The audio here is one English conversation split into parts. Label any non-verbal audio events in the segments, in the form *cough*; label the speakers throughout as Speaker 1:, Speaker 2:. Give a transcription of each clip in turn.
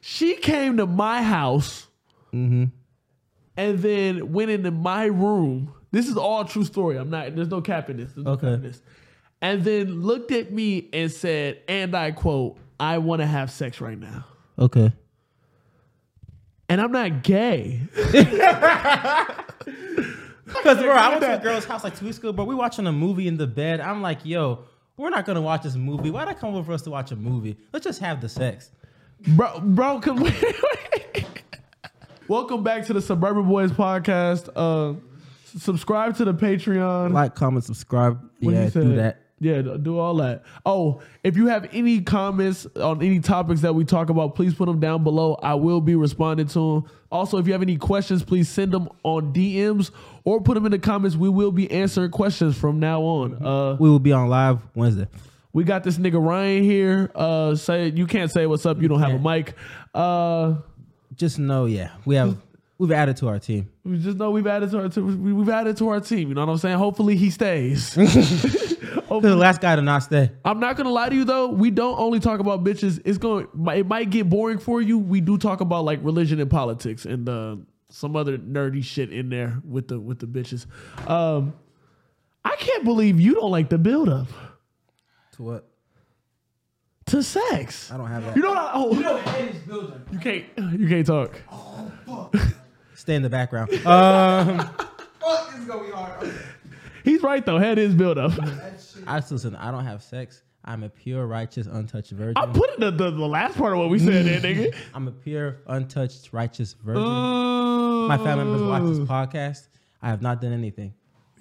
Speaker 1: She came to my house and then went into my room. This is all true story. I'm not, there's no cap in this. There's no cap
Speaker 2: Okay.
Speaker 1: in this. And then looked at me and said, and I quote, I want to have sex right now.
Speaker 2: Okay.
Speaker 1: And I'm not gay. *laughs*
Speaker 2: Because bro, I went to a girl's house like two weeks ago, but we watching a movie in the bed. I'm like, yo, we're not gonna watch this movie. Why'd I come over for us to watch a movie? Let's just have the sex.
Speaker 1: Bro, bro, come *laughs* Welcome back to the Suburban Boys podcast. Uh, s- subscribe to the Patreon.
Speaker 2: Like, comment, subscribe.
Speaker 1: What
Speaker 2: yeah,
Speaker 1: he
Speaker 2: do
Speaker 1: said.
Speaker 2: that.
Speaker 1: Yeah, d- do all that. Oh, if you have any comments on any topics that we talk about, please put them down below. I will be responding to them. Also, if you have any questions, please send them on DMs or put them in the comments. We will be answering questions from now
Speaker 2: Mm-hmm.
Speaker 1: on. Uh,
Speaker 2: We will be on live Wednesday.
Speaker 1: we got this nigga Ryan here. Uh, say you can't say what's up. You don't have a mic. Uh,
Speaker 2: Just know, yeah, we have we've added to our team.
Speaker 1: we just know we've added to our to, we- we've added to our team. You know what I'm saying? Hopefully he stays.
Speaker 2: We're the last guy to not stay.
Speaker 1: I'm not gonna lie to you though. We don't only talk about bitches. It's going. It might get boring for you. We do talk about like religion and politics and uh, some other nerdy shit in there with the with the bitches. Um, I can't believe you don't like the build up
Speaker 2: To what?
Speaker 1: to sex.
Speaker 2: I don't have that.
Speaker 1: You know what? I, oh, you,
Speaker 2: building.
Speaker 1: can't. You can't talk.
Speaker 2: *laughs* Stay in the background. Um,
Speaker 3: Fuck is going on?
Speaker 1: He's right though. Had his build
Speaker 2: *laughs*
Speaker 1: up.
Speaker 2: *laughs* I just listen. I don't have sex. I'm a pure, righteous, untouched virgin.
Speaker 1: I'm putting the, the, the last part of what we said there, nigga.
Speaker 2: I'm a pure, untouched, righteous virgin.
Speaker 1: My
Speaker 2: *laughs* My family members watch this podcast. I have not done anything.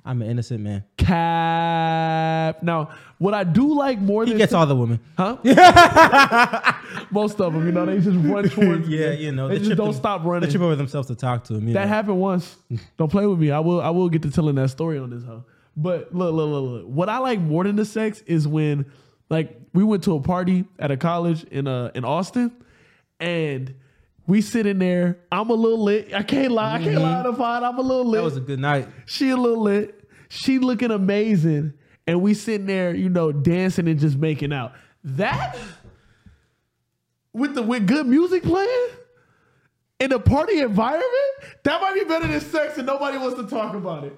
Speaker 2: I'm an innocent man.
Speaker 1: Cap. Now, what I do like more
Speaker 2: He
Speaker 1: than
Speaker 2: gets all the
Speaker 1: *laughs*
Speaker 2: women. *laughs*
Speaker 1: Huh? Most of them, you know, they just
Speaker 2: *laughs*
Speaker 1: run towards.
Speaker 2: Yeah, you know,
Speaker 1: they,
Speaker 2: they
Speaker 1: just
Speaker 2: trip
Speaker 1: don't
Speaker 2: them-
Speaker 1: stop
Speaker 2: They
Speaker 1: running.
Speaker 2: trip over themselves to talk to him. You
Speaker 1: that
Speaker 2: know?
Speaker 1: happened once. Don't play with me. I will. I will get to telling that story on this hoe. But look, look, look, look. What I like more than the sex is when, like, we went to a party at a college in uh in Austin, and we sit in there. I'm a little lit. I can't lie. I can't lie to find. I'm a little lit.
Speaker 2: Mm-hmm. that was a good night.
Speaker 1: She a little lit. She looking amazing. And we sitting there, you know, dancing and just making out. That with the with good music playing in a party environment, that might be better than sex and nobody wants to talk about it.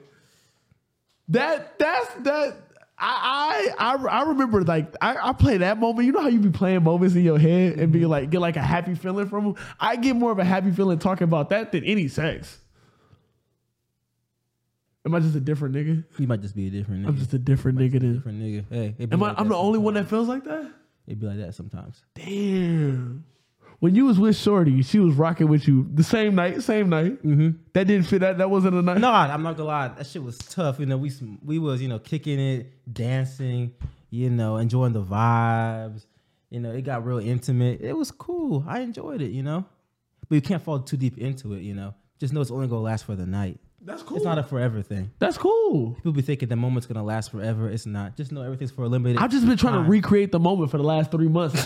Speaker 1: That that's that I I I, I remember like I, I play that moment. You know how you be playing moments in your head and be like get like a happy feeling from them? I get more of a happy feeling talking about that than any sex. Am I just a different nigga?
Speaker 2: You might just be a different
Speaker 1: I'm
Speaker 2: nigga.
Speaker 1: just a different nigga than.
Speaker 2: different nigga. Hey, it be
Speaker 1: Am I,
Speaker 2: like
Speaker 1: I'm
Speaker 2: that
Speaker 1: the only
Speaker 2: sometimes.
Speaker 1: one that feels like that?
Speaker 2: It be like that sometimes.
Speaker 1: Damn. When you was with Shorty, she was rocking with you the same night, same night. Mm-hmm. That didn't fit. That that wasn't a night.
Speaker 2: No, I'm not gonna lie. That shit was tough. You know, we sm- we was you know kicking it, dancing, you know, enjoying the vibes. You know, it got real intimate. It was cool. I enjoyed it. You know, but you can't fall too deep into it. You know, just know it's only gonna last for the night.
Speaker 1: that's cool.
Speaker 2: It's not a forever thing.
Speaker 1: that's cool.
Speaker 2: People be thinking the moment's gonna last forever. It's not. Just know everything's for a limited.
Speaker 1: I've just been trying to
Speaker 2: Fine.
Speaker 1: recreate the moment for the last three
Speaker 2: *laughs*
Speaker 1: months.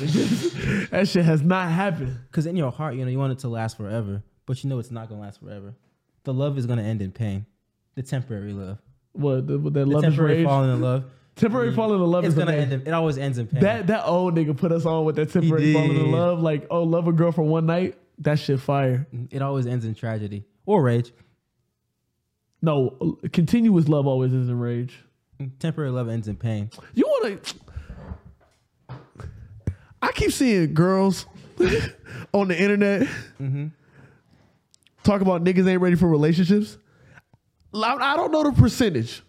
Speaker 1: that shit has not happened.
Speaker 2: Because in your heart, you know, you want it to last forever, but you know it's not gonna last forever. The love is gonna end in pain. The temporary love.
Speaker 1: What the, what that
Speaker 2: The
Speaker 1: love is
Speaker 2: temporary
Speaker 1: rage.
Speaker 2: falling in love.
Speaker 1: Temporary falling in *laughs* love
Speaker 2: It's
Speaker 1: is
Speaker 2: gonna
Speaker 1: amazing.
Speaker 2: end. In, it always ends in pain.
Speaker 1: That that old nigga put us on with that temporary falling in
Speaker 2: did.
Speaker 1: love. Like oh, love a girl for one night. That shit fire.
Speaker 2: it always ends in tragedy or rage.
Speaker 1: No, continuous love always is in rage.
Speaker 2: Temporary love ends in pain.
Speaker 1: You want to? I keep seeing girls *laughs* on the internet talk about niggas ain't ready for relationships. I I don't know the percentage,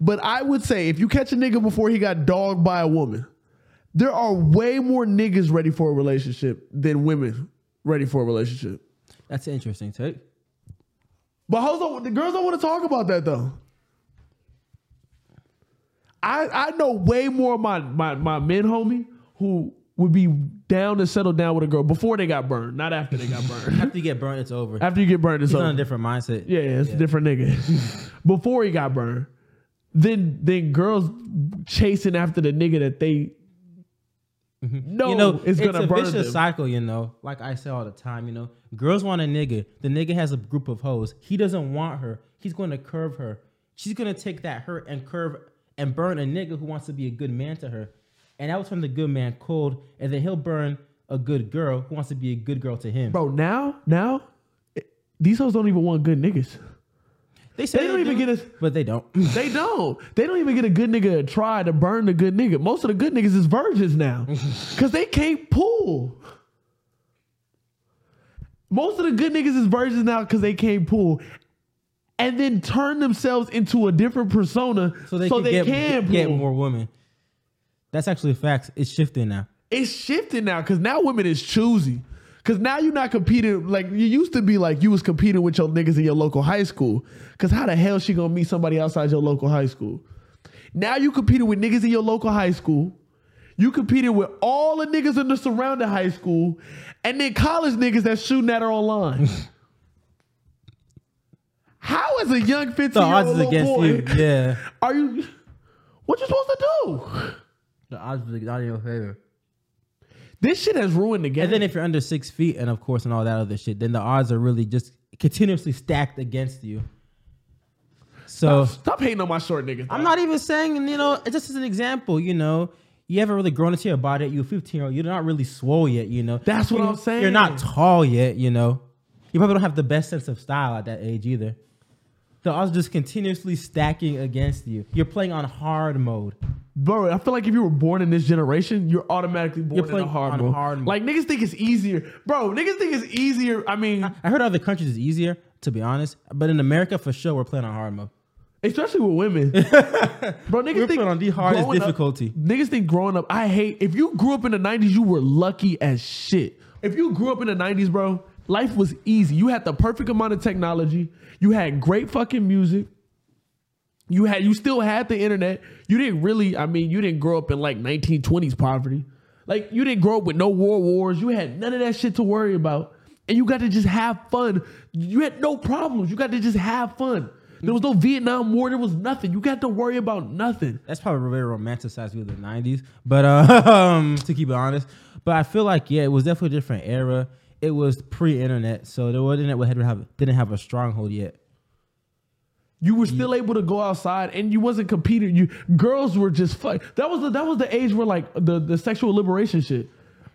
Speaker 1: but I would say if you catch a nigga before he got dogged by a woman, there are way more niggas ready for a relationship than women ready for a relationship.
Speaker 2: That's an interesting take.
Speaker 1: But hoes don't, the girls don't want to talk about that though. I I know way more of my my my men homie who would be down to settle down with a girl before they got burned, not after they got burned.
Speaker 2: *laughs* After you get burnt, it's over. It's
Speaker 1: after you get burned, it's
Speaker 2: on a
Speaker 1: over.
Speaker 2: different mindset.
Speaker 1: Yeah, it's a different
Speaker 2: *laughs*
Speaker 1: nigga. before he got burned, then then girls chasing after the nigga that they no,
Speaker 2: Mm-hmm. you know,
Speaker 1: Oh, it's gonna
Speaker 2: a
Speaker 1: burn
Speaker 2: vicious
Speaker 1: them.
Speaker 2: cycle. You know, like I say all the time. You know, girls want a nigga. The nigga has a group of hoes. He doesn't want her. He's going to curve her. She's going to take that hurt and curve and burn a nigga who wants to be a good man to her. And that was from the good man cold. And then he'll burn a good girl who wants to be a good girl to him.
Speaker 1: Bro, now, now, it- these hoes don't even want good niggas.
Speaker 2: they say
Speaker 1: they don't even get a-
Speaker 2: but
Speaker 1: *laughs*
Speaker 2: they don't.
Speaker 1: They don't. They don't even get a good nigga to try to burn the good nigga. Most of the good niggas is virgins
Speaker 2: *laughs*
Speaker 1: now. Cause they can't pull. Most of the good niggas is virgins now because they can't pull. And then turn themselves into a different persona
Speaker 2: So they can, get,
Speaker 1: can pull.
Speaker 2: get more women. That's actually facts. It's shifting now.
Speaker 1: it's shifting now because now women is choosy. Because now you're not competing like you used to be like you was competing with your niggas in your local high school. Because how the hell she gonna meet somebody outside your local high school? Now you competing with niggas in your local high school. You competing with all the niggas in the surrounding high school, and then college niggas that shooting at her online. how is a young
Speaker 2: The
Speaker 1: fifteen year
Speaker 2: odds
Speaker 1: old
Speaker 2: is against
Speaker 1: boy?
Speaker 2: you.
Speaker 1: *laughs*
Speaker 2: Yeah.
Speaker 1: Are you? What you supposed to do?
Speaker 2: The odds is not in your favor.
Speaker 1: This shit has ruined the game.
Speaker 2: And then if you're under six feet and of course and all that other shit, then the odds are really just continuously stacked against you. So
Speaker 1: Stop hating on my short niggas.
Speaker 2: I'm not even saying, you know, it's just as an example, you know, you haven't really grown into your body yet. You're 15 year old. You're not really swole yet, you know.
Speaker 1: That's what
Speaker 2: You-
Speaker 1: I'm saying.
Speaker 2: You're not tall yet, you know. You probably don't have the best sense of style at that age either. The odds are just continuously stacking against you. You're playing on hard mode.
Speaker 1: bro. I feel like if you were born in this generation, you're automatically born
Speaker 2: You're
Speaker 1: in
Speaker 2: playing
Speaker 1: a hard
Speaker 2: on
Speaker 1: mode.
Speaker 2: hard mode.
Speaker 1: Like niggas think it's easier, bro. Niggas think it's easier. I mean,
Speaker 2: I heard other countries is easier, to be honest. But in America, for sure, we're playing on hard mode.
Speaker 1: especially with
Speaker 2: *laughs*
Speaker 1: women, bro. Niggas
Speaker 2: We're
Speaker 1: think
Speaker 2: putting on the hardest
Speaker 1: growing
Speaker 2: difficulty.
Speaker 1: Up, niggas think growing up. I hate if you grew up in the '90s, you were lucky as shit. If you grew up in the '90s, bro, life was easy. You had the perfect amount of technology. You had great fucking music. you had you still had the internet. You didn't really, I mean, you didn't grow up in like 1920s poverty. Like you didn't grow up with no world wars. You had none of that shit to worry about. And you got to just have fun. You had no problems. You got to just have fun. There was no Vietnam War. There was nothing. You got to worry about nothing.
Speaker 2: that's probably very romanticized view of the '90s, but um, *laughs* to keep it honest, but I feel like yeah, it was definitely a different era. It was pre-internet, so the internet we had to have didn't have a stronghold yet.
Speaker 1: You were still able to go outside, and you wasn't competing. You girls were just fuck. That was the that was the age where like the the sexual liberation shit,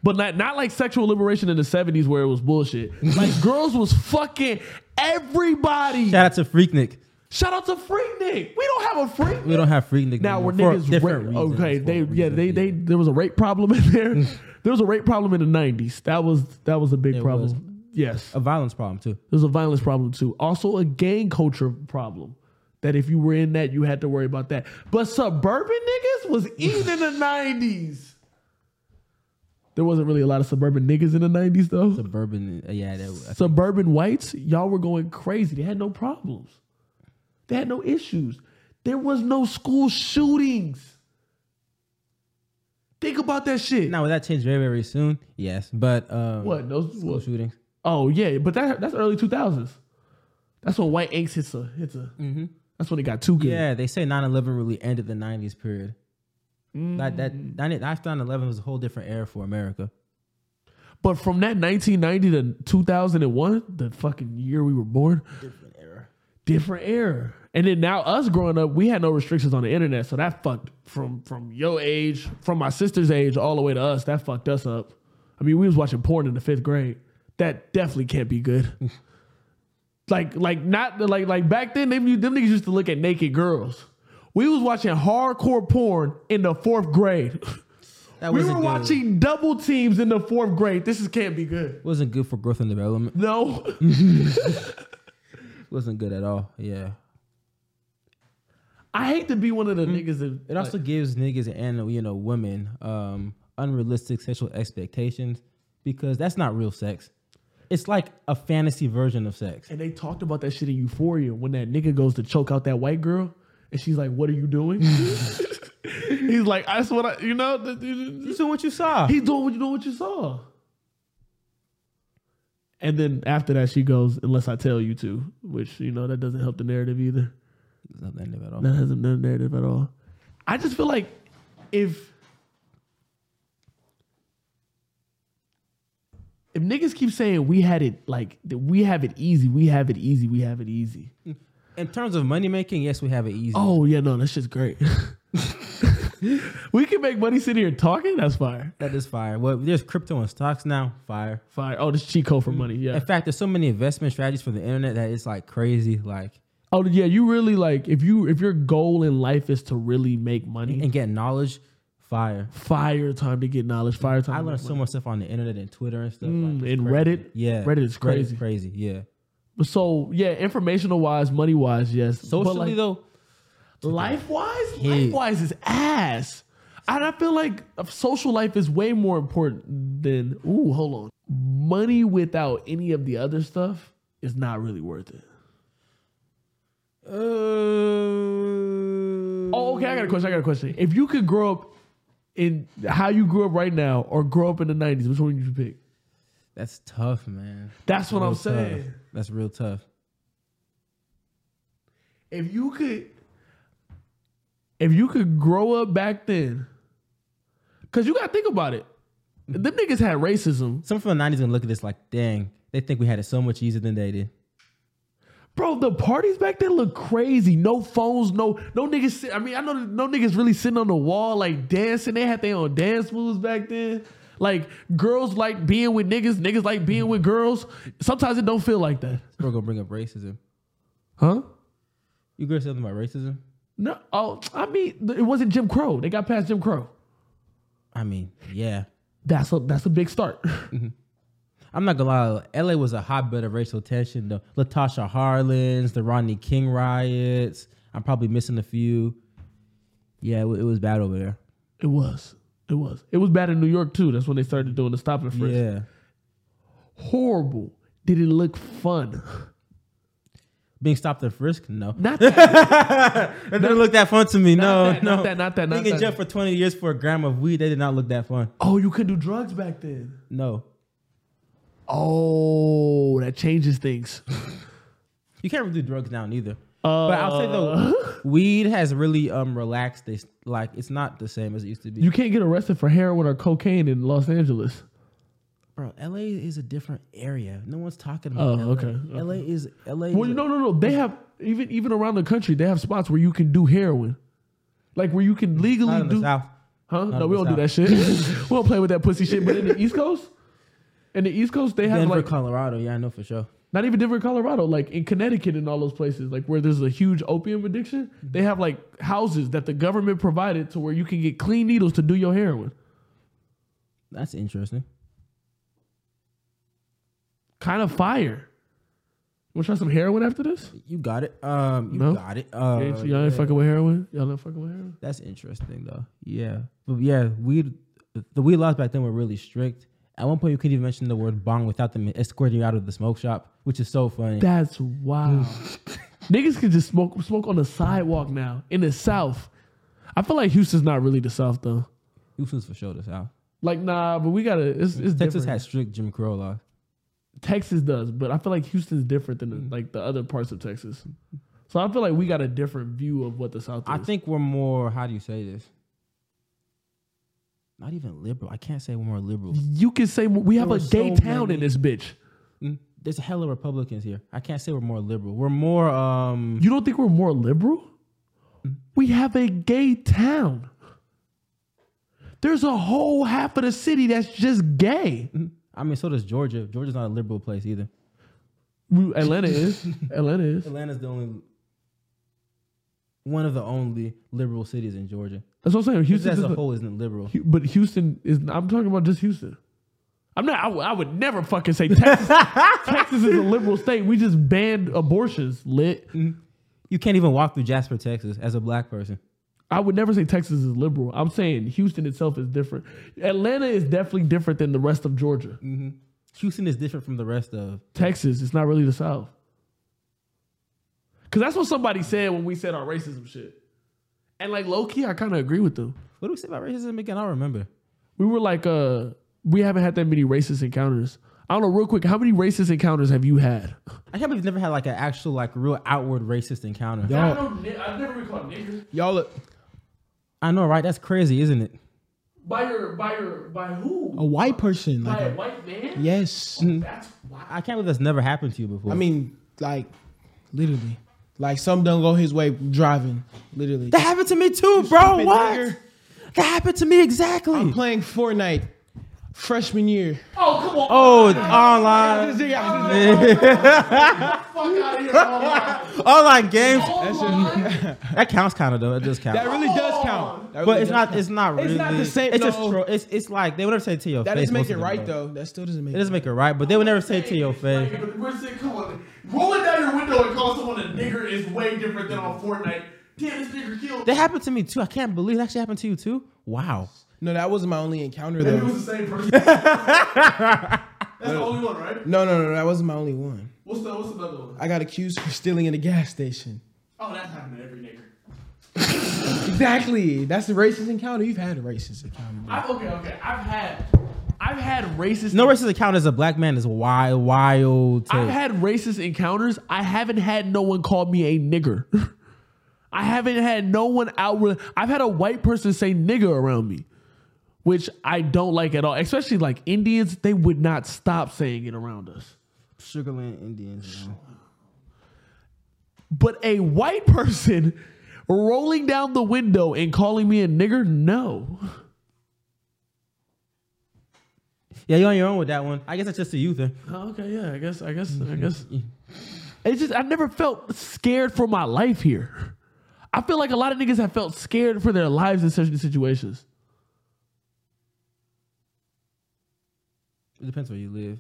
Speaker 1: but not not like sexual liberation in the seventies where it was
Speaker 2: *laughs*
Speaker 1: bullshit. Like girls was fucking everybody.
Speaker 2: Shout out to Freaknik.
Speaker 1: Shout out to Freaknik. We don't have a Freaknik.
Speaker 2: We don't have Freaknik
Speaker 1: Now
Speaker 2: anymore
Speaker 1: we're
Speaker 2: Mm-hmm. for
Speaker 1: niggas
Speaker 2: different
Speaker 1: rape-
Speaker 2: reasons,
Speaker 1: Okay,
Speaker 2: for
Speaker 1: they yeah
Speaker 2: reasons,
Speaker 1: they they there was a rape problem in
Speaker 2: *laughs*
Speaker 1: there. there was a rape problem in the nineties. That was that was a big
Speaker 2: It
Speaker 1: problem.
Speaker 2: was.
Speaker 1: Yes,
Speaker 2: a violence problem too.
Speaker 1: there's a violence problem too. Also a gang culture problem. That if you were in that, you had to worry about that. But suburban niggas was eating in the nineties. There wasn't really a lot of suburban niggas in the nineties though.
Speaker 2: Suburban, uh, yeah, that,
Speaker 1: Suburban whites, y'all were going crazy. They had no problems. They had no issues. There was no school shootings. Think about that shit.
Speaker 2: now will that change very very soon? Yes, but um,
Speaker 1: what? No
Speaker 2: school
Speaker 1: what-
Speaker 2: shootings?
Speaker 1: Oh yeah, but that that's early two thousands. That's when white angst hits a hits a. That's when it got too good.
Speaker 2: Yeah, they say 9-11 really ended the '90s period. That that
Speaker 1: Mm.
Speaker 2: 90 after 9-11 was a whole different era for America.
Speaker 1: But from that 1990 to 2001, the fucking year we were born,
Speaker 2: Different era.
Speaker 1: different era. And then now us growing up, we had no restrictions on the internet, so that fucked from from your age, from my sister's age, all the way to us. That fucked us up. I mean, we was watching porn in the fifth grade. That definitely can't be
Speaker 2: *laughs*
Speaker 1: good. like like not like like back then, they them niggas used to look at naked girls. We was watching hardcore porn in the fourth grade. *laughs*
Speaker 2: That
Speaker 1: we
Speaker 2: wasn't
Speaker 1: were
Speaker 2: good.
Speaker 1: watching double teams in the fourth grade. This is can't be good.
Speaker 2: wasn't good for growth and development.
Speaker 1: No.
Speaker 2: wasn't good at all. Yeah.
Speaker 1: I hate to be one of the niggas that
Speaker 2: It also gives niggas and you know women um unrealistic sexual expectations because that's not real sex. It's like a fantasy version of sex.
Speaker 1: And they talked about that shit in Euphoria when that nigga goes to choke out that white girl, and she's like, "What are you doing?" *laughs* He's like, "That's what I, you know." th- th- th-
Speaker 2: You saw what you saw.
Speaker 1: He's doing what you doing what you saw. And then after that, she goes, "Unless I tell you to," which you know that doesn't help the narrative either.
Speaker 2: It's not the end of it all.
Speaker 1: That hasn't been narrative at all. I just feel like if if niggas keep saying we had it like that we have it easy, we have it easy, we have it easy.
Speaker 2: In terms of money making, yes, we have it easy.
Speaker 1: Oh yeah, no, that's just great. *laughs* We can make money sitting here talking. That's fire.
Speaker 2: That is fire. Well, there's crypto and stocks now. Fire.
Speaker 1: Fire. Oh, this cheat code for money. Yeah.
Speaker 2: In fact, there's so many investment strategies for the internet that it's like crazy. Like
Speaker 1: Oh yeah, you really like if you if your goal in life is to really make money,
Speaker 2: and get knowledge. Fire.
Speaker 1: fire time to get knowledge, fire time.
Speaker 2: I
Speaker 1: to
Speaker 2: learned
Speaker 1: make
Speaker 2: so much stuff on the internet and Twitter and stuff.
Speaker 1: money.
Speaker 2: like,
Speaker 1: Mm,
Speaker 2: it's
Speaker 1: and
Speaker 2: crazy.
Speaker 1: Reddit.
Speaker 2: Yeah,
Speaker 1: Reddit is crazy.
Speaker 2: crazy. Yeah.
Speaker 1: But so yeah, informational wise, money wise, yes.
Speaker 2: Socially
Speaker 1: but like,
Speaker 2: though,
Speaker 1: life wise,
Speaker 2: Yeah.
Speaker 1: life wise is ass. And I feel like social life is way more important than ooh, hold on. Money without any of the other stuff is not really worth it.
Speaker 2: uh,
Speaker 1: Oh, okay. I got a question. I got a question. If you could grow up in how you grew up right now, or grow up in the '90s, which one would you pick?
Speaker 2: that's tough, man.
Speaker 1: That's what I'm
Speaker 2: Real tough.
Speaker 1: saying.
Speaker 2: That's real tough.
Speaker 1: if you could if you could grow up back then because you gotta think about it them niggas had racism
Speaker 2: Some from the '90s gonna look at this like, dang, they think we had it so much easier than they did.
Speaker 1: bro the parties back then look crazy no phones no no niggas sit, i mean i know that no niggas really sitting on the wall like dancing they had their own dance moves back then like girls like being with niggas niggas like being with girls sometimes it don't feel like that
Speaker 2: We're gonna bring up racism.
Speaker 1: huh
Speaker 2: You agree with something about racism?
Speaker 1: no oh i mean it wasn't jim crow they got past jim crow
Speaker 2: I mean, yeah.
Speaker 1: that's a that's a big start *laughs*
Speaker 2: I'm not gonna lie, LA was a hotbed of racial tension. The Latasha Harlins, the Rodney King riots. I'm probably missing a few. Yeah, it, wa- it was bad over there.
Speaker 1: It was. It was. It was bad in New York too. That's when they started doing the stop and frisk.
Speaker 2: Yeah.
Speaker 1: Horrible. Did it look fun? *laughs*
Speaker 2: Being stopped and frisked? No. *laughs*
Speaker 1: Not that.
Speaker 2: That didn't look that fun to me. no,
Speaker 1: that,
Speaker 2: no.
Speaker 1: not that, not that, not
Speaker 2: Being
Speaker 1: that.
Speaker 2: in jail for 20 years for a gram of weed, they did not look that fun.
Speaker 1: oh, you could do drugs back then.
Speaker 2: No.
Speaker 1: Oh, that changes things.
Speaker 2: You can't really do drugs now neither. but I'll say
Speaker 1: Uh. *laughs*
Speaker 2: though, weed has really um relaxed. They like it's not the same as it used to be.
Speaker 1: You can't get arrested for heroin or cocaine in Los Angeles.
Speaker 2: Bro, LA is a different area. No one's talking
Speaker 1: Oh,
Speaker 2: about LA.
Speaker 1: okay, okay.
Speaker 2: LA is LA.
Speaker 1: Well,
Speaker 2: is
Speaker 1: you no, no, no. They have even even around the country. They have spots where you can do heroin, like where you can
Speaker 2: not
Speaker 1: legally
Speaker 2: in the
Speaker 1: do.
Speaker 2: South.
Speaker 1: Huh?
Speaker 2: Not
Speaker 1: No,
Speaker 2: in
Speaker 1: we
Speaker 2: the
Speaker 1: don't do that shit.
Speaker 2: *laughs*
Speaker 1: *laughs* we don't play with that pussy shit. But in the East Coast, in the East Coast, they have
Speaker 2: Denver,
Speaker 1: like
Speaker 2: Colorado. Yeah, I know for sure.
Speaker 1: not even Denver, Colorado, like in Connecticut and all those places, like where there's a huge opium addiction,
Speaker 2: Mm-hmm.
Speaker 1: they have like houses that the government provided to where you can get clean needles to do your heroin.
Speaker 2: That's interesting.
Speaker 1: Kind of fire. Want to try some heroin after this?
Speaker 2: You got it. Um, you
Speaker 1: No.
Speaker 2: got it. Uh,
Speaker 1: Y'all ain't- y'all ain't fucking with heroin. Y'all not fucking with heroin.
Speaker 2: That's interesting though. Yeah, but yeah, weed. The weed laws back then were really strict. At one point, you couldn't even mention the word bong without them escorting you out of the smoke shop, which is so funny.
Speaker 1: That's
Speaker 2: *laughs*
Speaker 1: wild. Niggas can just smoke smoke on the sidewalk now in the South. I feel like Houston's not really the South though.
Speaker 2: Houston's for sure the South.
Speaker 1: Like nah, but we gotta. It's, it's
Speaker 2: Texas
Speaker 1: different.
Speaker 2: had strict Jim Crow laws.
Speaker 1: Texas does, but I feel like Houston's different than
Speaker 2: Mm.
Speaker 1: like the other parts of Texas. So I feel like we got a different view of what the South is.
Speaker 2: I think we're more. How do you say this? Not even liberal. I can't say we're more liberal.
Speaker 1: you can say we have
Speaker 2: There
Speaker 1: a
Speaker 2: were
Speaker 1: gay
Speaker 2: so
Speaker 1: town
Speaker 2: many-
Speaker 1: in this bitch.
Speaker 2: Mm, There's a hell of Republicans here. I can't say we're more liberal. We're more. um
Speaker 1: You don't think we're more liberal?
Speaker 2: Mm.
Speaker 1: We have a gay town. There's a whole half of the city that's just gay.
Speaker 2: I mean, so does Georgia. Georgia's not a liberal place either.
Speaker 1: We- Atlanta
Speaker 2: *laughs*
Speaker 1: is. Atlanta is.
Speaker 2: Atlanta's the only one of the only liberal cities in Georgia.
Speaker 1: That's what I'm saying. Houston,
Speaker 2: Houston as
Speaker 4: *laughs*
Speaker 1: is
Speaker 2: a whole isn't liberal.
Speaker 1: Hu- but Houston is. I'm talking about just Houston. I'm not. I, w- I would never fucking say Texas. Texas is a liberal state. We just banned abortions. Lit.
Speaker 2: You can't even walk through Jasper, Texas, as a black person.
Speaker 1: I would never say Texas is liberal. I'm saying Houston itself is different. Atlanta is definitely different than the rest of Georgia.
Speaker 2: Houston is different from the rest of.
Speaker 1: Texas, it's not really the South. Cause that's what somebody said when we said our racism shit. And like low key, I kind of agree with them.
Speaker 2: What do we say about racism again? I don't remember.
Speaker 1: We were like, uh, we haven't had that many racist encounters. I don't know, real quick, how many racist encounters have you had?
Speaker 2: I can't believe we've never had like an actual like real outward racist encounter.
Speaker 1: I've never been called nigger.
Speaker 2: y'all, look- I know, right? That's crazy, isn't it?
Speaker 1: By your, by your, by who?
Speaker 2: Oh,
Speaker 4: A white person, like a,
Speaker 1: white man?
Speaker 4: yes.
Speaker 1: That's wild.
Speaker 2: I can't believe that's never happened to you before.
Speaker 4: I mean, like literally, like some don't go his way driving. Literally,
Speaker 2: that happened to me too, bro.
Speaker 4: Stupid
Speaker 2: What?
Speaker 4: nigger.
Speaker 2: That happened to me
Speaker 4: I'm
Speaker 2: exactly.
Speaker 4: playing Fortnite freshman year.
Speaker 1: Oh, come on.
Speaker 2: Oh, online,
Speaker 4: This nigga- this
Speaker 1: Fuck out of here.
Speaker 2: *laughs*
Speaker 1: Oh online.
Speaker 2: online games.
Speaker 1: Online?
Speaker 2: That counts kind of though. It does count.
Speaker 4: That really does count. That really
Speaker 2: but it's
Speaker 4: does
Speaker 2: not.
Speaker 4: count.
Speaker 2: It's not really.
Speaker 4: It's not the same,
Speaker 2: It's just.
Speaker 4: no.
Speaker 2: Tro- it's it's like they would never say it to your
Speaker 4: That
Speaker 2: face.
Speaker 4: doesn't
Speaker 2: most
Speaker 4: make
Speaker 2: of
Speaker 4: it
Speaker 2: the
Speaker 4: right
Speaker 2: time.
Speaker 4: though. That still doesn't make
Speaker 2: It doesn't make it right, but they would never say it to your face.
Speaker 1: Like, we're saying, come on. Rolling down your window and calling someone a nigger is way different than on Fortnite. Damn, this nigger killed.
Speaker 2: That happened to me too. I can't believe it actually happened to you too. Wow.
Speaker 4: No, that wasn't my only encounter
Speaker 1: Maybe it
Speaker 4: though.
Speaker 1: was the same
Speaker 2: *laughs*
Speaker 1: person. That's the only one, right?
Speaker 4: No, no, no, that wasn't my only one.
Speaker 1: What's the what's another one?
Speaker 4: I got accused for stealing in a gas station.
Speaker 1: Oh, that's happened to every nigger.
Speaker 4: Exactly. That's the racist encounter. You've had a racist encounter. bro.
Speaker 1: I, okay, okay. I've had I've had racist
Speaker 2: No racist account as a black man is wild, wild.
Speaker 1: I've
Speaker 2: take.
Speaker 1: had racist encounters. I haven't had no one call me a nigger. *laughs* I haven't had no one outward. I've had a white person say nigger around me, which I don't like at all. Especially like Indians, they would not stop saying it around us.
Speaker 2: Sugarland Indians. you know.
Speaker 1: But a white *laughs* person rolling down the window and calling me a nigger, no.
Speaker 2: Yeah, you're on your own with that one. I guess that's just a you thing.
Speaker 1: Oh, okay, yeah, I guess, I guess, I guess. Mm-hmm. It's just I never felt scared for my life here. I feel like a lot of niggas have felt scared for their lives in certain situations.
Speaker 2: It depends where you live.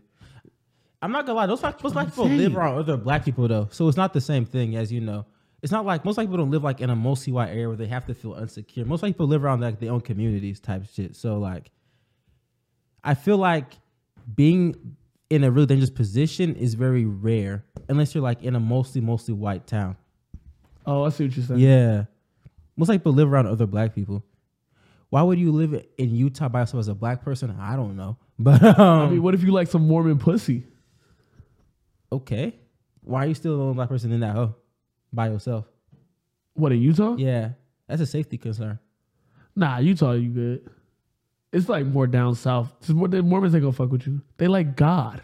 Speaker 2: I'm not gonna lie, those black, those black people live around other black people though, so it's not the same thing as you know. It's not like most black people don't live like in a mostly white area where they have to feel insecure. Most black people live around like their own communities type shit. So like, I feel like being in a really dangerous position is very rare unless you're like in a mostly mostly white town.
Speaker 1: Oh, I see what you're saying.
Speaker 2: Yeah. Most black people live around other black people. Why would you live in Utah by yourself as a black person? I don't know. *laughs* But um,
Speaker 1: I mean, what if you like some Mormon pussy?
Speaker 2: okay. Why are you still the only black person in that hoe by yourself?
Speaker 1: What in Utah?
Speaker 2: Yeah. That's a safety concern.
Speaker 1: Nah, Utah, you good. It's like more down south. It's more, the Mormons ain't gonna fuck with you. They like God.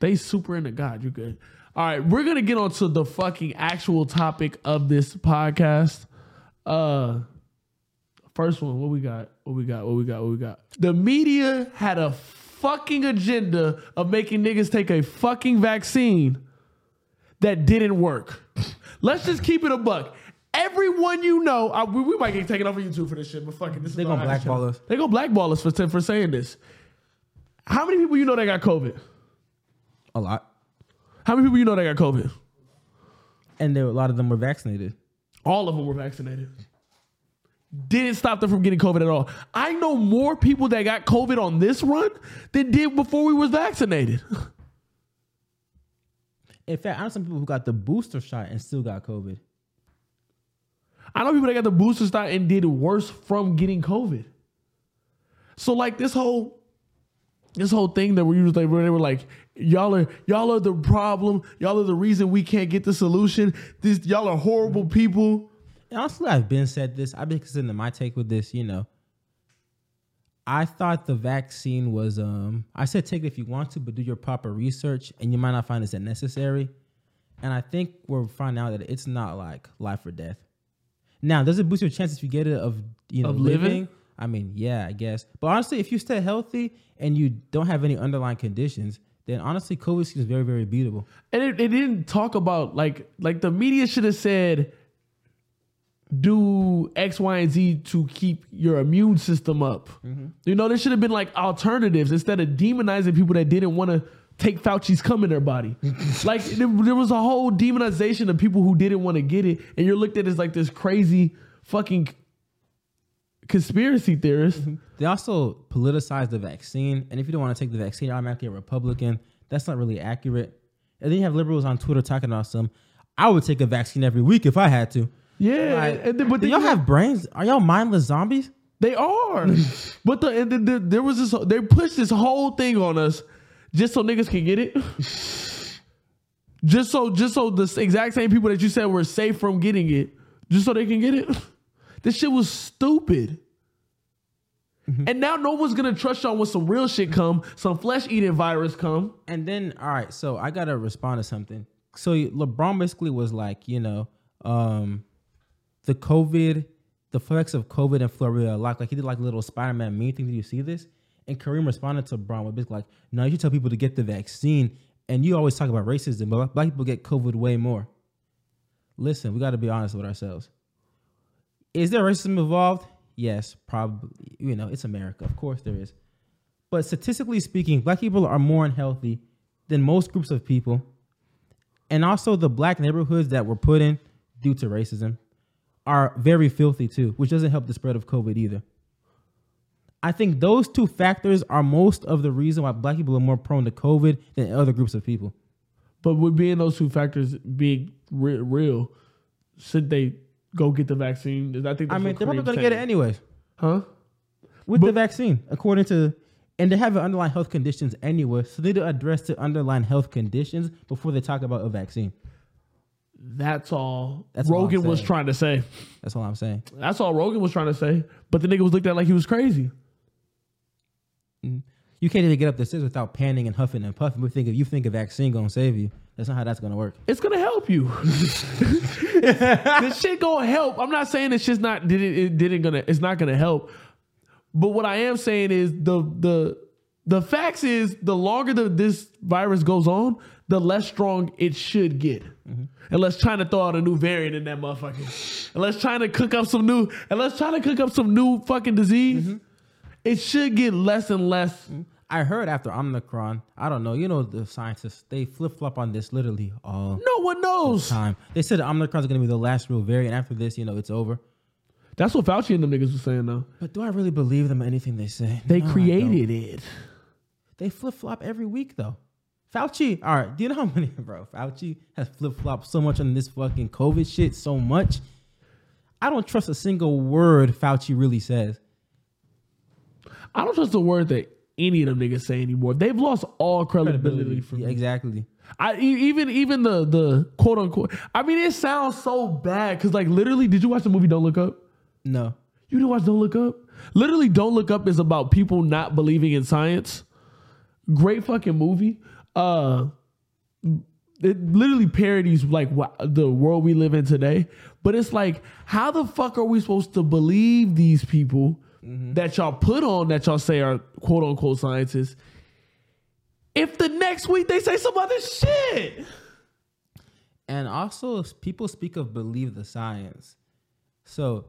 Speaker 1: they super into God. You good. All right, we're gonna get on to the fucking actual topic of this podcast. Uh first one, what we got? What we got? What we got? What we got? The media had a fucking agenda of making niggas take a fucking vaccine that didn't work. Let's just keep it a buck. Everyone you know, I, we, we might get taken off of YouTube for this shit, but fucking this
Speaker 2: They
Speaker 1: is
Speaker 2: gonna
Speaker 1: our action.
Speaker 2: blackball us.
Speaker 1: They gonna blackball us for for saying this. How many people you know that got COVID?
Speaker 2: A lot.
Speaker 1: How many people you know that got COVID?
Speaker 2: And there, a lot of them were vaccinated.
Speaker 1: All of them were vaccinated. Didn't stop them from getting COVID at all. I know more people that got COVID on this run than did before we was vaccinated. *laughs*
Speaker 2: In fact, I know some people who got the booster shot and still got COVID.
Speaker 1: I know people that got the booster shot and did worse from getting COVID. So like this whole this whole thing that we were like where they were like y'all are y'all are the problem y'all are the reason we can't get the solution this y'all are horrible people
Speaker 2: And honestly, I've been said this. I've been considering my take with this. You know, I thought the vaccine was. Um, I said take it if you want to, but do your proper research, and you might not find it's necessary. And I think we're finding out that it's not like life or death. Now, does it boost your chances if you get it of you know
Speaker 1: Of living?
Speaker 2: living? I mean, yeah, I guess. But honestly, if you stay healthy and you don't have any underlying conditions, then honestly, COVID seems very, very beatable.
Speaker 1: and it, it didn't talk about like like the media should have said do X Y and Z to keep your immune system up
Speaker 2: Mm-hmm.
Speaker 1: you know there should have been like alternatives instead of demonizing people that didn't want to take Fauci's cum in their
Speaker 2: *laughs*
Speaker 1: body like there, there was a whole demonization of people who didn't want to get it and you're looked at as like this crazy fucking conspiracy theorist
Speaker 2: They also politicize the vaccine, and if you don't want to take the vaccine, you're automatically a Republican. That's not really accurate. And then you have liberals on Twitter talking about some. I would take a vaccine every week if I had to.
Speaker 1: yeah
Speaker 2: Like,
Speaker 1: and then, but
Speaker 2: do
Speaker 1: then
Speaker 2: y'all
Speaker 1: you-
Speaker 2: have brains? Are y'all mindless zombies?
Speaker 1: They
Speaker 2: *laughs*
Speaker 1: are. but the, and the, the there was this they pushed this whole thing on us just so niggas can get
Speaker 2: *laughs*
Speaker 1: it. just so just so the exact same people that you said were safe from getting it, just so they can get it. *laughs* this shit was stupid.
Speaker 2: Mm-hmm.
Speaker 1: And now no one's gonna trust y'all when some real shit come, some flesh eating virus come.
Speaker 2: And then, all right, so I gotta respond to something. So LeBron basically was like, you know, um, the COVID the flex of COVID in Florida a lot. Like he did like a little Spider Man meme thing. Did you see this? And Kareem responded to Braun with basically like, "No, you tell people to get the vaccine, and you always talk about racism, but black people get COVID way more." Listen, we got to be honest with ourselves. Is there racism involved? Yes, probably. You know, it's America. Of course there is. But statistically speaking, black people are more unhealthy than most groups of people. And also, the black neighborhoods that were put in due to racism are very filthy too, which doesn't help the spread of COVID either. I think those two factors are most of the reason why black people are more prone to COVID than other groups of people.
Speaker 1: But with being those two factors being re- real, should they go get the vaccine? I think that's
Speaker 2: I mean,
Speaker 1: what
Speaker 2: they're probably
Speaker 1: Kareem's
Speaker 2: going to get it
Speaker 1: saying.
Speaker 2: anyways.
Speaker 1: huh?
Speaker 2: with the vaccine, according to, and they have underlying health conditions anyway, so they need to address the underlying health conditions before they talk about a vaccine.
Speaker 1: That's all
Speaker 2: That's all I'm
Speaker 1: Rogan was
Speaker 2: saying.
Speaker 1: trying to say.
Speaker 2: That's all I'm saying.
Speaker 1: That's all Rogan was trying to say. But the nigga was looked at like he was crazy.
Speaker 2: You can't even get up the stairs without panting and huffing and puffing. We think if you think a vaccine gonna save you, that's not how that's gonna work.
Speaker 1: It's gonna help you. this shit gonna help. I'm not saying this shit's not did it, it didn't gonna it's not gonna help. But what I am saying is the the the facts is the longer that this virus goes on, the less strong it should get.
Speaker 2: Mm-hmm.
Speaker 1: Unless China throw out a new variant in that motherfucker. unless China cook up some new unless China cook up some new fucking disease,
Speaker 2: Mm-hmm.
Speaker 1: it should get less and less.
Speaker 2: I heard after Omicron, I don't know, you know, the scientists they flip flop on this literally all
Speaker 1: No one knows.
Speaker 2: time. They said Omicron's gonna be the last real variant. After this, you know, it's over.
Speaker 1: That's what Fauci and them niggas was saying though.
Speaker 2: But do I really believe them anything they say?
Speaker 1: They
Speaker 2: No, I don't.
Speaker 1: created it.
Speaker 2: They flip flop every week though. Fauci, all right, do you know how many, *laughs* bro? Fauci has flip flopped so much on this fucking COVID shit so much. I don't trust a single word Fauci really says.
Speaker 1: I don't trust a word that any of them niggas say anymore. They've lost all credibility from
Speaker 2: Yeah, exactly.
Speaker 1: I e- even even the the quote unquote. I mean, it sounds so bad because like literally, did you watch the movie Don't Look Up?
Speaker 2: No,
Speaker 1: You didn't watch Don't Look Up? Literally, Don't Look Up is about people not believing in science. Great fucking movie. Uh it literally parodies like what, the world we live in today, but it's like how the fuck are we supposed to believe these people that y'all put on that y'all say are quote unquote scientists if the next week they say some other shit?
Speaker 2: and also s- people speak of believe the science. So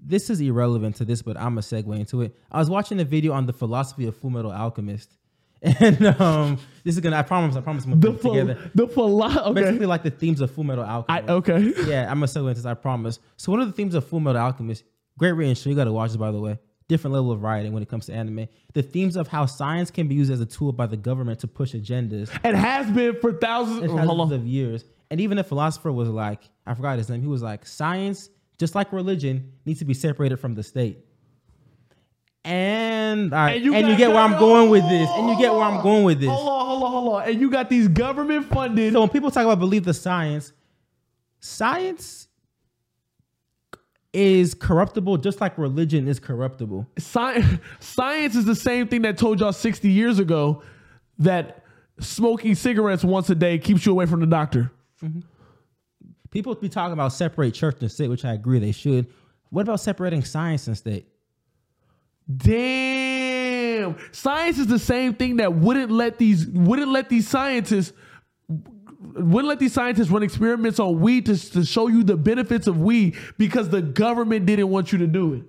Speaker 2: this is irrelevant to this, but I'm a segue into it. I was watching a video on the philosophy of Full Metal Alchemist, *laughs* and um, this is gonna. I promise. I promise. I'm gonna
Speaker 1: The
Speaker 2: put it
Speaker 1: phil-
Speaker 2: together.
Speaker 1: the philo- okay.
Speaker 2: Basically, like the themes of Full Metal
Speaker 1: I,
Speaker 2: Alchemist.
Speaker 1: okay.
Speaker 2: yeah, I'm gonna segue into this. I promise. So one of the themes of Full Metal Alchemist, great written show. You gotta watch this, by the way. Different level of writing when it comes to anime. The themes of how science can be used as a tool by the government to push agendas
Speaker 1: It has been for thousands.
Speaker 2: and
Speaker 1: hold on.
Speaker 2: thousands of years. And even a philosopher was like, I forgot his name. He was like, science, just like religion, needs to be separated from the state. And all right,
Speaker 1: And
Speaker 2: and
Speaker 1: you
Speaker 2: you,
Speaker 1: got-
Speaker 2: get where I'm going with this. And you get where I'm going with this.
Speaker 1: Hold on, hold on, hold on. And you got these government funded.
Speaker 2: So when people talk about believe the science, science is corruptible just like religion is corruptible.
Speaker 1: Sci- science is the same thing that told y'all 60 years ago that smoking cigarettes once a day keeps you away from the doctor.
Speaker 2: People be talking about separate church and state, which I agree they should. What about separating science and state?
Speaker 1: Damn. Science is the same thing that wouldn't let these wouldn't let these scientists wouldn't let these scientists run experiments on weed to, to show you the benefits of weed because the government didn't want you to do it.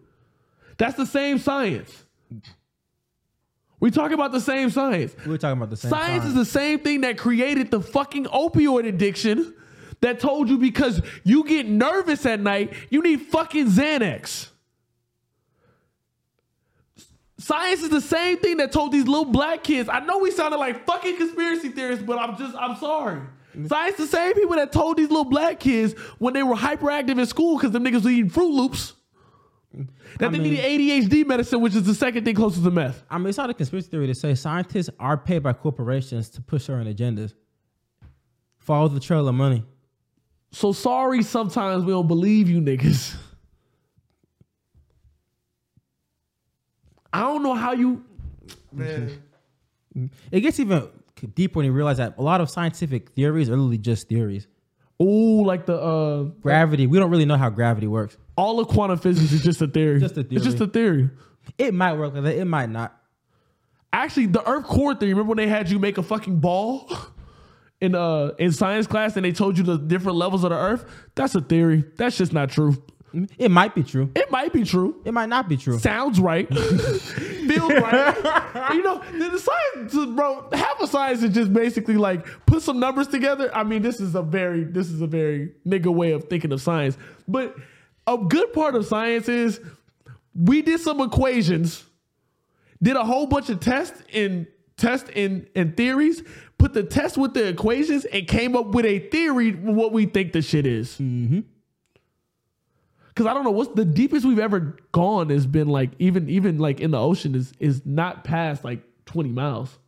Speaker 1: That's the same science. We talk about the same science.
Speaker 2: We We're talking about the same
Speaker 1: Science
Speaker 2: time.
Speaker 1: is the same thing that created the fucking opioid addiction that told you because you get nervous at night, you need fucking Xanax. Science is the same thing that told these little black kids. I know we sounded like fucking conspiracy theorists, but I'm just, I'm sorry. Science is the same people that told these little black kids when they were hyperactive in school because them niggas were eating Fruit Loops that they
Speaker 2: mean-
Speaker 1: needed ADHD medicine, which is the second thing closest to meth.
Speaker 2: I mean, it's not a conspiracy theory to say scientists are paid by corporations to push certain agendas. Follow the trail of money.
Speaker 1: So sorry sometimes we don't believe you niggas. I don't know how you
Speaker 3: Man.
Speaker 2: It gets even deeper when you realize that a lot of scientific theories are literally just theories.
Speaker 1: Ooh, like the uh,
Speaker 2: Gravity. We don't really know how gravity works.
Speaker 1: all of quantum physics is just a theory.
Speaker 2: Just a
Speaker 1: It's just a
Speaker 2: theory.
Speaker 1: theory.
Speaker 2: It might work like that. It might not.
Speaker 1: Actually, the Earth core theory. Remember when they had you make a fucking ball *laughs* in uh in science class, and they told you the different levels of the Earth? That's a theory. That's just not true.
Speaker 2: It might be true.
Speaker 1: It might be true.
Speaker 2: It might not be true.
Speaker 1: Sounds right. Feels right. you know, the, the science, bro. Half of science is just basically like put some numbers together. I mean, this is a very, this is a very nigga way of thinking of science. But a good part of science is we did some equations, did a whole bunch of tests and tests and and theories, put the test with the equations, and came up with a theory of what we think the shit is. Cause I don't know what's the deepest we've ever gone has been like even even like in the ocean is is not past like twenty miles.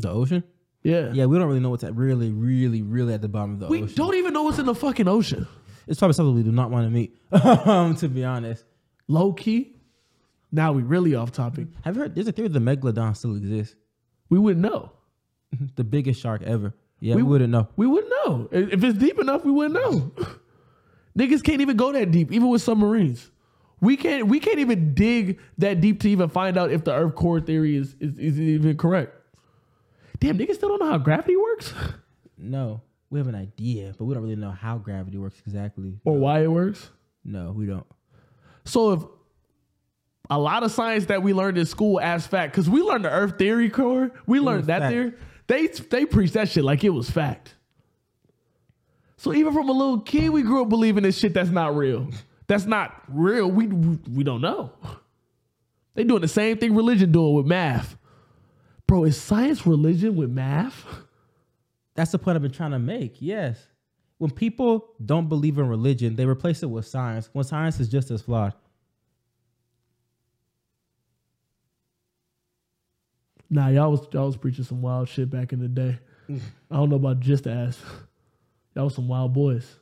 Speaker 2: The ocean?
Speaker 1: Yeah.
Speaker 2: Yeah, we don't really know what's at really, really, really at the bottom of the
Speaker 1: We
Speaker 2: ocean.
Speaker 1: don't even know what's in the fucking ocean.
Speaker 2: It's probably something we do not want to meet. *laughs* um, to be honest,
Speaker 1: Low key. Now we really off topic.
Speaker 2: have you heard? There's a theory the megalodon still exists,
Speaker 1: We wouldn't know.
Speaker 2: the biggest shark ever. Yeah,
Speaker 1: We-
Speaker 2: we, wouldn't know.
Speaker 1: We wouldn't know. I- If it's deep enough, we wouldn't know. *laughs* Niggas can't even go that deep, even with submarines. We can't we can't even dig that deep to even find out if the Earth core theory is is, is even correct. Damn, niggas still don't know how gravity works *laughs*
Speaker 2: No, we have an idea, but we don't really know how gravity works exactly.
Speaker 1: or why it works.
Speaker 2: No, we don't.
Speaker 1: So if a lot of science that we learned in school as fact, because we learned the Earth theory core, we learned
Speaker 2: was
Speaker 1: that
Speaker 2: fact.
Speaker 1: theory. They they preached that shit like it was fact. So even from a little kid, we grew up believing this shit that's not real. That's not real. We we, we don't know. They doing the same thing religion doing with math. Bro, is science religion with math? *laughs*
Speaker 2: That's the point I've been trying to make. Yes, when people don't believe in religion, they replace it with science. When science is just as flawed.
Speaker 1: Nah, y'all was y'all was preaching some wild shit back in the day.
Speaker 2: Mm.
Speaker 1: I don't know about just ass. Y'all was some wild boys.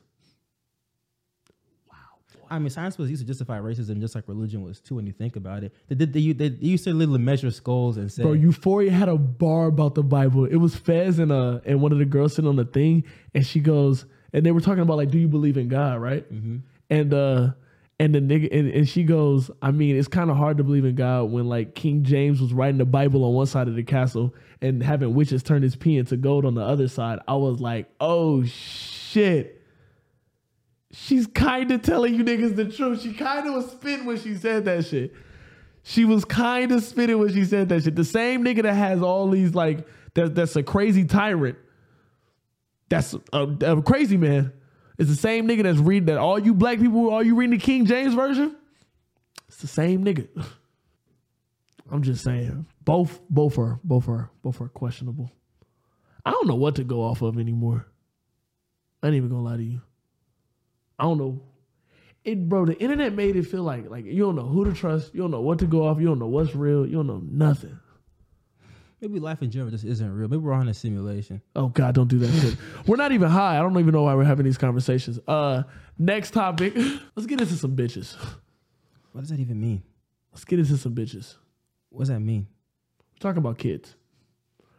Speaker 2: I mean, science was used to justify racism, just like religion was too. When you think about it, they did. They, they, they used to literally measure skulls and say,
Speaker 1: Bro, Euphoria had a bar about the Bible. It was Fez and uh and one of the girls sitting on the thing, and she goes, and they were talking about like, do you believe in God, right? And uh and the nigga and, and she goes, I mean, it's kind of hard to believe in God when like King James was writing the Bible on one side of the castle and having witches turn his pee into gold on the other side. I was like, oh shit. She's kind of telling you niggas the truth. She kind of was spitting when she said that shit. She was kind of spitting when she said that shit. The same nigga that has all these like that that's a crazy tyrant. That's a, a crazy man. It's the same nigga that's reading that all you black people, all you reading the King James version. It's the same nigga. *sighs* I'm just saying, both both are both are both are questionable. I don't know what to go off of anymore. I ain't even gonna lie to you. I don't know it bro the internet made it feel like like you don't know who to trust you don't know what to go off you don't know what's real you don't know nothing
Speaker 2: maybe life in general just isn't real. Maybe we're on a simulation.
Speaker 1: oh god don't do that shit we're not even high i don't even know why we're having these conversations uh next topic *laughs* let's get into some bitches
Speaker 2: What does that even mean?
Speaker 1: let's get into some bitches
Speaker 2: What does that mean?
Speaker 1: we're talking about kids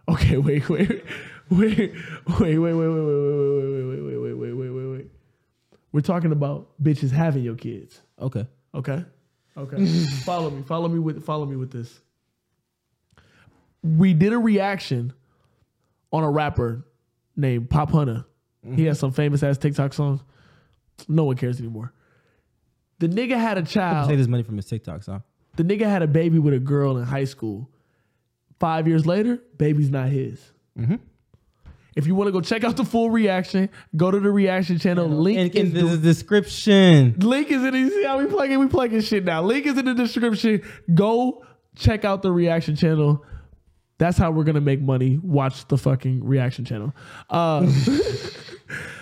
Speaker 1: okay *laughs* wait wait wait wait wait wait wait wait wait wait wait wait wait wait wait wait wait wait we're talking about bitches having your kids
Speaker 2: Okay.
Speaker 1: Okay. Okay.
Speaker 2: *laughs*
Speaker 1: follow me. Follow me with follow me with this. We did a reaction on a rapper named Pop Hunter.
Speaker 2: Mm-hmm.
Speaker 1: He has some famous ass TikTok songs. No one cares anymore. The nigga had a
Speaker 2: Save Take
Speaker 1: child.
Speaker 2: this money from his TikTok song.
Speaker 1: The nigga had a baby with a girl in high school. Five years later, baby's not his.
Speaker 2: Mm-hmm.
Speaker 1: If you want to go check out the full reaction, go to the reaction channel. Link
Speaker 2: And
Speaker 1: is
Speaker 2: in the description.
Speaker 1: Link is in. the- You see how we plugging? We plugging shit now. Link is in the description. Go check out the reaction channel. That's how we're gonna make money. Watch the fucking reaction channel. Uh,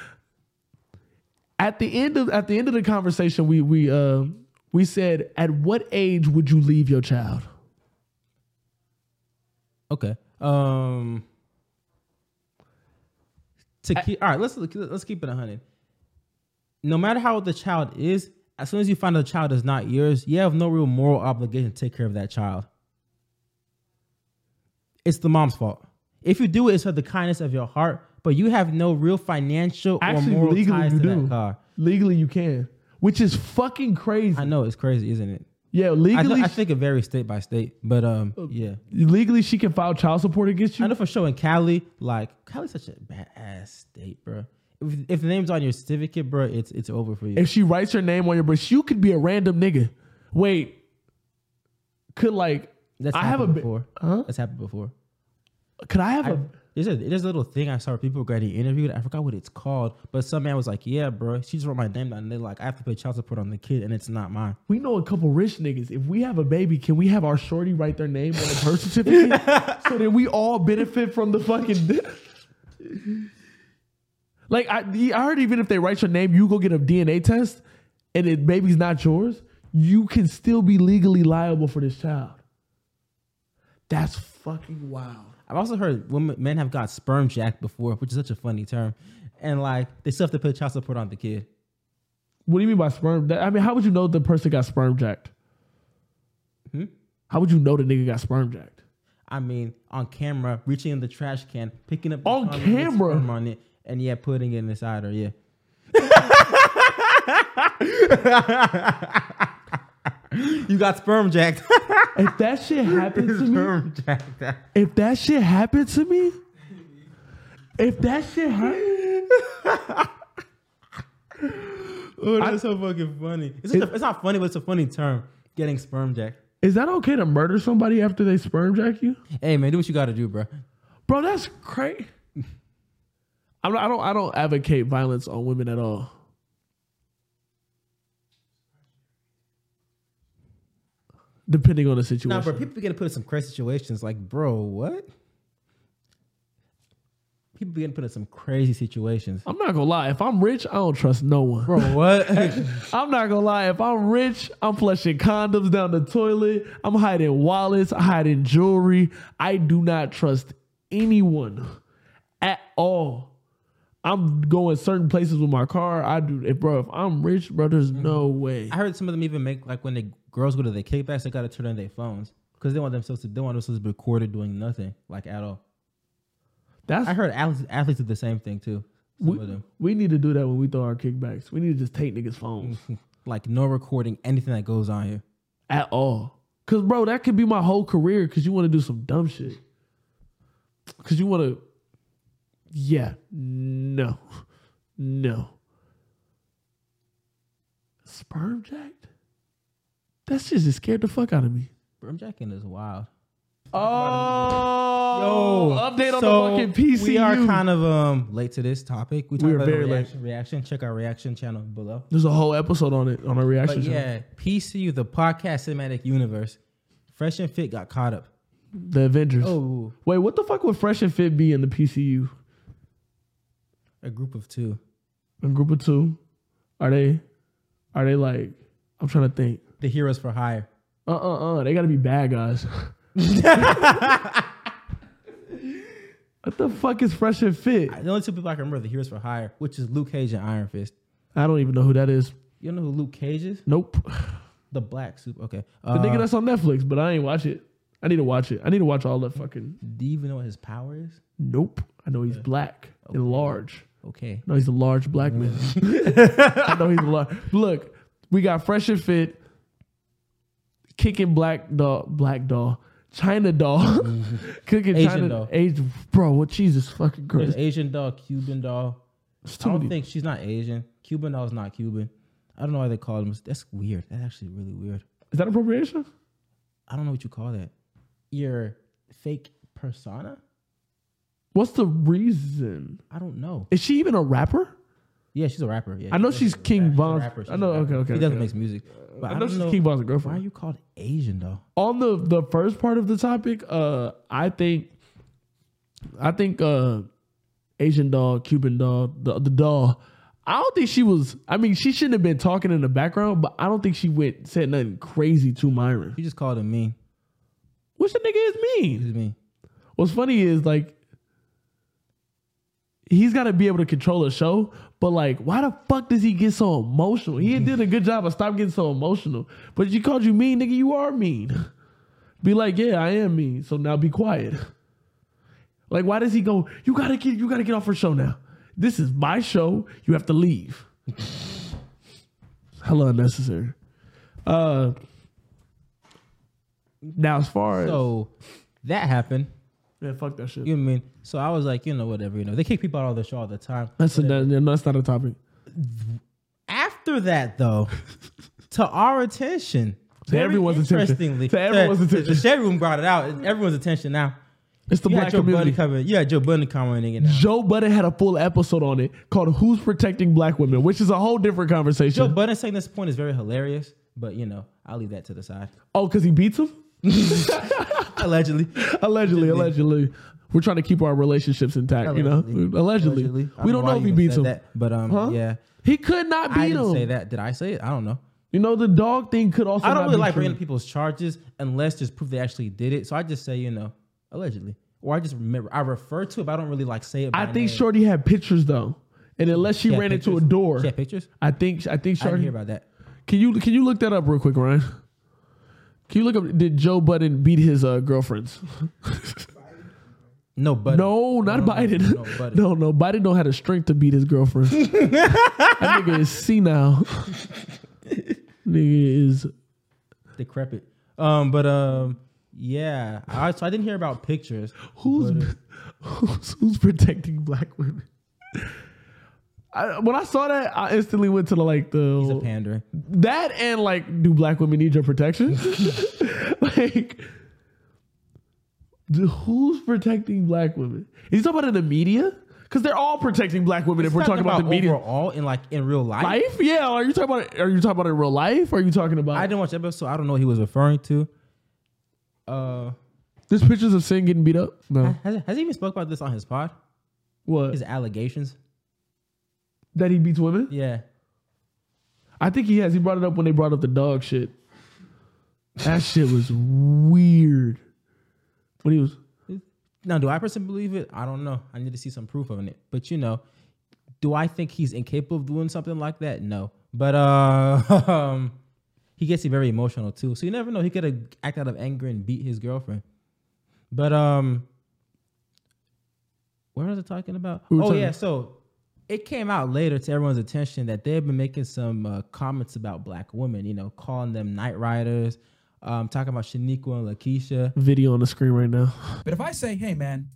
Speaker 1: *laughs* at the end of at the end of the conversation, we we uh, we said, at what age would you leave your child?
Speaker 2: Okay. Um. To keep all right, let's look- let's keep it hundred. No matter how old the child is, as soon as you find the child is not yours, you have no real moral obligation to take care of that child. It's the mom's fault. If you do it, it's of the kindness of your heart, but you have no real financial
Speaker 1: Actually,
Speaker 2: or moral
Speaker 1: legally
Speaker 2: ties
Speaker 1: you
Speaker 2: to
Speaker 1: do.
Speaker 2: that car.
Speaker 1: Legally, you can, which is fucking crazy.
Speaker 2: I know it's crazy, isn't it?
Speaker 1: yeah,
Speaker 2: I,
Speaker 1: legally, Oh,
Speaker 2: th- I think it varies state by state, but um, yeah,
Speaker 1: legally she can file child support against
Speaker 2: I
Speaker 1: you.
Speaker 2: know for sure in Cali, like Cali's such a badass state, bro. If, if the name's on your certificate, bro, it's it's over for you.
Speaker 1: If she writes her name on your brush, you could be a random nigga. Wait, could like
Speaker 2: That's
Speaker 1: I have
Speaker 2: happened
Speaker 1: a bi-
Speaker 2: before.
Speaker 1: Huh?
Speaker 2: That's happened before.
Speaker 1: could I have a
Speaker 2: I, there's a there's a little thing I saw where people getting interviewed. I forgot what it's called, but some man was like, "Yeah, bro, she just wrote my name down." And they're like, "I have to pay child support on the kid, and it's not mine."
Speaker 1: we know a couple rich niggas. If we have a baby, can we have our shorty write their name on the birth certificate
Speaker 2: *laughs*
Speaker 1: so that we all benefit from the fucking. *laughs* like I, I heard, even if they write your name, you go get a DNA test, and the baby's not yours. You can still be legally liable for this child. That's fucking wild.
Speaker 2: I've also heard women men have got sperm jacked before, which is such a funny term, and like they still have to pay child support on the kid.
Speaker 1: What do you mean by sperm? I mean, how would you know the person got sperm jacked?
Speaker 2: Hmm?
Speaker 1: How would you know the nigga got sperm jacked?
Speaker 2: I mean, on camera, reaching in the trash can, picking up the
Speaker 1: On
Speaker 2: condom with
Speaker 1: camera?
Speaker 2: sperm on it, and yeah, putting it in the cider. Yeah, *laughs* you got sperm jacked. *laughs*
Speaker 1: If that shit happened to me,
Speaker 2: sperm jacked.
Speaker 1: if that shit happened to me, if that shit happened,
Speaker 2: Oh, that's so fucking funny. It's, such a- it's not funny, but it's a funny term. Getting sperm jacked.
Speaker 1: is that okay to murder somebody after they sperm jack you,
Speaker 2: Hey man, do what you got to do, bro.
Speaker 1: bro? That's crazy. I'm not, I don't I don't advocate violence on women at all. Depending on the situation,
Speaker 2: Nah, bro. People begin to put in some crazy situations. Like, bro, what? People begin to put in some crazy situations.
Speaker 1: I'm not gonna lie. If I'm rich, I don't trust no one.
Speaker 2: Bro, what? *laughs*
Speaker 1: I'm not gonna lie. If I'm rich, I'm flushing condoms down the toilet. I'm hiding wallets, hiding jewelry. I do not trust anyone at all. I'm going certain places with my car. I do, if, bro. If I'm rich, bro, there's no way.
Speaker 2: I heard some of them even make like when the girls go to their kickbacks, they gotta turn on their phones because they want themselves to they want themselves to be recorded doing nothing like at all.
Speaker 1: That's
Speaker 2: I heard athletes, athletes did the same thing too. Some of
Speaker 1: we,
Speaker 2: them
Speaker 1: we need to do that when we throw our kickbacks. We need to just take niggas' phones
Speaker 2: like no recording anything that goes on here.
Speaker 1: at all. Cause, bro, that could be my whole career. Cause you want to do some dumb shit. Cause you want to. Yeah. No. No. Sperm jacked? That shit just scared the fuck out of me.
Speaker 2: Sperm jacking is wild.
Speaker 1: Oh, update on
Speaker 2: so
Speaker 1: the fucking PCU.
Speaker 2: We are kind of um late to this topic. We talked
Speaker 1: are
Speaker 2: about the
Speaker 1: very late.
Speaker 2: reaction, reaction. Check our reaction channel below.
Speaker 1: There's a whole episode on it on our
Speaker 2: But
Speaker 1: reaction. channel.
Speaker 2: yeah, PCU, the podcast cinematic universe. Fresh and Fit got caught up.
Speaker 1: The Avengers.
Speaker 2: Oh,
Speaker 1: Wait, what the fuck would Fresh and Fit be in the PCU?
Speaker 2: a group of two.
Speaker 1: A group of two? Are they? Are they like? I'm trying to think.
Speaker 2: The heroes for hire.
Speaker 1: Uh uh uh. They gotta be bad guys. what the fuck is Fresh and Fit?
Speaker 2: The only two people I can remember are the heroes for hire, which is Luke Cage and Iron Fist.
Speaker 1: I don't even know who that is.
Speaker 2: You know who Luke Cage is?
Speaker 1: Nope.
Speaker 2: The black soup. Okay.
Speaker 1: The
Speaker 2: Uh,
Speaker 1: nigga that's on Netflix, but I ain't watch it. I need to watch it. I need to watch all that fucking.
Speaker 2: do you even know what his power is?
Speaker 1: Nope. I know he's black and large.
Speaker 2: Okay.
Speaker 1: No, he's a large black
Speaker 2: *laughs*
Speaker 1: man. *laughs* I know he's a large. Look, we got Fresh and Fit, kicking black doll, black doll, China doll,
Speaker 2: *laughs*
Speaker 1: *laughs* kicking
Speaker 2: Asian
Speaker 1: China
Speaker 2: doll.
Speaker 1: Asian, bro, what Jesus fucking
Speaker 2: There's
Speaker 1: Christ.
Speaker 2: Asian doll, Cuban doll.
Speaker 1: It's
Speaker 2: I
Speaker 1: too
Speaker 2: don't
Speaker 1: many.
Speaker 2: think she's not Asian. Cuban doll's not Cuban. I don't know why they call them. That's weird. That's actually really weird.
Speaker 1: Is that appropriation?
Speaker 2: I don't know what you call that. Your fake persona?
Speaker 1: What's the reason?
Speaker 2: I don't know.
Speaker 1: Is she even a rapper?
Speaker 2: Yeah, she's a rapper. Yeah,
Speaker 1: I know
Speaker 2: she's a
Speaker 1: she's King Von's.
Speaker 2: rapper. She's
Speaker 1: I know.
Speaker 2: a
Speaker 1: Okay,
Speaker 2: rapper.
Speaker 1: okay.
Speaker 2: She doesn't
Speaker 1: okay.
Speaker 2: make music. But
Speaker 1: I know
Speaker 2: don't
Speaker 1: she's King Von's
Speaker 2: Why are
Speaker 1: girlfriend.
Speaker 2: you called Asian though?
Speaker 1: On the the first part of the topic, uh, I think, I think, uh, Asian doll, Cuban doll, the the doll. I don't think she was. I mean, she shouldn't have been talking in the background, but I don't think she went said nothing crazy to Myron.
Speaker 2: You just called him mean.
Speaker 1: Which the nigga is mean.
Speaker 2: He's mean.
Speaker 1: What's funny is like he's got to be able to control a show, but like, why the fuck does he get so emotional? He did a good job of stop getting so emotional. But you called you mean, *laughs* nigga. You are mean. Be like, yeah, I am mean. So now be quiet. *laughs* Like, why does he go? You gotta get, you gotta get off her show now. This is my show. You have to leave. *laughs* Hella unnecessary. Uh, now as far as
Speaker 2: So that happened.
Speaker 1: yeah, fuck that shit.
Speaker 2: You know what I mean? So I was like, you know, whatever. You know, they kick people out of the show all the time.
Speaker 1: That's a, that, that's not a topic.
Speaker 2: After
Speaker 1: *laughs*
Speaker 2: that, though, to our attention,
Speaker 1: To
Speaker 2: very
Speaker 1: everyone's attention.
Speaker 2: interestingly,
Speaker 1: To everyone's
Speaker 2: the-
Speaker 1: attention.
Speaker 2: The shade room brought it out. It's Everyone's attention now.
Speaker 1: It's the
Speaker 2: You
Speaker 1: black
Speaker 2: had Joe
Speaker 1: community.
Speaker 2: Budden coming. You had Joe Budden
Speaker 1: *laughs*
Speaker 2: commenting it now.
Speaker 1: Joe Budden had a full episode on it called "Who's Protecting Black Women," which is a whole different
Speaker 2: Joe
Speaker 1: conversation.
Speaker 2: Budden saying this point is very hilarious, but you know, I'll leave that to the side. *laughs*
Speaker 1: oh, because he beats him.
Speaker 2: Allegedly,
Speaker 1: Allegedly, allegedly. We're trying to keep our relationships intact, *laughs* you know. Allegedly,
Speaker 2: I
Speaker 1: we don't
Speaker 2: why
Speaker 1: know if
Speaker 2: you
Speaker 1: he
Speaker 2: even
Speaker 1: beats
Speaker 2: said
Speaker 1: him.
Speaker 2: that, but um,
Speaker 1: Huh?
Speaker 2: yeah,
Speaker 1: He could not beat
Speaker 2: I didn't
Speaker 1: him.
Speaker 2: say that. Did I say it? I don't know.
Speaker 1: You know, the dog thing could also.
Speaker 2: I don't
Speaker 1: not
Speaker 2: really
Speaker 1: be
Speaker 2: like
Speaker 1: true.
Speaker 2: bringing people's charges unless there's proof they actually did it. So I just say, you know, allegedly, or I just remember I refer to it. But I don't really like say it.
Speaker 1: I
Speaker 2: by
Speaker 1: think
Speaker 2: name.
Speaker 1: Shorty had pictures though, and unless she
Speaker 2: She had
Speaker 1: ran into a
Speaker 2: pictures?
Speaker 1: door,
Speaker 2: She had pictures.
Speaker 1: I think I think
Speaker 2: I didn't
Speaker 1: Shorty.
Speaker 2: hear about that.
Speaker 1: can you can you look that up real quick, Ryan? Can you look up? Did Joe Budden beat his uh, girlfriends?
Speaker 2: No, but
Speaker 1: No, not Biden.
Speaker 2: No, but
Speaker 1: No, no, Biden don't have the strength to beat his girlfriend. that nigga is senile. nigga is
Speaker 2: decrepit. Um, but um, yeah. I, so I didn't hear about pictures.
Speaker 1: who's
Speaker 2: But, uh,
Speaker 1: who's, who's protecting black women? I, when I saw that, I instantly went to the like
Speaker 2: He's a
Speaker 1: the
Speaker 2: pandering.
Speaker 1: that and like, do black women need your
Speaker 2: *laughs*
Speaker 1: protection? like, the- who's protecting black women? He's talking about in the media because they're all protecting black women. if we're talking about, the media,
Speaker 2: overall in like in real life.
Speaker 1: life? Yeah. Are you talking about? Are you talking about in real life? Or are you talking about?
Speaker 2: I didn't watch the episode. I don't know what he was referring to. Uh,
Speaker 1: There's pictures of Sin getting beat up. No.
Speaker 2: has, has he even spoke about this on his pod?
Speaker 1: What?
Speaker 2: His allegations.
Speaker 1: that he beats women?
Speaker 2: Yeah.
Speaker 1: I think he has. He brought it up when they brought up the dog shit. That shit was weird. When he was
Speaker 2: Now, do I personally believe it? I don't know. I need to see some proof of it. But you know, do I think he's incapable of doing something like that? No. But uh, um, *laughs* he gets very emotional too. So you never know. He could have act out of anger and beat his girlfriend. But um, what was I talking about?
Speaker 1: We were
Speaker 2: oh
Speaker 1: talking-
Speaker 2: yeah. So it came out later to everyone's attention that they've been making some uh, comments about black women. You know, calling them night riders. Um, talking about Shaniqua and Lakeisha.
Speaker 1: video on the screen right now.
Speaker 5: But if I say, hey, man,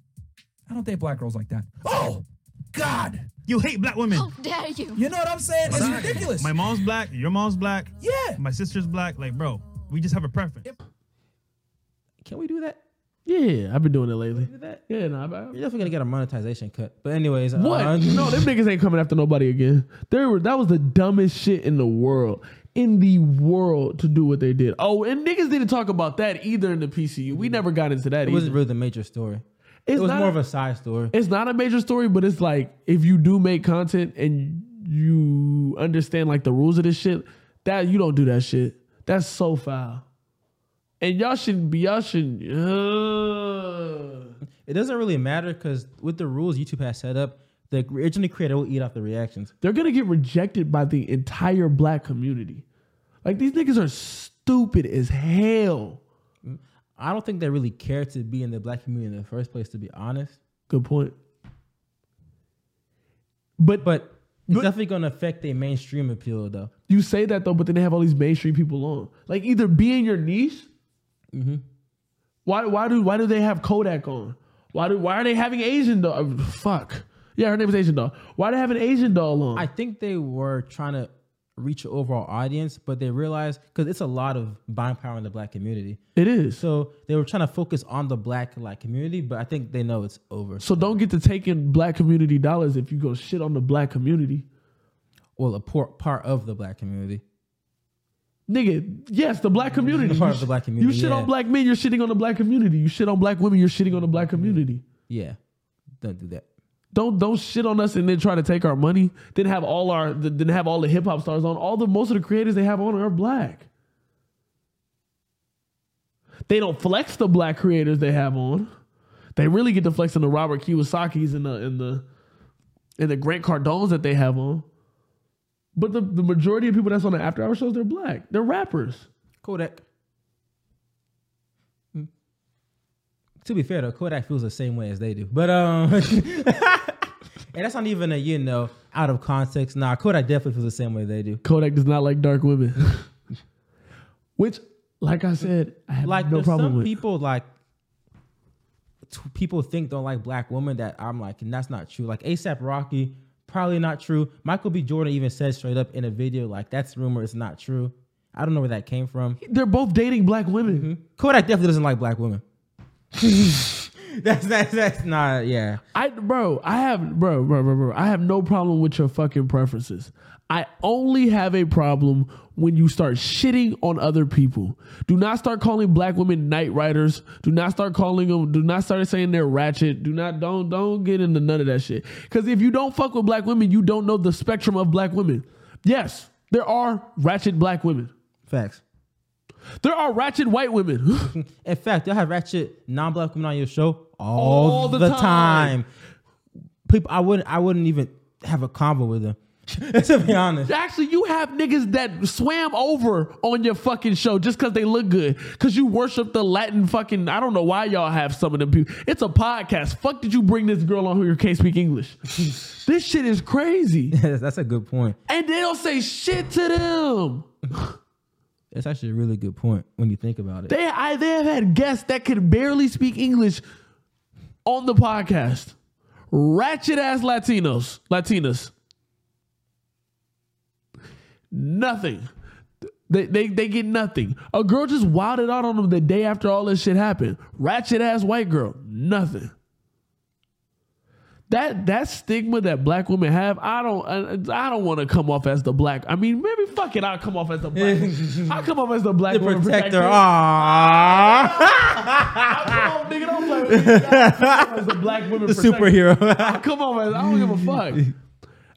Speaker 5: I don't date black girls like that. Oh, God. You hate black women.
Speaker 6: How dare you?
Speaker 5: You know what I'm saying? It's ridiculous.
Speaker 7: My mom's black. Your mom's black.
Speaker 5: yeah.
Speaker 7: My sister's black. Like, bro, we just have a preference.
Speaker 2: Can we do that?
Speaker 1: Yeah, I've been doing it lately.
Speaker 2: Do that?
Speaker 1: Yeah, nah. I-
Speaker 2: You're definitely gonna get a monetization cut. But anyways, *laughs*
Speaker 1: What?
Speaker 2: uh,
Speaker 1: no, them niggas ain't coming after nobody again. There were that was the dumbest shit in the world. In the world to do what they did. Oh, and niggas didn't talk about that either in the PCU. We never got into that
Speaker 2: it
Speaker 1: either.
Speaker 2: wasn't really the major story.
Speaker 1: It's
Speaker 2: it was
Speaker 1: not
Speaker 2: more of a side story.
Speaker 1: it's not a major story, but it's like if you do make content and you understand like the rules of this shit, that you don't do that shit. That's so foul. And y'all shouldn't be y'all shouldn't uh, ugh.
Speaker 2: It doesn't really matter because with the rules YouTube has set up, the originally creator will eat off the reactions.
Speaker 1: they're gonna get rejected by the entire black community. Like these niggas are stupid as hell.
Speaker 2: I don't think they really care to be in the black community in the first place, to be honest.
Speaker 1: Good point. But but
Speaker 2: But it's definitely gonna affect their mainstream appeal though.
Speaker 1: you say that though, but then they have all these mainstream people on. Like either be in your niche. Why why do why do they have Kodak on? Why do why are they having Asian doll? uh, Fuck. Yeah, her name is Asian doll. Why do they have an Asian doll on?
Speaker 2: I think they were trying to reach an overall audience, but they realized because it's a lot of buying power in the black community.
Speaker 1: it is. So,
Speaker 2: So they were trying to focus on the black like community, but I think they know it's over.
Speaker 1: don't get to taking black community dollars if you go shit on the black community.
Speaker 2: well, a por- part of the black community.
Speaker 1: Nigga, yes, the black community.
Speaker 2: Part
Speaker 1: You
Speaker 2: of the
Speaker 1: sh-
Speaker 2: black community,
Speaker 1: You shit on
Speaker 2: yeah.
Speaker 1: black men, you're shitting on the black community. You shit on black women, you're shitting on the black community.
Speaker 2: Yeah, don't do that.
Speaker 1: don't don't shit on us and then try to take our money. Then have all our th- then have all the hip hop stars on. All the most of the creators they have on are black. They don't flex the black creators they have on. They really get to flex in the Robert Kiyosaki's and the and the and the Grant Cardones that they have on. But the, the majority of people that's on the after hour shows, they're black. They're rappers.
Speaker 2: Kodak. Hmm. To be fair though, Kodak feels the same way as they do. But um *laughs* and that's not even a, you know, out of context. Nah, Kodak definitely feels the same way they do.
Speaker 1: Kodak does not like dark women, *laughs* which, like I said, I have
Speaker 2: Like
Speaker 1: no
Speaker 2: there's
Speaker 1: problem
Speaker 2: some
Speaker 1: with.
Speaker 2: people like t- people think don't like black women that I'm like, and that's not true. Like ASAP Rocky, probably not true. Michael B. Jordan even said straight up in a video, like, that's rumor, it's not true. I don't know where that came from.
Speaker 1: They're both dating black women.
Speaker 2: Mm-hmm. Kodak definitely doesn't like black women. *laughs* that's that's that's not yeah.
Speaker 1: I bro, I have bro, bro, bro, bro. I have no problem with your fucking preferences. I only have a problem when you start shitting on other people. Do not start calling black women night riders. Do not start calling them. Do not start saying they're ratchet. Do not don't don't get into none of that shit. Because if you don't fuck with black women, you don't know the spectrum of black women. Yes, there are ratchet black women.
Speaker 2: Facts.
Speaker 1: There are ratchet white women. *gasps*
Speaker 2: In fact, y'all have ratchet non-black women on your show all,
Speaker 1: All the
Speaker 2: the,
Speaker 1: time.
Speaker 2: time. People, I wouldn't, I wouldn't even have a convo with them. *laughs* to be honest, *laughs*
Speaker 1: Actually, you have niggas that swam over on your fucking show just because they look good. Because you worship the Latin fucking. I don't know why y'all have some of them people. It's a podcast. Fuck, did you bring this girl on who you can't speak English? *laughs* this shit is crazy.
Speaker 2: that's, that's a good point.
Speaker 1: And they don't say shit to them.
Speaker 2: That's actually a really good point when you think about it.
Speaker 1: They, I, they have had guests that could barely speak English on the podcast. Ratchet ass Latinos, Latinas. Nothing. They, they, they get nothing. A girl just wilded out on them the day after all this shit happened. Ratchet ass white girl, nothing. That that stigma that black women have, I don't I, I don't want to come off as the black. I mean, maybe fuck it, I'll come off as the black. I come off as the black
Speaker 2: The
Speaker 1: woman
Speaker 2: protector,
Speaker 1: Come
Speaker 2: ah,
Speaker 1: on, Oh, nigga, don't play with me. As a black woman
Speaker 2: the
Speaker 1: protector.
Speaker 2: superhero. *laughs*
Speaker 1: Come on, man. I don't give a fuck.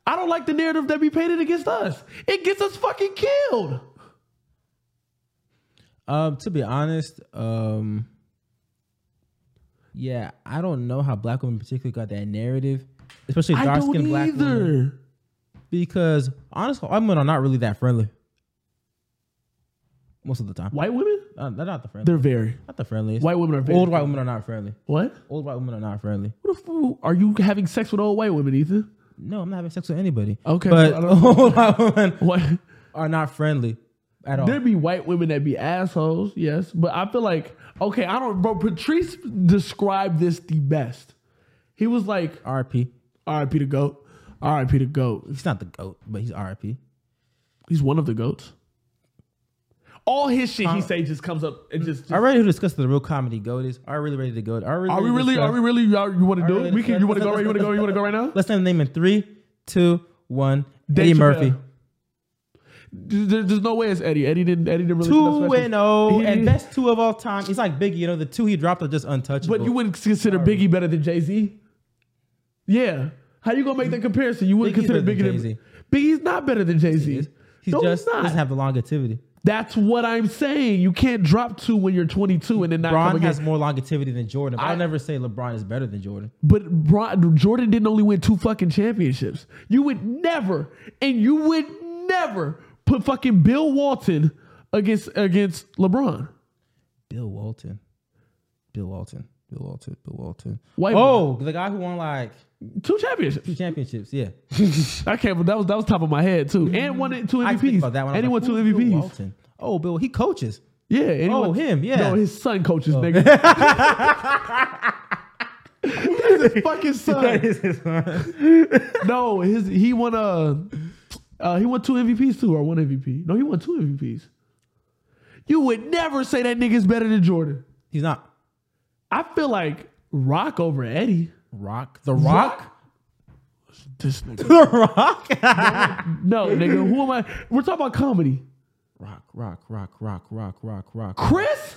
Speaker 1: I don't like the narrative that be painted against us. It gets us fucking killed.
Speaker 2: um, to be honest, um, yeah, I don't know how black women particularly got that narrative, especially
Speaker 1: I
Speaker 2: dark
Speaker 1: don't
Speaker 2: skinned black women.
Speaker 1: either.
Speaker 2: because honestly, white women are not really that friendly. Most of the time,
Speaker 1: White women?
Speaker 2: Uh, they're not the friendly.
Speaker 1: They're very.
Speaker 2: not the friendliest.
Speaker 1: White women are very.
Speaker 2: Old white women are not friendly.
Speaker 1: What?
Speaker 2: Old white women are not friendly.
Speaker 1: What the fool? Are you having sex with old white women, Ethan?
Speaker 2: No, I'm not having sex with anybody.
Speaker 1: Okay,
Speaker 2: but *laughs*
Speaker 1: I don't-
Speaker 2: old white women *laughs*
Speaker 1: What?
Speaker 2: are not friendly at all.
Speaker 1: There be white women that be assholes, yes, but I feel like okay, I don't. Bro, Patrice described this the best. He was like,
Speaker 2: RP.
Speaker 1: "R.I.P. the goat, R.I.P. the goat."
Speaker 2: He's not the goat, but he's RP.
Speaker 1: He's one of the goats. All his shit he say just comes up and just.
Speaker 2: I ready to discuss the real comedy goat is. Are we really ready to go? Are we?
Speaker 1: are we really? Are we really? Y'all, you want to
Speaker 2: Are
Speaker 1: do
Speaker 2: we
Speaker 1: it? We can. You want to go? Right, you want to go? You want to go right now?
Speaker 2: Let's name the name in three, two, one.
Speaker 1: Dave
Speaker 2: Eddie
Speaker 1: Chappelle.
Speaker 2: Murphy.
Speaker 1: There- there's no way it's Eddie. Eddie didn't. Eddie didn't really. that's
Speaker 2: Two
Speaker 1: what I
Speaker 2: and oh,
Speaker 1: He-
Speaker 2: and best two of all time. He's like Biggie, you know. The two he dropped are just untouchable.
Speaker 1: But you wouldn't consider Biggie better than Jay Z. Yeah. How you gonna make that comparison? You wouldn't
Speaker 2: Biggie's
Speaker 1: consider
Speaker 2: better
Speaker 1: Biggie
Speaker 2: than
Speaker 1: than Jay-Z. Biggie's not better than Jay Z.
Speaker 2: He's he's
Speaker 1: no,
Speaker 2: just
Speaker 1: he's not.
Speaker 2: doesn't have the longevity.
Speaker 1: That's what I'm saying. You can't drop two when you're 22 and then not come
Speaker 2: LeBron
Speaker 1: again.
Speaker 2: has more longevity than Jordan. But
Speaker 1: I-
Speaker 2: I'll never say LeBron is better than Jordan.
Speaker 1: But Bron- Jordan didn't only win two fucking championships. You would never, and you would never put fucking Bill Walton against against LeBron.
Speaker 2: Bill Walton. Bill Walton. Bill Walton. Bill Walton.
Speaker 1: White
Speaker 2: oh, the guy who won like
Speaker 1: Two
Speaker 2: two
Speaker 1: championships.
Speaker 2: championships.
Speaker 1: *laughs*
Speaker 2: Yeah.
Speaker 1: I can't. That was that was top of my head too. And won it- two
Speaker 2: I think
Speaker 1: MVPs.
Speaker 2: about that one. I was
Speaker 1: And he won
Speaker 2: like,
Speaker 1: two
Speaker 2: who's Bill
Speaker 1: MVPs.
Speaker 2: Walton? Oh, Bill, he
Speaker 1: *laughs*
Speaker 2: coaches.
Speaker 1: Yeah. And he
Speaker 2: Oh,
Speaker 1: won-
Speaker 2: him, yeah. Oh.
Speaker 1: No, his son coaches,
Speaker 2: *laughs*
Speaker 1: nigga. *laughs* That's his fucking
Speaker 2: *laughs*
Speaker 1: son. No, his he won uh, uh he won two MVPs too, or one MVP. No, he won two MVPs. You would never say that nigga's better than Jordan.
Speaker 2: He's not
Speaker 1: I feel like Rock over Eddie.
Speaker 2: Rock. The Rock?
Speaker 1: This nigga.
Speaker 2: The Rock?
Speaker 1: *laughs* No, nigga, who am I? We're talking about comedy.
Speaker 2: rock, rock, rock, rock, rock, rock, rock.
Speaker 1: Chris?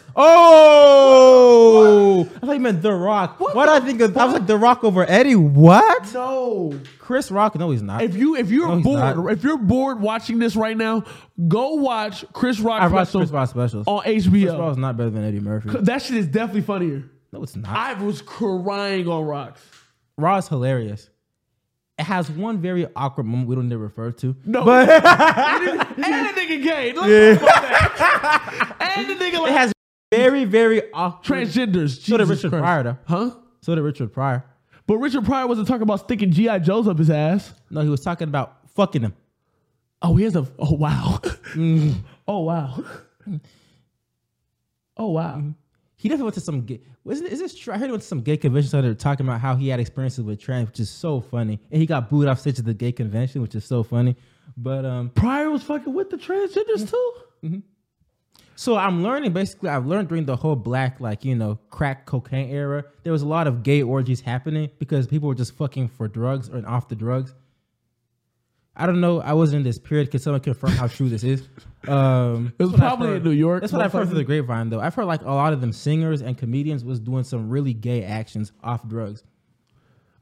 Speaker 2: Oh! I thought you meant The Rock. What, did I think of? I was like, The Rock over Eddie? What?
Speaker 1: No.
Speaker 2: Chris Rock? No, he's not.
Speaker 1: If you if you're
Speaker 2: No, he's
Speaker 1: bored,
Speaker 2: not.
Speaker 1: if you're bored watching this right now, go watch Chris Rock
Speaker 2: I watched
Speaker 1: special
Speaker 2: Chris Oh, Rock specials.
Speaker 1: on
Speaker 2: Chris Rock
Speaker 1: HBO.
Speaker 2: is not better than Eddie Murphy.
Speaker 1: That shit is definitely funnier.
Speaker 2: No, it's not.
Speaker 1: I was crying on rocks.
Speaker 2: Raw is hilarious. It has one very awkward moment we don't need to refer to.
Speaker 1: No. *laughs*
Speaker 2: but
Speaker 1: and the nigga gay. Let's talk about that. And the nigga like
Speaker 2: it has very, very awkward.
Speaker 1: Transgenders.
Speaker 2: So did
Speaker 1: Jesus
Speaker 2: Richard
Speaker 1: Christ.
Speaker 2: Pryor, though.
Speaker 1: Huh?
Speaker 2: So did Richard Pryor.
Speaker 1: But Richard Pryor wasn't talking about sticking GI Joes up his ass.
Speaker 2: No, he was talking about fucking him.
Speaker 1: Oh, he has a. Oh *laughs* wow.
Speaker 2: Mm.
Speaker 1: Oh
Speaker 2: *laughs*
Speaker 1: wow. Oh wow.
Speaker 2: He definitely went to some gay. Wasn't is this true? I heard he went to some gay convention. So they're talking about how he had experiences with trans, which is so funny. And he got booed off stage at the gay convention, which is so funny. But um,
Speaker 1: Pryor was fucking with the
Speaker 2: Mm.
Speaker 1: transgenders too.
Speaker 2: So I'm learning basically I've learned during the whole black like you know crack cocaine era there was a lot of gay orgies happening because people were just fucking for drugs or off the drugs. I don't know I wasn't in this period can someone confirm how true
Speaker 1: *laughs*
Speaker 2: this is? Um
Speaker 1: It was probably in New York.
Speaker 2: that's what I've heard through the grapevine though. I've heard like a lot of them singers and comedians was doing some really gay actions off drugs.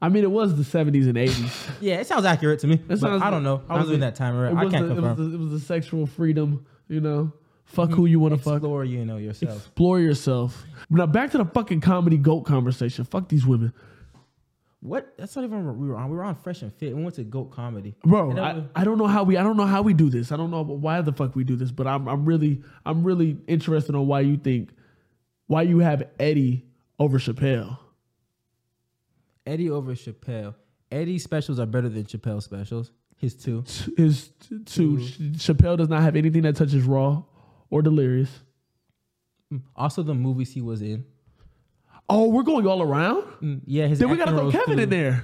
Speaker 1: I mean, it was the seventies and
Speaker 2: *laughs*
Speaker 1: eighties.
Speaker 2: Yeah, it sounds accurate to me. But
Speaker 1: sounds-
Speaker 2: I don't know. I
Speaker 1: I
Speaker 2: was
Speaker 1: mean,
Speaker 2: in that time
Speaker 1: It
Speaker 2: era. I
Speaker 1: was
Speaker 2: can't
Speaker 1: the, it was
Speaker 2: confirm. Mm-hmm.
Speaker 1: the, it was the sexual freedom. You know, fuck who you want to fuck.
Speaker 2: Explore you know yourself.
Speaker 1: Explore yourself. Now back to the fucking comedy goat conversation. Fuck these women,
Speaker 2: What? That's not even what we were on. We were on Fresh and Fit. We went to Goat Comedy.
Speaker 1: bro.
Speaker 2: And that
Speaker 1: I,
Speaker 2: was-
Speaker 1: I don't know how we I don't know how we do this. I don't know why the fuck we do this, but I'm I'm really I'm really interested on why you think why you have Eddie over Chappelle.
Speaker 2: Eddie over Chappelle. Eddie's specials are better than Chappelle's specials. His two.
Speaker 1: T- Is t- to Ch- Chappelle does not have anything that touches Raw or Delirious.
Speaker 2: Also, the movies he was in.
Speaker 1: Oh, we're going all around.
Speaker 2: Mm, Yeah, his.
Speaker 1: Then we gotta
Speaker 2: acting
Speaker 1: throw
Speaker 2: roles
Speaker 1: Kevin
Speaker 2: too.
Speaker 1: in there.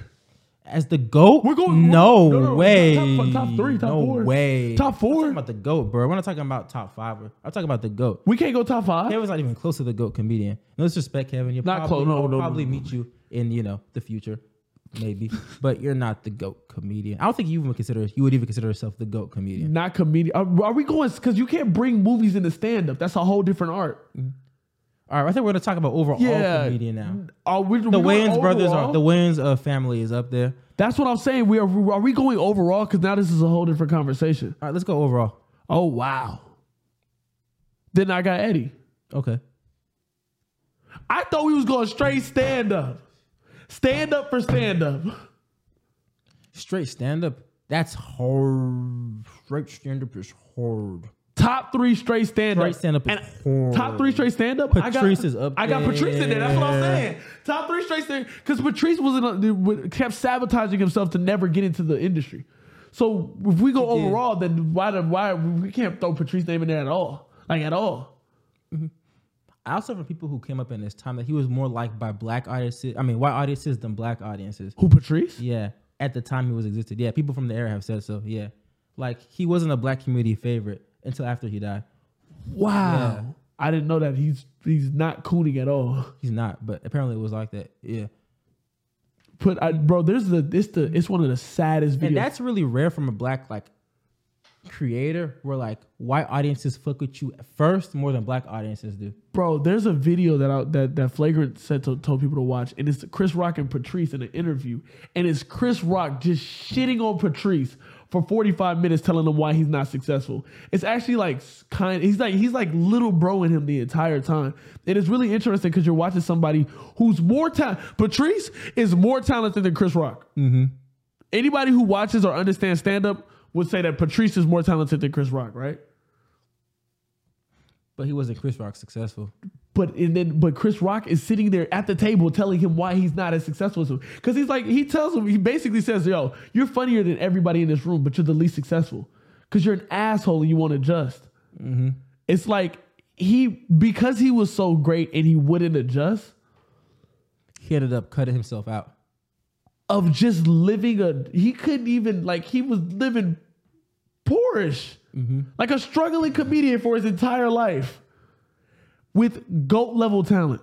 Speaker 2: as the goat.
Speaker 1: We're going-
Speaker 2: No,
Speaker 1: no, no, no,
Speaker 2: way.
Speaker 1: top- top three, top
Speaker 2: no
Speaker 1: four.
Speaker 2: way.
Speaker 1: Top
Speaker 2: I'm
Speaker 1: four?
Speaker 2: talking about the goat, bro. We're not talking about top five. bro. I'm talking about the goat.
Speaker 1: We can't go top five.
Speaker 2: Kevin's not even close to the goat comedian. No disrespect, Kevin. You'll
Speaker 1: Not
Speaker 2: probably,
Speaker 1: close. No,
Speaker 2: I'll
Speaker 1: no, no,
Speaker 2: probably
Speaker 1: no,
Speaker 2: meet you in you know the future, maybe. *laughs* but you're not the goat comedian. I don't think you even consider you would even consider yourself the goat comedian.
Speaker 1: Not comedian. uh, Are, are we going? Because you can't bring movies into stand up. That's a whole different art.
Speaker 2: All right, I think we're gonna talk about overall
Speaker 1: Yeah.
Speaker 2: comedian now.
Speaker 1: Are we,
Speaker 2: The Wayans brothers are the Wayans uh, family is up there.
Speaker 1: That's what I'm saying. We are. Are we going overall? Because now this is a whole different conversation.
Speaker 2: All right, let's go overall.
Speaker 1: Oh wow. Then I got Eddie.
Speaker 2: Okay.
Speaker 1: I thought we was going straight stand up, stand up for stand up.
Speaker 2: Straight stand up. That's hard. Straight stand up is hard.
Speaker 1: Top three straight stand up.
Speaker 2: Straight stand up is
Speaker 1: And
Speaker 2: horrible.
Speaker 1: Top three straight stand up.
Speaker 2: Patrice is up
Speaker 1: I got Patrice in there. That's what I'm
Speaker 2: there.
Speaker 1: saying. Top three straight stand because Patrice was in a, dude, would- kept sabotaging himself to never get into the industry. So if we go
Speaker 2: He did.
Speaker 1: overall, then why the why we can't throw Patrice's name in there at all? Like at all.
Speaker 2: I also from people who came up in this time that he was more liked by black audiences. I mean, white audiences than black audiences.
Speaker 1: Who Patrice?
Speaker 2: Yeah. At the time he was existed. Yeah. People from the era have said so. Yeah. Like he wasn't a black community favorite until after he died.
Speaker 1: Wow.
Speaker 2: Yeah.
Speaker 1: I didn't know that he's he's not cooning at all.
Speaker 2: He's not, but apparently it was like that. Yeah.
Speaker 1: But I, bro, there's the it's the it's one of the saddest videos.
Speaker 2: And that's really rare from a black like creator where like white audiences fuck with you first more than black audiences do.
Speaker 1: Bro, there's a video that I, that that Flagrant said to, told people to watch, and it's Chris Rock and Patrice in an interview, and it's Chris Rock just shitting on Patrice for 45 minutes, telling him why he's not successful. It's actually like s- kind. He's like he's like little bro in him the entire time, and it's really interesting because you're watching somebody who's more talent. Patrice is more talented than Chris Rock. Anybody who watches or understands stand up would say that Patrice is more talented than Chris Rock, right?
Speaker 2: But he wasn't Chris Rock successful.
Speaker 1: But and then but Chris Rock is sitting there at the table telling him why he's not as successful as him. Because he's like, he tells him, he basically says, Yo, you're funnier than everybody in this room, but you're the least successful. Because you're an asshole and you want to adjust. It's like he because he was so great and he wouldn't adjust
Speaker 2: He ended up cutting himself out.
Speaker 1: of just living a he couldn't even like he was living poorish. Like a struggling comedian for his entire life with GOAT level talent.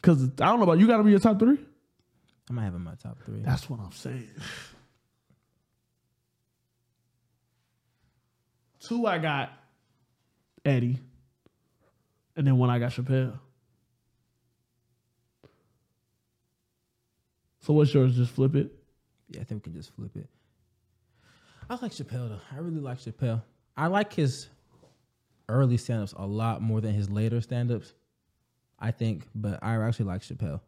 Speaker 1: Cause I don't know about you gotta be your top three.
Speaker 2: I'm not having my top three.
Speaker 1: That's what I'm saying. Two I got Eddie. And then one I got Chappelle. So what's yours? Just flip it.
Speaker 2: Yeah, I think we can just flip it. I like Chappelle though. I really like Chappelle. I like his early stand-ups a lot more than his later stand-ups. I think, but I actually like Chappelle.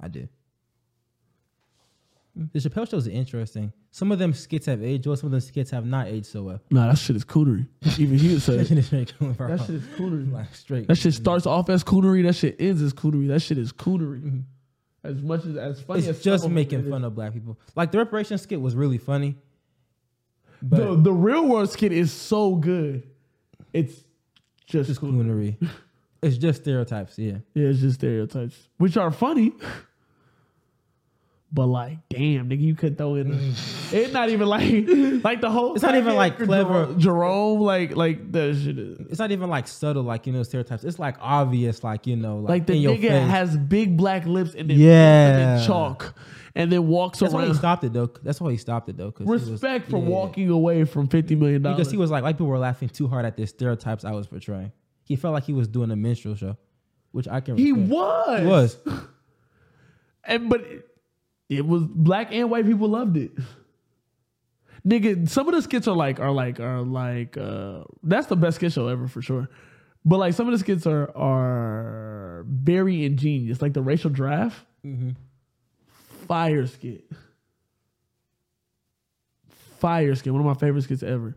Speaker 2: I do.
Speaker 1: Hmm.
Speaker 2: The Chappelle shows are interesting. Some of them skits have aged well, some of them skits have not aged so well. *laughs*
Speaker 1: Nah, that shit is coonery. Even he said
Speaker 2: That
Speaker 1: it.
Speaker 2: shit is straight coming from
Speaker 1: *laughs* that shit is coonery.
Speaker 2: *laughs* like straight.
Speaker 1: That shit starts off as coonery. That shit ends as coonery. That shit is coonery. Mm-hmm. As much as as funny
Speaker 2: it's
Speaker 1: as
Speaker 2: just
Speaker 1: some of
Speaker 2: making
Speaker 1: it is.
Speaker 2: fun of black people. Like the reparation skit was really funny. But
Speaker 1: The the real world skit is so good. It's just
Speaker 2: just
Speaker 1: cool. *laughs*
Speaker 2: coonery. it's just stereotypes, yeah.
Speaker 1: Yeah, it's just stereotypes, which are funny. *laughs* But like, damn, nigga, you could throw in. it's not even like, *laughs* like the whole.
Speaker 2: It's not even, like, clever.
Speaker 1: Jerome, Jerome, like, like that shit is
Speaker 2: It's not even like subtle, like you know, stereotypes. It's like obvious, like you know, like,
Speaker 1: like the
Speaker 2: in your
Speaker 1: nigga
Speaker 2: face.
Speaker 1: has big black lips and then and
Speaker 2: yeah.
Speaker 1: then chalk, and then walks
Speaker 2: That's why he
Speaker 1: around.
Speaker 2: stopped it though. That's why he stopped it though. 'cause he was-
Speaker 1: Respect for
Speaker 2: yeah.
Speaker 1: walking away from fifty million dollars.
Speaker 2: because he was like, like people were laughing too hard at the stereotypes I was portraying. He felt like he was doing a minstrel show, which I can.
Speaker 1: He
Speaker 2: respect.
Speaker 1: was.
Speaker 2: He was.
Speaker 1: And but it, it was black and white people loved it. Nigga, some of the skits are like are like are like uh that's the best skit show ever for sure. But like some of the skits are are very ingenious. Like the racial draft. Fire skit. Fire skit, one of my favorite skits ever.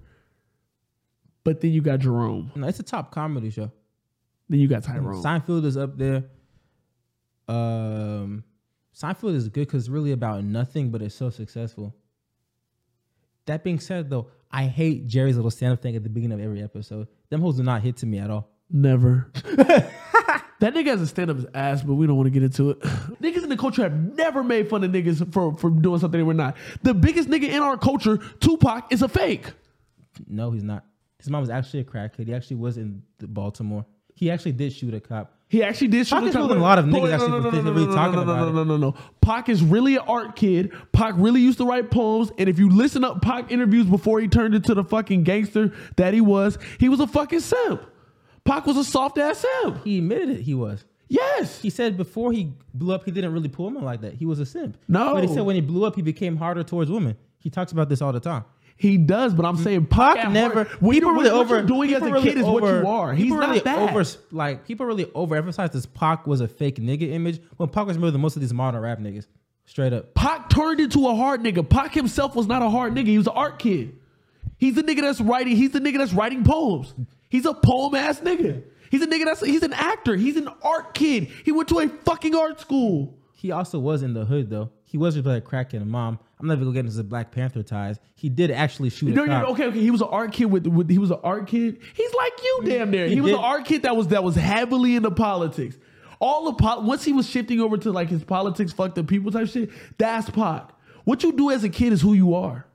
Speaker 1: But then you got Jerome.
Speaker 2: No, it's a top comedy show.
Speaker 1: Then you got Tyrone.
Speaker 2: Seinfeld is up there. Um, Seinfeld is good because it's really about nothing, but it's so successful. That being said, though, I hate Jerry's little stand-up thing at the beginning of every episode. Them hoes do not hit to me at all.
Speaker 1: *laughs* Never. that nigga has a stand up his ass, but we don't want to get into it. *sighs* Niggas in the culture have never made fun of niggas for, for doing something they were not. The biggest nigga in our culture, Tupac, is a fake.
Speaker 2: No, he's not. His mom was actually a crackhead. He actually was in the Baltimore. He actually did shoot a cop.
Speaker 1: He actually did shoot
Speaker 2: Pac is
Speaker 1: cop
Speaker 2: more
Speaker 1: with-
Speaker 2: than a lot of
Speaker 1: No,
Speaker 2: niggas
Speaker 1: no,
Speaker 2: actually
Speaker 1: no, no, no,
Speaker 2: specifically
Speaker 1: no, no,
Speaker 2: talking
Speaker 1: no, no,
Speaker 2: about
Speaker 1: No, no, no, no. Pac is really an art kid. Pac really used to write poems. And if you listen up Pac interviews before he turned into the fucking gangster that he was, he was a fucking simp. Pac was a soft ass simp.
Speaker 2: He admitted it. He was.
Speaker 1: Yes.
Speaker 2: He said before he blew up, he didn't really pull women like that. He was a simp.
Speaker 1: No.
Speaker 2: But he said when he blew up, he became harder towards women. He talks about this all the time.
Speaker 1: He does, but I'm saying Pac,
Speaker 2: Pac
Speaker 1: at
Speaker 2: never.
Speaker 1: heart- what
Speaker 2: people
Speaker 1: you're-
Speaker 2: really
Speaker 1: what
Speaker 2: over
Speaker 1: you're doing as
Speaker 2: people
Speaker 1: a
Speaker 2: really
Speaker 1: kid is what you are. He's
Speaker 2: people
Speaker 1: not
Speaker 2: really
Speaker 1: bad.
Speaker 2: Over, like people really overemphasize this. Pac was a fake nigga image when Pac was more than most of these modern rap niggas. Straight up.
Speaker 1: Pac turned into a hard nigga. Pac himself was not a hard nigga. He was an art kid. He's the nigga that's writing. He's the nigga that's writing poems. He's a poem ass nigga. He's a nigga that's he's an actor. He's an art kid. He went to a fucking art school.
Speaker 2: He also was in the hood though. He was just like cracking a mom. I'm not even gonna get into the Black Panther ties. He did actually shoot.
Speaker 1: No,
Speaker 2: a
Speaker 1: no,
Speaker 2: cop.
Speaker 1: no, okay, okay. He was an art kid with, with he was an art kid. He's like you, damn near. He,
Speaker 2: He
Speaker 1: was
Speaker 2: did-
Speaker 1: an art kid that was that was heavily into politics. All the pol- once he was shifting over to like his politics, fuck the people type shit. That's Pac. What you do as a kid is who you are.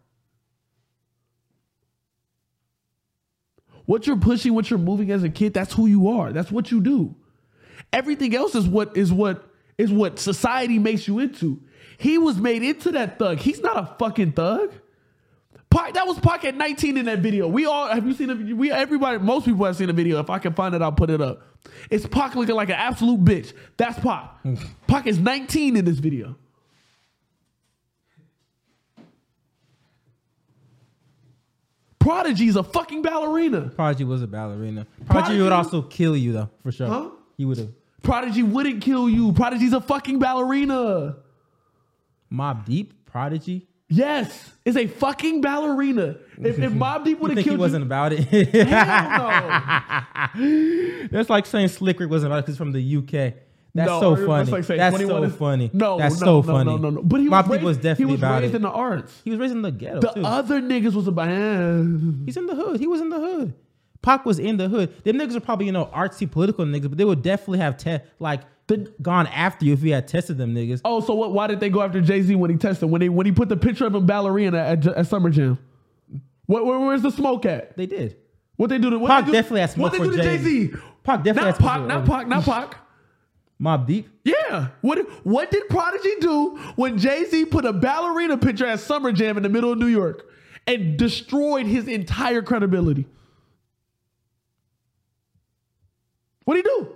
Speaker 1: What you're pushing, what you're moving as a kid, that's who you are. That's what you do. Everything else is what is what is what society makes you into. He was made into that thug. He's not a fucking thug. Pac, that was Pac at 19 in that video. We all have you seen the we everybody most people have seen the video. If I can find it, I'll put it up. It's Pac looking like an absolute bitch. That's
Speaker 2: *laughs*
Speaker 1: Pac. Pac is 19 in this video. Prodigy's a fucking ballerina.
Speaker 2: Prodigy was a ballerina. Prodigy,
Speaker 1: Prodigy-
Speaker 2: would also kill you though, for sure.
Speaker 1: Huh?
Speaker 2: He would have.
Speaker 1: Prodigy wouldn't kill you. Prodigy's a fucking ballerina.
Speaker 2: Mob Deep, Prodigy.
Speaker 1: Yes, is a fucking ballerina. If,
Speaker 2: *laughs*
Speaker 1: if Mob Deep would have
Speaker 2: You think he
Speaker 1: killed
Speaker 2: wasn't
Speaker 1: you,
Speaker 2: about it? *laughs*
Speaker 1: hell no. *laughs*
Speaker 2: That's like saying Slick Rick wasn't about it because from the UK. That's
Speaker 1: No,
Speaker 2: so
Speaker 1: that's
Speaker 2: funny.
Speaker 1: like
Speaker 2: That's,
Speaker 1: saying 21
Speaker 2: so
Speaker 1: is-
Speaker 2: funny.
Speaker 1: No,
Speaker 2: that's
Speaker 1: no,
Speaker 2: so
Speaker 1: no,
Speaker 2: funny.
Speaker 1: No, no, no. But he
Speaker 2: my
Speaker 1: was
Speaker 2: people
Speaker 1: raised,
Speaker 2: was definitely
Speaker 1: he was
Speaker 2: about
Speaker 1: raised
Speaker 2: it.
Speaker 1: in the arts.
Speaker 2: he was raised in the ghetto.
Speaker 1: The
Speaker 2: too.
Speaker 1: other niggas was about. eh.
Speaker 2: He's in the hood. He was in the hood. Pac was in the hood. Them niggas are probably you know artsy political niggas, but they would definitely have te- like gone after you if you had tested them niggas.
Speaker 1: Oh, so what? Why did they go after Jay Z when he tested? When they when he put the picture of him ballerina at, J- at Summer Jam? Where, where, where's the smoke at?
Speaker 2: They did.
Speaker 1: What they do to what
Speaker 2: Pac
Speaker 1: they do,
Speaker 2: definitely had
Speaker 1: What
Speaker 2: smoke
Speaker 1: they
Speaker 2: for
Speaker 1: do to Jay Z?
Speaker 2: Pac definitely
Speaker 1: Not
Speaker 2: had smoke
Speaker 1: Pac,
Speaker 2: for
Speaker 1: not
Speaker 2: Jay-Z.
Speaker 1: Pac, not Pac.
Speaker 2: Mob Deep.
Speaker 1: Yeah. What what did Prodigy do when Jay Z put a ballerina picture at Summer Jam in the middle of New York and destroyed his entire credibility? What would he do?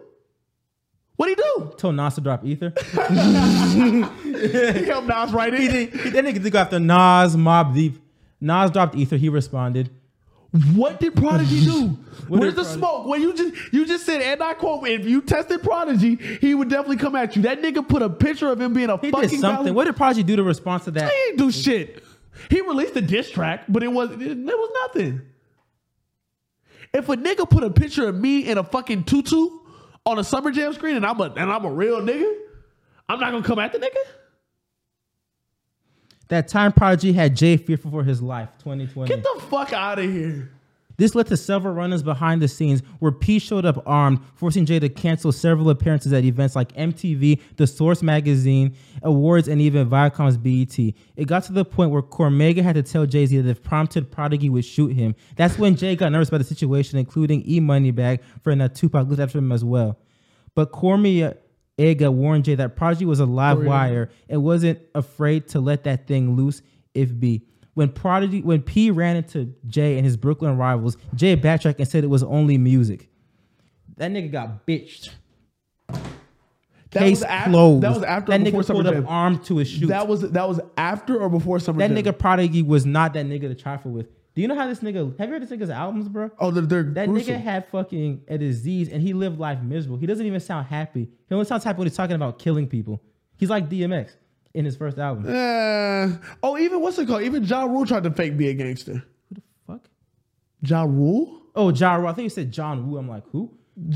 Speaker 1: What would he do?
Speaker 2: Told Nas to
Speaker 1: *laughs*
Speaker 2: drop Ether.
Speaker 1: He helped Nas right in.
Speaker 2: that nigga did go after Nas, Mob Deep. Nas dropped Ether. He responded.
Speaker 1: What did Prodigy do? Where's the
Speaker 4: Prodigy-
Speaker 1: smoke? When you just you just said, and I quote, if you tested Prodigy, he would definitely come at you. That nigga put a picture of him being a
Speaker 2: He
Speaker 1: fucking
Speaker 2: did something.
Speaker 1: valid-
Speaker 2: What did Prodigy do to respond to that?
Speaker 1: He didn't do shit. He released a diss track, but it was it, it was nothing. If a nigga put a picture of me in a fucking tutu on a summer jam screen, and I'm a and I'm a real nigga, I'm not gonna come at the nigga.
Speaker 2: That time Prodigy had Jay fearful for his life, 2020.
Speaker 1: Get the fuck out of here.
Speaker 2: This led to several run-ins behind the scenes where P showed up armed, forcing Jay to cancel several appearances at events like MTV, The Source Magazine, awards, and even Viacom's BET. It got to the point where Cormega had to tell Jay-Z that if prompted, Prodigy would shoot him. That's when Jay got nervous about the situation, including E Moneybag, friend that Tupac looked after him as well. But Cormier Ega warned Jay that Prodigy was a live
Speaker 1: Oh,
Speaker 2: wire and wasn't afraid to let that thing loose if be. When Prodigy, when P ran into Jay and his Brooklyn rivals, Jay backtracked and said it was only music. That nigga got bitched.
Speaker 1: That
Speaker 2: Case
Speaker 1: was after,
Speaker 2: closed.
Speaker 1: That was after
Speaker 2: that
Speaker 1: or before
Speaker 2: nigga
Speaker 1: summer
Speaker 2: pulled
Speaker 1: jam.
Speaker 2: up armed to his shoot.
Speaker 1: That
Speaker 2: That,
Speaker 1: was that was after or before summer jam.
Speaker 2: nigga Prodigy was not that nigga to trifle with. Do you know how this nigga? Have you heard this nigga's albums, bro?
Speaker 1: Oh, they're, they're
Speaker 2: That
Speaker 1: gruesome.
Speaker 2: nigga had fucking a disease and he lived life miserable. He doesn't even sound happy. He only sounds happy when he's talking about killing people. He's like DMX in his first album. Who
Speaker 1: Uh, oh, even what's it called? Even Ja Rule tried to fake be a gangster.
Speaker 2: the fuck?
Speaker 1: Ja Rule?
Speaker 2: Oh, Ja Rule. I think you said John Woo. I'm like, who?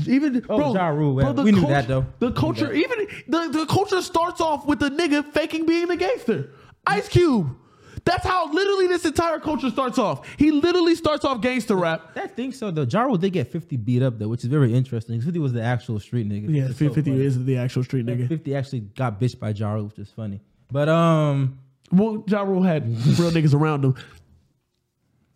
Speaker 1: Even
Speaker 2: Oh,
Speaker 1: bro,
Speaker 2: Ja Rule,
Speaker 1: bro,
Speaker 2: yeah.
Speaker 1: the
Speaker 2: We knew
Speaker 1: culture-
Speaker 2: that, though.
Speaker 1: The
Speaker 2: We knew
Speaker 1: culture,
Speaker 2: that.
Speaker 1: even the, the culture starts off with the nigga faking being the gangster. Ice Cube. That's how literally this entire culture starts off. He literally starts off gangster rap.
Speaker 2: That thing so though. Ja Rule did get 50 beat up though, which is very interesting. 'cause 50 was the actual street nigga. which is so funny.
Speaker 1: is the actual street
Speaker 2: And 50 actually got bitched by Ja Rule, which is funny. But um
Speaker 1: Well, Ja Rule had
Speaker 2: *laughs*
Speaker 1: real niggas around him.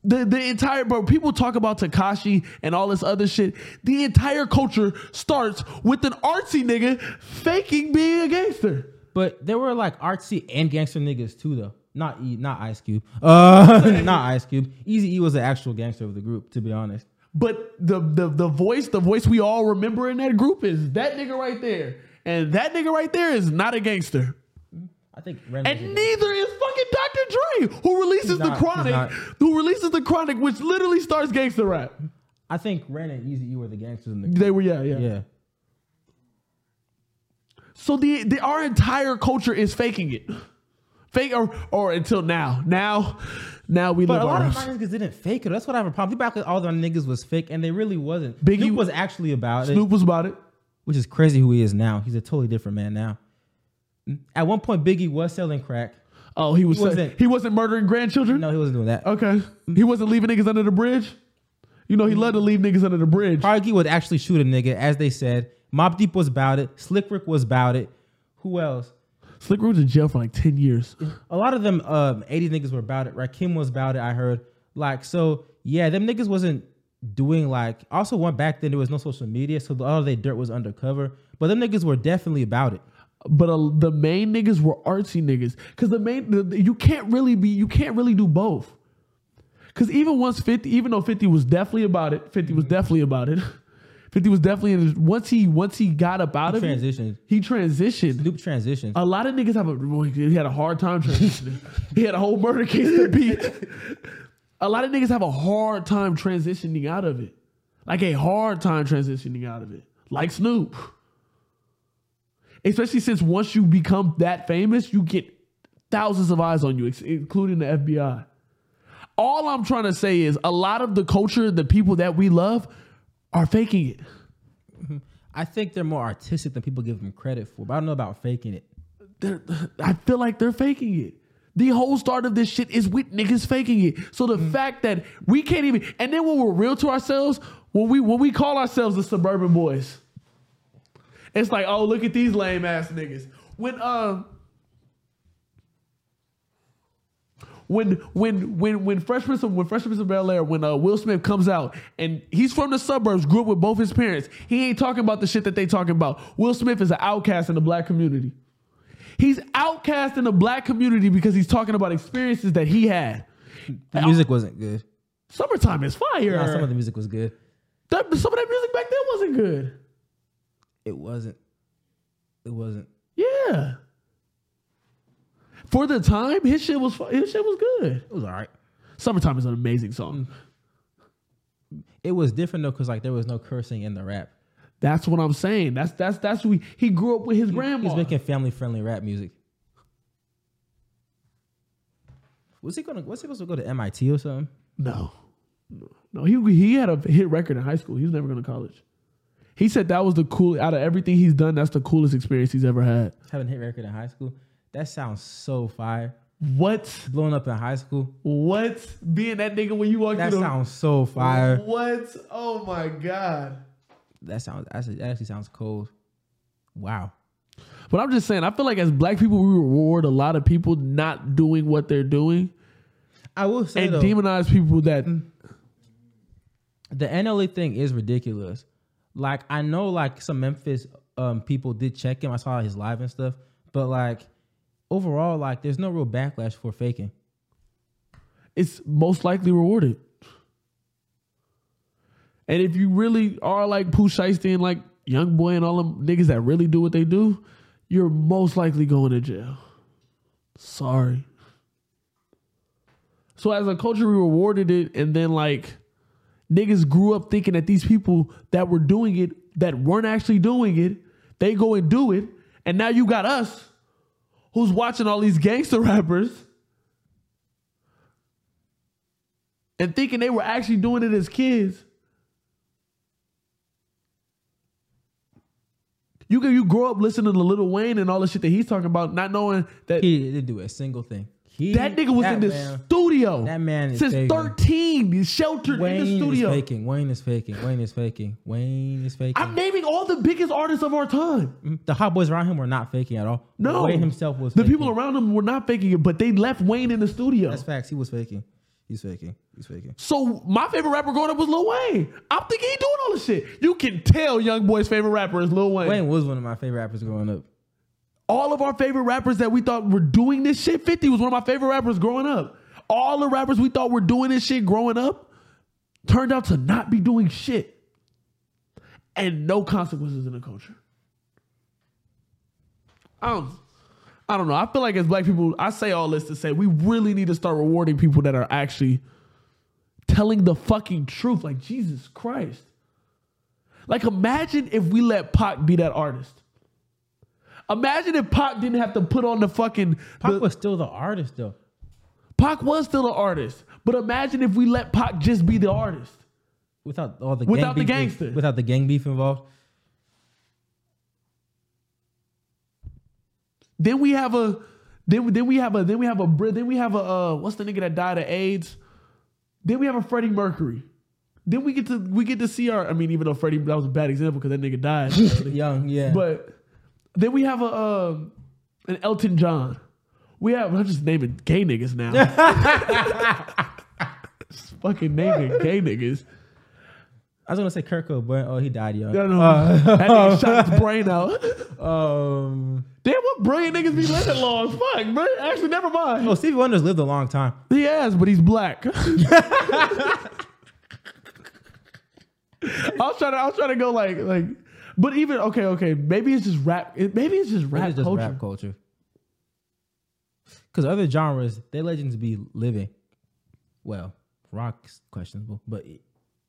Speaker 1: The the entire bro, people talk about Takashi and all this other shit. The entire culture starts with an artsy nigga faking being a gangster.
Speaker 2: But there were like artsy and gangster niggas too, though. Not E, not Ice Cube. Uh, *laughs* not Ice Cube. Easy E was the actual gangster of the group, to be honest.
Speaker 1: But the the the voice, the voice we all remember in that group is that nigga right there. And that nigga right there is not a gangster.
Speaker 2: I think. Random
Speaker 1: And
Speaker 2: was-
Speaker 1: neither is fucking Dr. Dre, who releases
Speaker 2: not-
Speaker 1: the
Speaker 2: Mm-hmm. he's
Speaker 1: chronic,
Speaker 2: not.
Speaker 1: who releases the chronic, which literally starts gangster rap.
Speaker 2: I think Ren and Easy E were the gangsters in the group.
Speaker 1: They were yeah, yeah.
Speaker 2: Yeah.
Speaker 1: So the, the our entire culture is faking it. Fake or or until now. Now now we
Speaker 2: But
Speaker 1: live
Speaker 2: a lot
Speaker 1: our
Speaker 2: of my niggas didn't fake it. That's what I have a problem. People act like all the niggas was fake, and they really wasn't.
Speaker 1: Biggie-
Speaker 2: Snoop was actually about it.
Speaker 1: Snoop was about it.
Speaker 2: which is crazy who he is now. He's a totally different man now. At one point, Biggie was selling crack.
Speaker 1: Oh, he was he wasn't,
Speaker 2: wasn't-
Speaker 1: he wasn't murdering grandchildren?
Speaker 2: No, he wasn't doing that.
Speaker 1: Okay. He wasn't leaving niggas under the bridge. You know, he
Speaker 2: Mm-hmm.
Speaker 1: loved to leave niggas under the bridge.
Speaker 2: Prodigy would actually shoot a nigga, as they said. Mob Deep was about it. Slick Rick was about it. Who else?
Speaker 1: Slick Rick was in jail for like 10 years.
Speaker 2: A lot of them um 80 niggas were about it. Rakim was about it, I heard. Like, so yeah, them niggas wasn't doing like also one back then there was no social media, so a lot of their dirt was undercover. But them niggas were definitely about it.
Speaker 1: But uh, the main niggas were artsy niggas. Cause the main the- the- you can't really be you can't really do both. Cause even once 50, even though 50 was definitely about it, 50 was definitely about it. *laughs* 50 was definitely in his, once he once he got up out of it,
Speaker 2: Transition.
Speaker 1: He transitioned.
Speaker 2: Loop transition.
Speaker 1: A lot of niggas have a well, he had a hard time transitioning. he had a whole murder case to beat. a lot of niggas have a hard time transitioning out of it. Like a hard time transitioning out of it. Like Snoop. Especially since once you become that famous, you get thousands of eyes on you, ex- including the FBI. All I'm trying to say is a lot of the culture, the people that we love, are faking it.
Speaker 2: I think they're more artistic than people give them credit for, but I don't know about faking it.
Speaker 1: they're, I feel like they're faking it. The whole start of this shit is with niggas faking it. So the fact that we can't even, and then when we're real to ourselves, when we when we call ourselves the suburban boys, it's like, oh, look at these lame ass niggas. When um, when when when when Fresh Prince of, when Fresh Prince of Bel Air when uh, Will Smith comes out and he's from the suburbs, grew up with both his parents. He ain't talking about the shit that they talking about. Will Smith is an outcast in the black community. He's outcast in the black community because he's talking about experiences that he had.
Speaker 2: The music wasn't good.
Speaker 1: Summertime is fire.
Speaker 2: Nah, some of the music was good.
Speaker 1: That- some of that music back then wasn't good.
Speaker 2: It wasn't. It wasn't.
Speaker 1: Yeah. For the time, his shit was fu- his shit was good.
Speaker 2: It was all right. Mm.
Speaker 1: Summertime is an amazing song.
Speaker 2: it was different though, cause like there was no cursing in the rap.
Speaker 1: That's what I'm saying. That's that's that's we. He grew up with his
Speaker 2: He's
Speaker 1: grandma.
Speaker 2: making family friendly rap music. Was he gonna? Was he supposed to go to MIT or something?
Speaker 1: no, no. He he had a hit record in high school. He was never going to college. He said that was the cool out of everything he's done. That's the coolest experience he's ever had.
Speaker 2: Having hit record in high school. That sounds so fire.
Speaker 1: What?
Speaker 2: Blowing up in high school.
Speaker 1: What? Being that nigga when you walk
Speaker 2: That
Speaker 1: through the
Speaker 2: sounds so fire.
Speaker 1: What? Oh my god.
Speaker 2: That sounds. that's- That actually sounds cold. Wow.
Speaker 1: But I'm just saying, I feel like as black people, we reward a lot of people not doing what they're doing
Speaker 2: I will say
Speaker 1: and
Speaker 2: though,
Speaker 1: demonize people that
Speaker 2: Mm. the NLE thing is ridiculous. Like I know like some Memphis um people did check him. I saw his live and stuff, but like overall, like there's no real backlash for faking.
Speaker 1: it's most likely rewarded. And if you really are like Pooh Shiesty and like Young Boy and all them niggas that really do what they do, you're most likely going to jail. Sorry. So as a culture, we rewarded it, and then like niggas grew up thinking that these people that were doing it that weren't actually doing it, they go and do it, and now you got us who's watching all these gangster *laughs* rappers and thinking they were actually doing it as kids. You can you grow up listening to Lil Wayne and all the shit that he's talking about, not knowing that
Speaker 2: He didn't do a single thing. He,
Speaker 1: that nigga was
Speaker 2: that
Speaker 1: in the
Speaker 2: man-
Speaker 1: studio.
Speaker 2: that man is
Speaker 1: since
Speaker 2: faking.
Speaker 1: thirteen, he's sheltered
Speaker 2: Wayne
Speaker 1: in the
Speaker 2: is
Speaker 1: studio.
Speaker 2: faking. Wayne is faking. Wayne is faking. Wayne is faking.
Speaker 1: I'm naming all the biggest artists of our time.
Speaker 2: Mm, the hot boys around him were not faking at all.
Speaker 1: No,
Speaker 2: Wayne himself was.
Speaker 1: The
Speaker 2: faking.
Speaker 1: people around him were not faking it, but they left Wayne in the studio.
Speaker 2: That's facts. He was faking. He's faking. He's faking.
Speaker 1: So my favorite rapper growing up was Lil Wayne. I'm thinking he doing all this shit. You can tell young boy's favorite rapper is Lil Wayne.
Speaker 2: Wayne was one of my favorite rappers growing up.
Speaker 1: All of our favorite rappers that we thought were doing this shit. 50 was one of my favorite rappers growing up. All the rappers we thought were doing this shit growing up turned out to not be doing shit. And no consequences in the culture. I don't, I don't know. I feel like as black people, I say all this to say we really need to start rewarding people that are actually telling the fucking truth. Like Jesus Christ. Like imagine if we let Pac be that artist. Imagine if Pac didn't have to put on the fucking
Speaker 2: Pop
Speaker 1: the-
Speaker 2: was still the artist though.
Speaker 1: Pac was still an artist, but imagine if we let Pac just be the artist.
Speaker 2: Without all the
Speaker 1: Without the
Speaker 2: beef-
Speaker 1: gangster.
Speaker 2: Without the gang beef involved.
Speaker 1: Then we have a then then we have a then we have a Brit- then we have a uh, what's the nigga that died of AIDS? Then we have a Freddie Mercury. Then we get to we get to see our I mean even though Freddie that was a bad example because that nigga died.
Speaker 2: Young, yeah.
Speaker 1: But then we have a um, an Elton John. We have I'm just naming gay niggas now. Just fucking naming gay niggas.
Speaker 2: I was gonna say Kirk Cobain. Oh, he died young.
Speaker 1: No, no, that nigga shot his brain out.
Speaker 2: Um.
Speaker 1: Damn, what brilliant niggas be living long? Fuck, bro. Actually, never mind.
Speaker 2: Oh, Stevie Wonder's lived a long time.
Speaker 1: He has, but he's black. *laughs* I was trying to, I was trying to go like, like, but even okay, okay, maybe it's just rap. it- Maybe it's just
Speaker 2: It
Speaker 1: rap
Speaker 2: is just
Speaker 1: culture.
Speaker 2: rap culture. Because other genres, their legends be living. Well, rock's questionable, but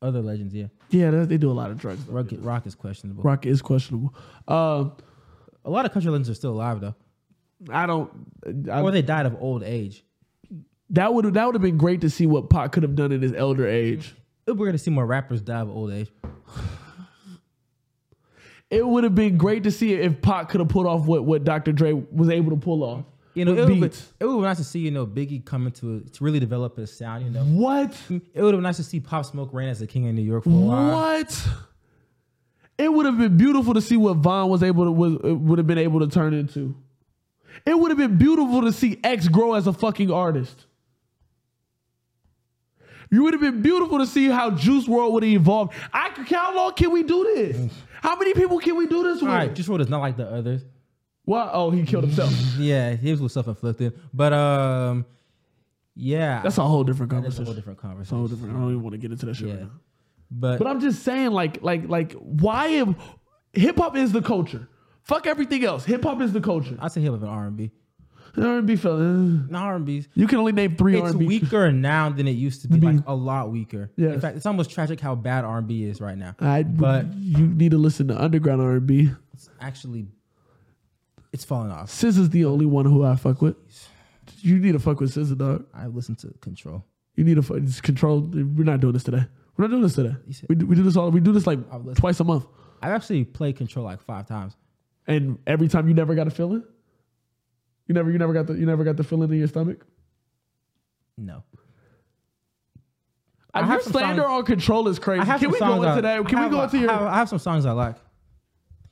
Speaker 2: other legends, yeah.
Speaker 1: Yeah, they, they do a lot of drugs. Though.
Speaker 2: Rock, rock is questionable.
Speaker 1: Rock is questionable. Um,
Speaker 2: A lot of country legends are still alive though,
Speaker 1: I don't. I,
Speaker 2: or they died of old age.
Speaker 1: that would that would have been great to see what Pac could have done in his elder age.
Speaker 2: We're gonna see more rappers die of old age.
Speaker 1: It would have been great to see if Pac could have pulled off what what Dr. Dre was able to pull off.
Speaker 2: You know,
Speaker 1: with
Speaker 2: it would, be,
Speaker 1: beats.
Speaker 2: it would be nice to see you know Biggie coming to to really develop his sound. You know,
Speaker 1: What?
Speaker 2: it would have been nice to see Pop Smoke reign as the king of New York for a while.
Speaker 1: What? It would have been beautiful to see what Von was able to was uh, would have been able to turn into. It would have been beautiful to see X grow as a fucking artist. You would have been beautiful to see how Juice World would have evolved. I c- how long can we do this? How many people can we do this with?
Speaker 2: All right, just wrote is not like the others.
Speaker 1: Why- Oh, he killed himself.
Speaker 2: Yeah, his was self inflicted, but um, yeah,
Speaker 1: That's a whole different
Speaker 2: That's
Speaker 1: conversation.
Speaker 2: a whole different
Speaker 1: a
Speaker 2: conversation.
Speaker 1: whole different. I don't even want to get into that shit right
Speaker 2: Yeah,
Speaker 1: now.
Speaker 2: but,
Speaker 1: But I'm just saying, like, like, like, why am hip hop is the culture? Fuck everything else. Hip hop is the culture.
Speaker 2: I say hip hop and R and B.
Speaker 1: R&B fellas.
Speaker 2: Not R&B's.
Speaker 1: You can only name three
Speaker 2: it's
Speaker 1: R&B.
Speaker 2: weaker now than it used to be, like a lot weaker.
Speaker 1: Yes.
Speaker 2: In fact, it's almost tragic how bad R&B is right now.
Speaker 1: I,
Speaker 2: but
Speaker 1: you need to listen to underground R&B.
Speaker 2: it's actually, it's falling off.
Speaker 1: SZA's the only one who I fuck with. You need to fuck with SZA, dog.
Speaker 2: I listened to Control.
Speaker 1: You need to fuck, just control. We're not doing this today. We're not doing this today.
Speaker 2: You said-
Speaker 1: We do, we do this all. We do this like
Speaker 2: I've listened.
Speaker 1: twice a month,
Speaker 2: I've actually played Control like five times.
Speaker 1: and every time you never got a feeling. You never, you never got the, you never got the feeling in your stomach.
Speaker 2: No.
Speaker 1: I,
Speaker 2: I have
Speaker 1: have
Speaker 2: some
Speaker 1: slander
Speaker 2: songs-
Speaker 1: on control is crazy.
Speaker 2: I have
Speaker 1: Can
Speaker 2: some
Speaker 1: we go
Speaker 2: songs
Speaker 1: into
Speaker 2: I-
Speaker 1: that? Can
Speaker 2: I
Speaker 1: we
Speaker 2: have-
Speaker 1: go into
Speaker 2: I have,
Speaker 1: your?
Speaker 2: I have some songs I like.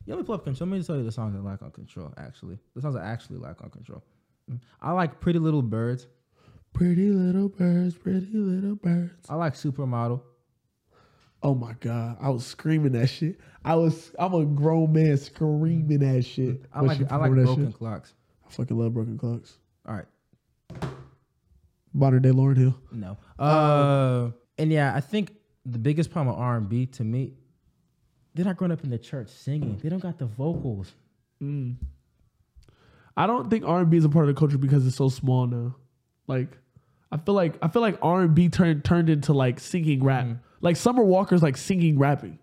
Speaker 2: Yeah, let me pull up Control. Let me tell you the songs I like on Control, actually. The songs I actually like on Control. Mm. I like Pretty Little Birds.
Speaker 1: Pretty little birds, pretty little birds.
Speaker 2: I like Supermodel.
Speaker 1: Oh my god, I was screaming that shit. I was, I'm a grown man screaming that shit.
Speaker 2: I
Speaker 1: when
Speaker 2: like
Speaker 1: she
Speaker 2: I like
Speaker 1: performed that
Speaker 2: Broken
Speaker 1: shit.
Speaker 2: Clocks.
Speaker 1: I fucking love broken clocks.
Speaker 2: All right.
Speaker 1: Modern day Lauren Hill.
Speaker 2: No. Uh, and yeah, I think the biggest problem with R and B to me, they're not growing up in the church singing. They don't got the vocals.
Speaker 1: I don't think R and B is a part of the culture because it's so small now. Like, I feel like I feel like R and B turned turned into like singing rap. Like Summer Walker's like singing rapping,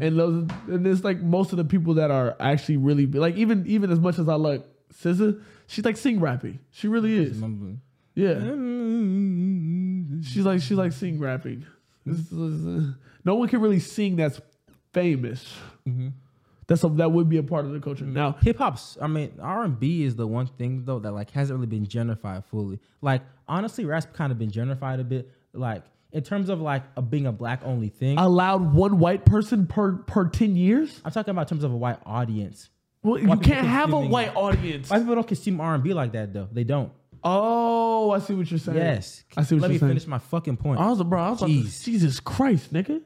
Speaker 1: and those and it's like most of the people that are actually really like even even as much as I like SZA, she's like sing rapping. She really is.
Speaker 2: Remember?
Speaker 1: Yeah, she's like she's like sing rapping. This is- uh, no one can really sing that's famous.
Speaker 2: Mm-hmm.
Speaker 1: That's a, that would be a part of the culture now.
Speaker 2: Hip hop's. I mean, R and B is the one thing though that like hasn't really been gentrified fully. Like honestly, rap's kind of been gentrified a bit. Like in terms of like a, being a black only thing.
Speaker 1: allowed one white person per per 10 years?
Speaker 2: I'm talking about in terms of a white audience.
Speaker 1: Well, you
Speaker 2: White people
Speaker 1: can't have a
Speaker 2: consuming-
Speaker 1: white audience.
Speaker 2: White people don't consume R and B like that though. They don't.
Speaker 1: Oh, I see what you're saying.
Speaker 2: Yes.
Speaker 1: I see what
Speaker 2: Let
Speaker 1: you're
Speaker 2: me
Speaker 1: saying.
Speaker 2: finish my fucking point.
Speaker 1: I was a bro. I was like,
Speaker 2: Jeez.
Speaker 1: Jesus Christ, nigga.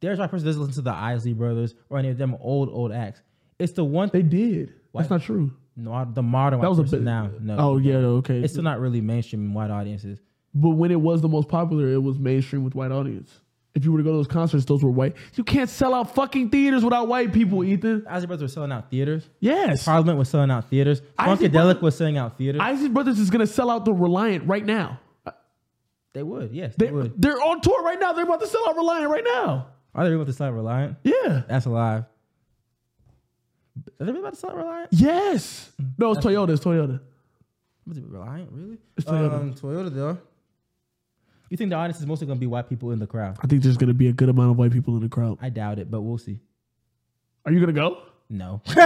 Speaker 2: There's white person doesn't listen to the Isley Brothers or any of them old old acts. It's the one
Speaker 1: They
Speaker 2: thing.
Speaker 1: did.
Speaker 2: White-
Speaker 1: That's not true.
Speaker 2: No, I- the modern
Speaker 1: That
Speaker 2: white
Speaker 1: was a
Speaker 2: person
Speaker 1: bit-
Speaker 2: now. No,
Speaker 1: Oh yeah, okay.
Speaker 2: it's still not really mainstream in white audiences.
Speaker 1: but when it was the most popular, it was mainstream with white audience. If you were to go to those concerts, those were white. You can't sell out fucking theaters without white people, Ethan.
Speaker 2: Isley Brothers were selling out theaters.
Speaker 1: Yes.
Speaker 2: Parliament was selling out theaters.
Speaker 1: Isley
Speaker 2: Funkadelic was selling out theaters.
Speaker 1: Isaac Brothers is gonna sell out the Reliant right now.
Speaker 2: they would, yes, they,
Speaker 1: They,
Speaker 2: would.
Speaker 1: they're on tour right now. They're about to sell out Reliant right now.
Speaker 2: Are they really about to sell out Reliant?
Speaker 1: Yeah.
Speaker 2: That's alive. Are they really about to sell out Reliant?
Speaker 1: Yes. No, it's Toyota. It's Toyota.
Speaker 2: Was it Reliant really?
Speaker 1: It's Toyota.
Speaker 2: Um, Toyota though. You think the audience is mostly gonna be white people in the crowd?
Speaker 1: I think there's gonna be a good amount of white people in the crowd.
Speaker 2: I doubt it, but we'll see.
Speaker 1: Are you gonna go?
Speaker 2: *laughs* No,
Speaker 1: Three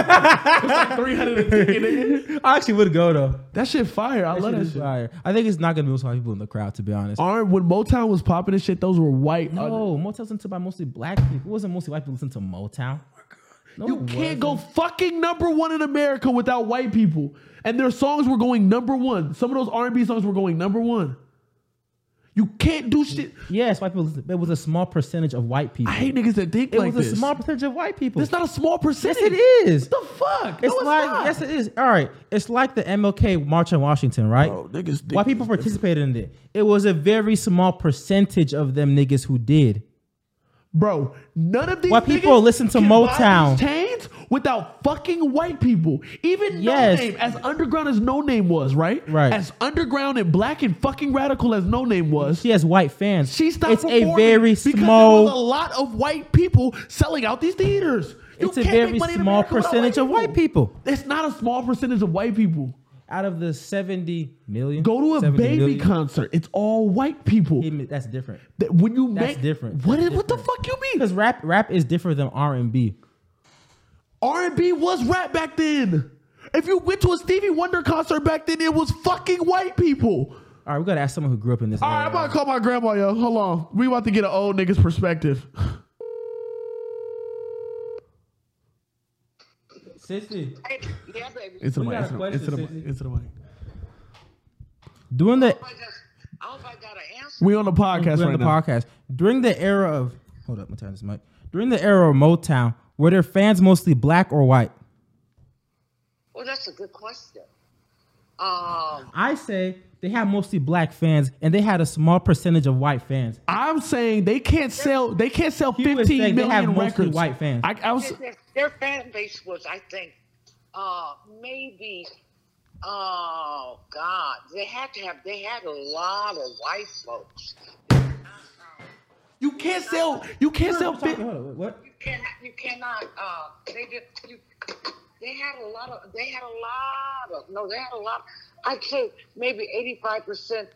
Speaker 1: hundred ticket. nigga.
Speaker 2: I actually would go though.
Speaker 1: That shit fire. I love
Speaker 2: Shit
Speaker 1: that
Speaker 2: is
Speaker 1: shit.
Speaker 2: fire. I think it's not gonna be most white people in the crowd, to be honest.
Speaker 1: Our, when Motown was popping and shit, those were white. Uh,
Speaker 2: No, Motown's listened to by mostly black people. It wasn't mostly white people listening to Motown. No,
Speaker 1: You
Speaker 2: it
Speaker 1: can't
Speaker 2: wasn't.
Speaker 1: go fucking number one in America without white people. And their songs were going number one. Some of those R&B songs were going number one. You can't do shit.
Speaker 2: Yes, white people. Listen. It was a small percentage of white people.
Speaker 1: I hate niggas that think
Speaker 2: it
Speaker 1: like
Speaker 2: was a
Speaker 1: this.
Speaker 2: small percentage of white people.
Speaker 1: it's not a small percentage.
Speaker 2: yes, it is.
Speaker 1: What the fuck?
Speaker 2: It's
Speaker 1: no,
Speaker 2: like
Speaker 1: not.
Speaker 2: yes, it is. All right, it's like the MLK March on Washington, right?
Speaker 1: Bro, niggas think
Speaker 2: white people
Speaker 1: it's different.
Speaker 2: participated in it. It was a very small percentage of them niggas who did.
Speaker 1: Bro, none of these
Speaker 2: White people
Speaker 1: niggas
Speaker 2: listen to
Speaker 1: can buy
Speaker 2: Motown.
Speaker 1: these chains without fucking white people. Even
Speaker 2: Yes.
Speaker 1: No Name, as underground as No Name was, right?
Speaker 2: Right.
Speaker 1: As underground and black and fucking radical as No Name was,
Speaker 2: She has white fans.
Speaker 1: she stopped.
Speaker 2: It's a
Speaker 1: performing
Speaker 2: very
Speaker 1: because there was a
Speaker 2: small.
Speaker 1: lot of white people selling out these theaters. You
Speaker 2: It's a
Speaker 1: can't make
Speaker 2: very
Speaker 1: money in
Speaker 2: small
Speaker 1: America without
Speaker 2: percentage of white people.
Speaker 1: It's not a small percentage of white people.
Speaker 2: Out of the seventy million,
Speaker 1: Go to a
Speaker 2: 70
Speaker 1: baby
Speaker 2: million,
Speaker 1: concert. It's all white people.
Speaker 2: Hey, That's different.
Speaker 1: That- when you
Speaker 2: That's
Speaker 1: make
Speaker 2: different.
Speaker 1: What,
Speaker 2: That's
Speaker 1: is- what the
Speaker 2: different.
Speaker 1: fuck you mean?
Speaker 2: Because rap rap is different than R and B.
Speaker 1: R&B was rap back then. If you went to a Stevie Wonder concert back then, it was fucking white people.
Speaker 2: All right, we gotta ask someone who grew up in this.
Speaker 1: All right, I'm about to call my grandma, yo. Hold on. We about to get an old nigga's perspective. *laughs*
Speaker 2: Sissy,
Speaker 6: Yeah, baby.
Speaker 1: Into the
Speaker 2: We
Speaker 1: mic.
Speaker 2: got a
Speaker 1: Into the,
Speaker 2: question,
Speaker 1: into the mic.
Speaker 2: Sissy.
Speaker 1: Into the mic.
Speaker 2: during the
Speaker 6: I just, I hope I got an answer.
Speaker 1: We on the podcast
Speaker 2: during
Speaker 1: right
Speaker 2: the
Speaker 1: now.
Speaker 2: podcast during the era of hold up, my time this mic. During the era of Motown, were their fans mostly black or white?
Speaker 6: Well, that's a good question. Um,
Speaker 2: I say they had mostly black fans, and they had a small percentage of white fans.
Speaker 1: I'm saying they can't sell. They can't sell
Speaker 2: would
Speaker 1: 15
Speaker 2: say
Speaker 1: million
Speaker 2: they have mostly
Speaker 1: records.
Speaker 2: white fans.
Speaker 1: I, I was
Speaker 6: their, their fan base was, I think, uh, maybe, oh God, they had to have, they had a lot of white folks.
Speaker 1: You can't sell. You can't sell.
Speaker 2: Hold
Speaker 1: Fit.
Speaker 2: on, what?
Speaker 6: You cannot, you cannot, uh, they did, you, they had a lot of, they had a lot of, no, they had a lot, I'd say maybe 85%,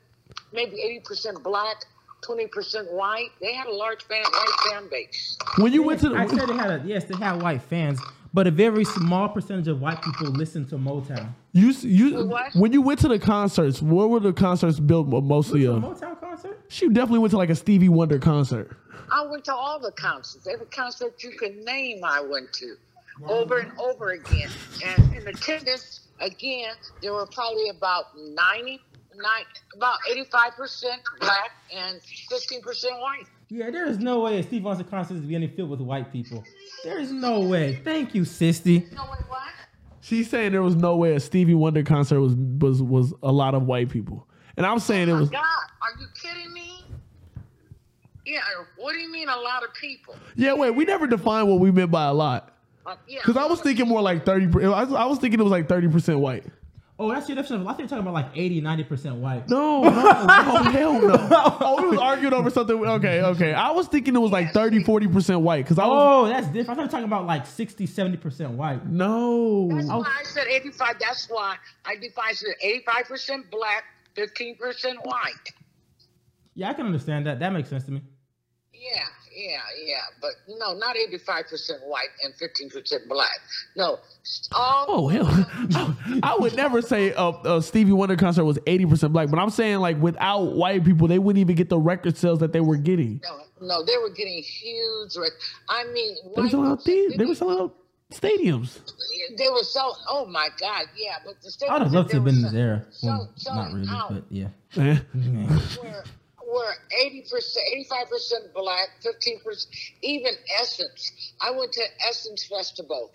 Speaker 6: maybe 80% black, 20% white. They had a large fan, white fan base.
Speaker 1: When you went to the,
Speaker 2: I said they had a yes, they had white fans, but a very small percentage of white people listen to Motown.
Speaker 1: you s- you
Speaker 6: What?
Speaker 1: when you went to the concerts, what were the concerts built mostly
Speaker 2: A
Speaker 1: of?
Speaker 2: Motown concert?
Speaker 1: She definitely went to like a Stevie Wonder concert.
Speaker 6: I went to all the concerts. Every concert you could name, I went to over and over again. And in attendance, again, there were probably about 90, nine- about 85% black and 15% white.
Speaker 2: Yeah, there is no way a Steve Austin concert is being filled with white people. There is no way. Thank you, Sisty.
Speaker 6: No, wait, what?
Speaker 1: She's saying there was no way a Stevie Wonder concert was was was a lot of white people, and I'm saying it was.
Speaker 6: God, are you kidding me? Yeah, what do you mean a lot of people?
Speaker 1: Yeah, wait, we never defined what we meant by a lot.
Speaker 6: Uh, yeah,
Speaker 1: Cause I was thinking more like thirty. per- I was, I was thinking it was like thirty percent white.
Speaker 2: Oh, that's your definition of. I think you're talking about like 80, 90%
Speaker 1: *laughs*
Speaker 2: white.
Speaker 1: No, no, no, hell no. Oh, we was arguing over something. Okay, okay. I was thinking it was like 30, 40 percent white. Cause I was
Speaker 2: Oh, that's different. I thought you were talking about like 60, 70% white.
Speaker 6: That's
Speaker 1: no.
Speaker 6: why I said 85. That's why I defined it 85% black, 15% white.
Speaker 2: Yeah, I can understand that. That makes sense to me.
Speaker 6: Yeah, yeah, yeah. But no, not 85% white and 15% black. No. All,
Speaker 1: Oh hell, *laughs* I would never say a, a Stevie Wonder concert was eighty percent black. But I'm saying like without white people, they wouldn't even get the record sales that they were getting.
Speaker 6: No, no, they were getting huge. Rec- I mean,
Speaker 1: They were
Speaker 6: white
Speaker 1: selling out.
Speaker 6: people-
Speaker 1: the- They were selling out stadiums. *laughs*
Speaker 6: They were so. Oh my God, yeah. But the
Speaker 2: I would have loved to have been in this era.
Speaker 6: So,
Speaker 2: Well,
Speaker 6: so
Speaker 2: not really,
Speaker 6: out
Speaker 2: but yeah.
Speaker 1: Eh.
Speaker 6: were were eighty percent, eighty five percent black, fifteen percent, even Essence. I went to Essence Festival,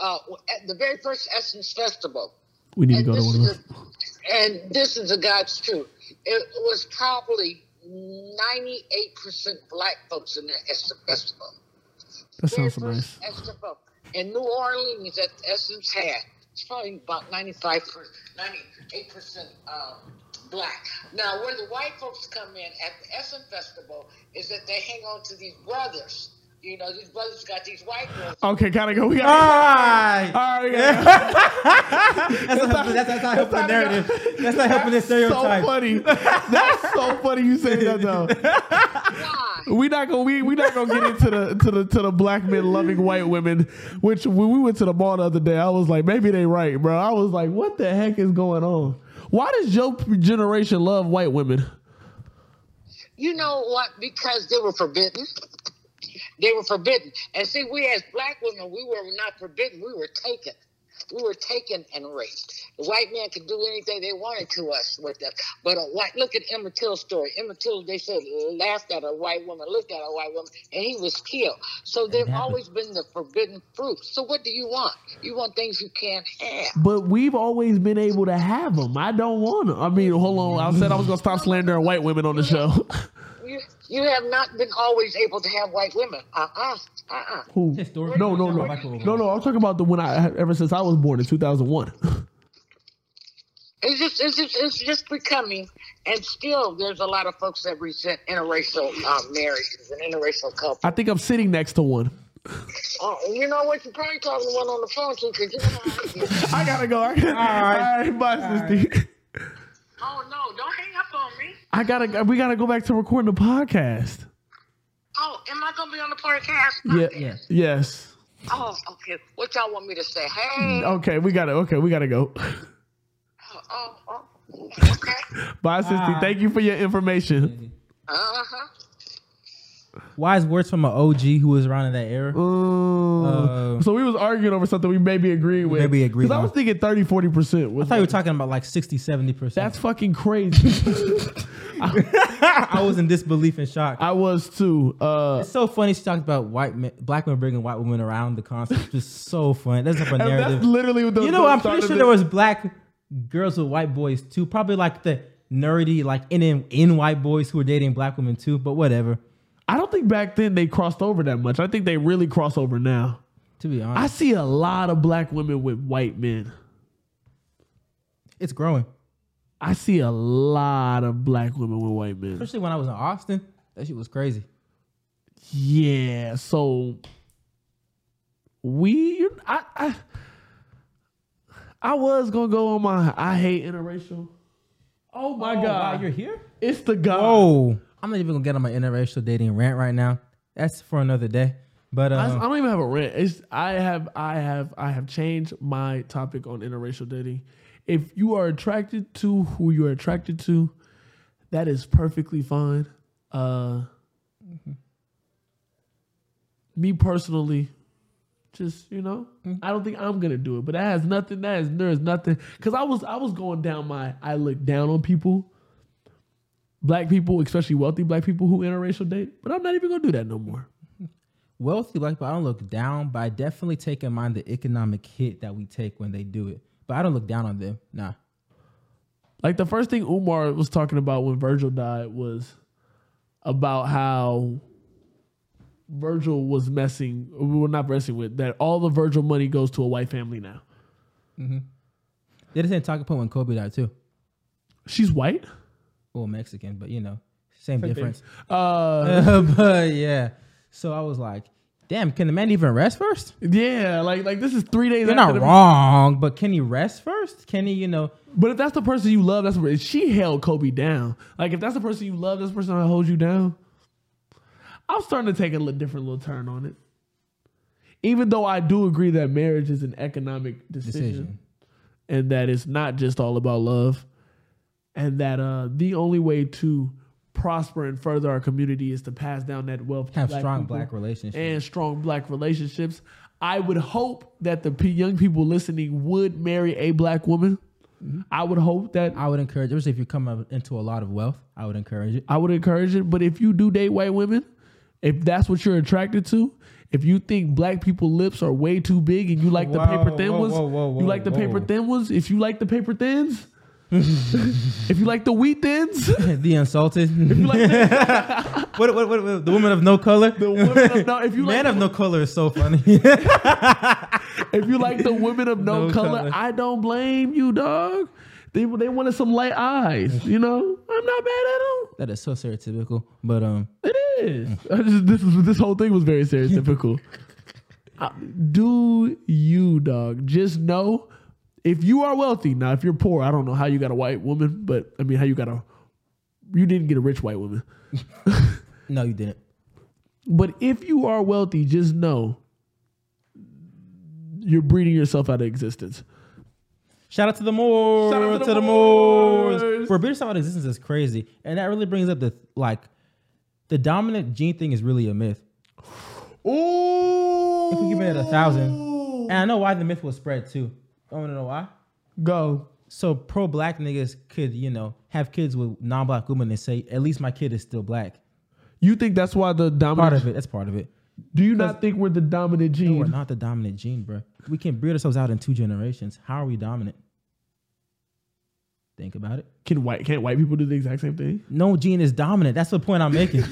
Speaker 6: uh, at the very first Essence Festival.
Speaker 1: We need to
Speaker 6: and
Speaker 1: go to
Speaker 6: this
Speaker 1: one of
Speaker 6: is
Speaker 1: those.
Speaker 6: a- and this is the God's truth. It was probably ninety-eight percent black folks in the Esther Festival.
Speaker 1: That sounds so
Speaker 6: Very
Speaker 1: nice.
Speaker 6: first Festival in New Orleans at Essence had. It's probably about 95 percent, 98 percent um, black. Now, where the white folks come in at the Essence Festival is that they hang on to these brothers. You know, these brothers got these white girls.
Speaker 1: Okay, gotta go. We gotta.
Speaker 6: Ah.
Speaker 2: Alright.
Speaker 1: All right, yeah.
Speaker 2: That's, not helping- that's, that's not helping the narrative. That's not helping the stereotype.
Speaker 1: So funny. That's so funny you said that though.
Speaker 6: Why?
Speaker 1: We not gonna we, we not gonna get into the to the to the black men loving white women, which when we went to the mall the other day, I was like, maybe they right, bro. I was like, what the heck is going on? Why does your generation love white women?
Speaker 6: You know what? Because they were forbidden. They were forbidden. And see, we as black women, we were not forbidden. We were taken. We were taken and raped. The white man could do anything they wanted to us with that. But a white, look at Emmett Till's story. Emmett Till, they said, laughed at a white woman, looked at a white woman, and he was killed. So they've
Speaker 2: happened.
Speaker 6: always been the forbidden fruit. So what do you want? You want things you can't have.
Speaker 1: But we've always been able to have them. I don't want to. I mean, hold on. I said I was gonna stop slandering white women on the show. *laughs*
Speaker 6: You, you have not been always able to have white women. Uh-uh, uh-uh.
Speaker 1: Who?
Speaker 2: Historically,
Speaker 1: No, no,
Speaker 2: we're
Speaker 1: no,
Speaker 2: talking about black
Speaker 1: no, no. I'm talking about the when I ever since I was born in 2001.
Speaker 6: It's just, it's just, it's just becoming, and still, there's a lot of folks that resent interracial uh, marriages and interracial couples.
Speaker 1: I think I'm sitting next to one.
Speaker 6: Oh, you know what? You're probably talking to one on the phone too, because you know. how I get.
Speaker 1: I gotta go. I gotta, all
Speaker 2: right.
Speaker 1: right, bye, sister.
Speaker 6: *laughs* oh no! Don't hang up on me.
Speaker 1: I gotta. We gotta go back to recording the podcast.
Speaker 6: Oh, am I gonna be on the podcast?
Speaker 1: Yeah.
Speaker 2: Yeah.
Speaker 1: Yes.
Speaker 6: Oh, okay. What y'all want me to say? Hey.
Speaker 1: Okay, we gotta. Okay, we gotta go.
Speaker 6: Oh, oh, oh. Okay.
Speaker 1: *laughs* Bye, sister.
Speaker 2: Bye.
Speaker 1: Thank you for your information.
Speaker 6: Uh huh.
Speaker 2: Wise words from an OG who was around in that era.
Speaker 1: Ooh.
Speaker 2: Uh,
Speaker 1: so we was arguing over something we maybe agreed with.
Speaker 2: Maybe agreed
Speaker 1: Because I
Speaker 2: on.
Speaker 1: was thinking 30, 40 percent.
Speaker 2: I thought you were talking about like 60, 70%.
Speaker 1: That's fucking crazy.
Speaker 2: *laughs* I was in disbelief and shock.
Speaker 1: I was too. Uh,
Speaker 2: It's so funny she talked about white men, black men bringing white women around the concert. It's just so funny. That's like a
Speaker 1: and *laughs*
Speaker 2: narrative.
Speaker 1: that's literally what the
Speaker 2: you know, I'm
Speaker 1: started
Speaker 2: pretty sure
Speaker 1: this.
Speaker 2: there was black girls with white boys too. Probably like the nerdy, like in in white boys who were dating black women too. But whatever.
Speaker 1: I don't think back then they crossed over that much. I think they really cross over now.
Speaker 2: To be
Speaker 1: I
Speaker 2: honest,
Speaker 1: see a lot of black women with white men.
Speaker 2: it's growing.
Speaker 1: I see a lot of black women with white men.
Speaker 2: Especially when I was in Austin, that shit was crazy.
Speaker 1: Yeah, so we, you- I, I, I was gonna go on my I hate interracial. Oh my
Speaker 2: wow,
Speaker 1: god,
Speaker 2: you're here.
Speaker 1: it's the god.
Speaker 2: Oh, I'm not even gonna get on my interracial dating rant right now. That's for another day. But
Speaker 1: I, I
Speaker 2: um,
Speaker 1: don't even have a rant. It's I have I have I have changed my topic on interracial dating. If you are attracted to who you are attracted to, that is perfectly fine. Uh me personally, just you know, I don't think I'm gonna do it. But that has nothing, that is there is nothing. Cause I was I was going down my I look down on people. Black people, especially wealthy black people who interracial date, but I'm not even gonna do that no more.
Speaker 2: wealthy black people, I don't look down, but I definitely take in mind the economic hit that we take when they do it. But I don't look down on them. Nah.
Speaker 1: Like the first thing Umar was talking about when Virgil died was about how Virgil was messing, we were not messing with that. All the Virgil money goes to a white family now.
Speaker 2: They the same talking point when Kobe died too.
Speaker 1: She's white.
Speaker 2: Well, Mexican, but you know, same difference.
Speaker 1: Uh,
Speaker 2: *laughs* but yeah. So I was like, damn, can the man even rest first?
Speaker 1: yeah, like like this is three days.
Speaker 2: You're
Speaker 1: after
Speaker 2: not
Speaker 1: the-
Speaker 2: wrong, but can he rest first? Can he, you know,
Speaker 1: But if that's the person you love, that's where she held Kobe down. Like if that's the person you love, that's the person that holds you down. I'm starting to take a little different little turn on it. Even though I do agree that marriage is an economic decision.
Speaker 2: decision?
Speaker 1: and that it's not just all about love and that uh the only way to prosper and further our community is to pass down that wealth to
Speaker 2: Have strong
Speaker 1: people
Speaker 2: black relationships.
Speaker 1: and strong black relationships i would hope that the p- young people listening would marry a black woman
Speaker 2: Mm-hmm.
Speaker 1: i would hope that
Speaker 2: I would encourage, especially if you come up into a lot of wealth, I would encourage *laughs* it.
Speaker 1: I would encourage it. But if you do date white women, if that's what you're attracted to, if you think black people lips are way too big and you like the
Speaker 2: Whoa,
Speaker 1: paper thin
Speaker 2: whoa,
Speaker 1: ones,
Speaker 2: whoa, whoa,
Speaker 1: you like the
Speaker 2: whoa.
Speaker 1: paper thin ones. If you like the paper
Speaker 2: *laughs*
Speaker 1: thins, if you like the wheat thins, *laughs* if
Speaker 2: the insulted. *laughs*
Speaker 1: you like the,
Speaker 2: what, what, what, what- the woman of no color? The
Speaker 1: women
Speaker 2: *laughs*
Speaker 1: of no- if you
Speaker 2: man
Speaker 1: like
Speaker 2: of no color is so funny. *laughs*
Speaker 1: if you like the women of no,
Speaker 2: No
Speaker 1: color,
Speaker 2: color.
Speaker 1: I don't blame you, dog. They they wanted some light eyes, you know. I'm not mad at them.
Speaker 2: that is so stereotypical. But um,
Speaker 1: It is. I just, this is this whole thing was very stereotypical. Uh, Do you, dog? Just know if you are wealthy. Now, if you're poor, I don't know how you got a white woman, but I mean, how you got a you didn't get a rich white woman.
Speaker 2: no, you didn't.
Speaker 1: But if you are wealthy, just know you're breeding yourself out of existence.
Speaker 2: Shout out to the Moors.
Speaker 1: Shout out to the
Speaker 2: Moors.
Speaker 1: Moors.
Speaker 2: Bro, British about existence is crazy, and that really brings up the like, the dominant gene thing is really a myth.
Speaker 1: Ooh,
Speaker 2: If we give it a thousand, and I know why the myth was spread too. I want to know why.
Speaker 1: go.
Speaker 2: So pro black niggas could you know have kids with non black women and say at least my kid is still black.
Speaker 1: You think that's why the
Speaker 2: Part
Speaker 1: dominant?
Speaker 2: of it. That's part of it.
Speaker 1: Do you not think we're the dominant gene?
Speaker 2: We're not the dominant gene, bro. We can breed ourselves out in two generations. How are we dominant? Think about it.
Speaker 1: Can white can't white people do the exact same thing?
Speaker 2: No gene is dominant. That's the point I'm *laughs* making.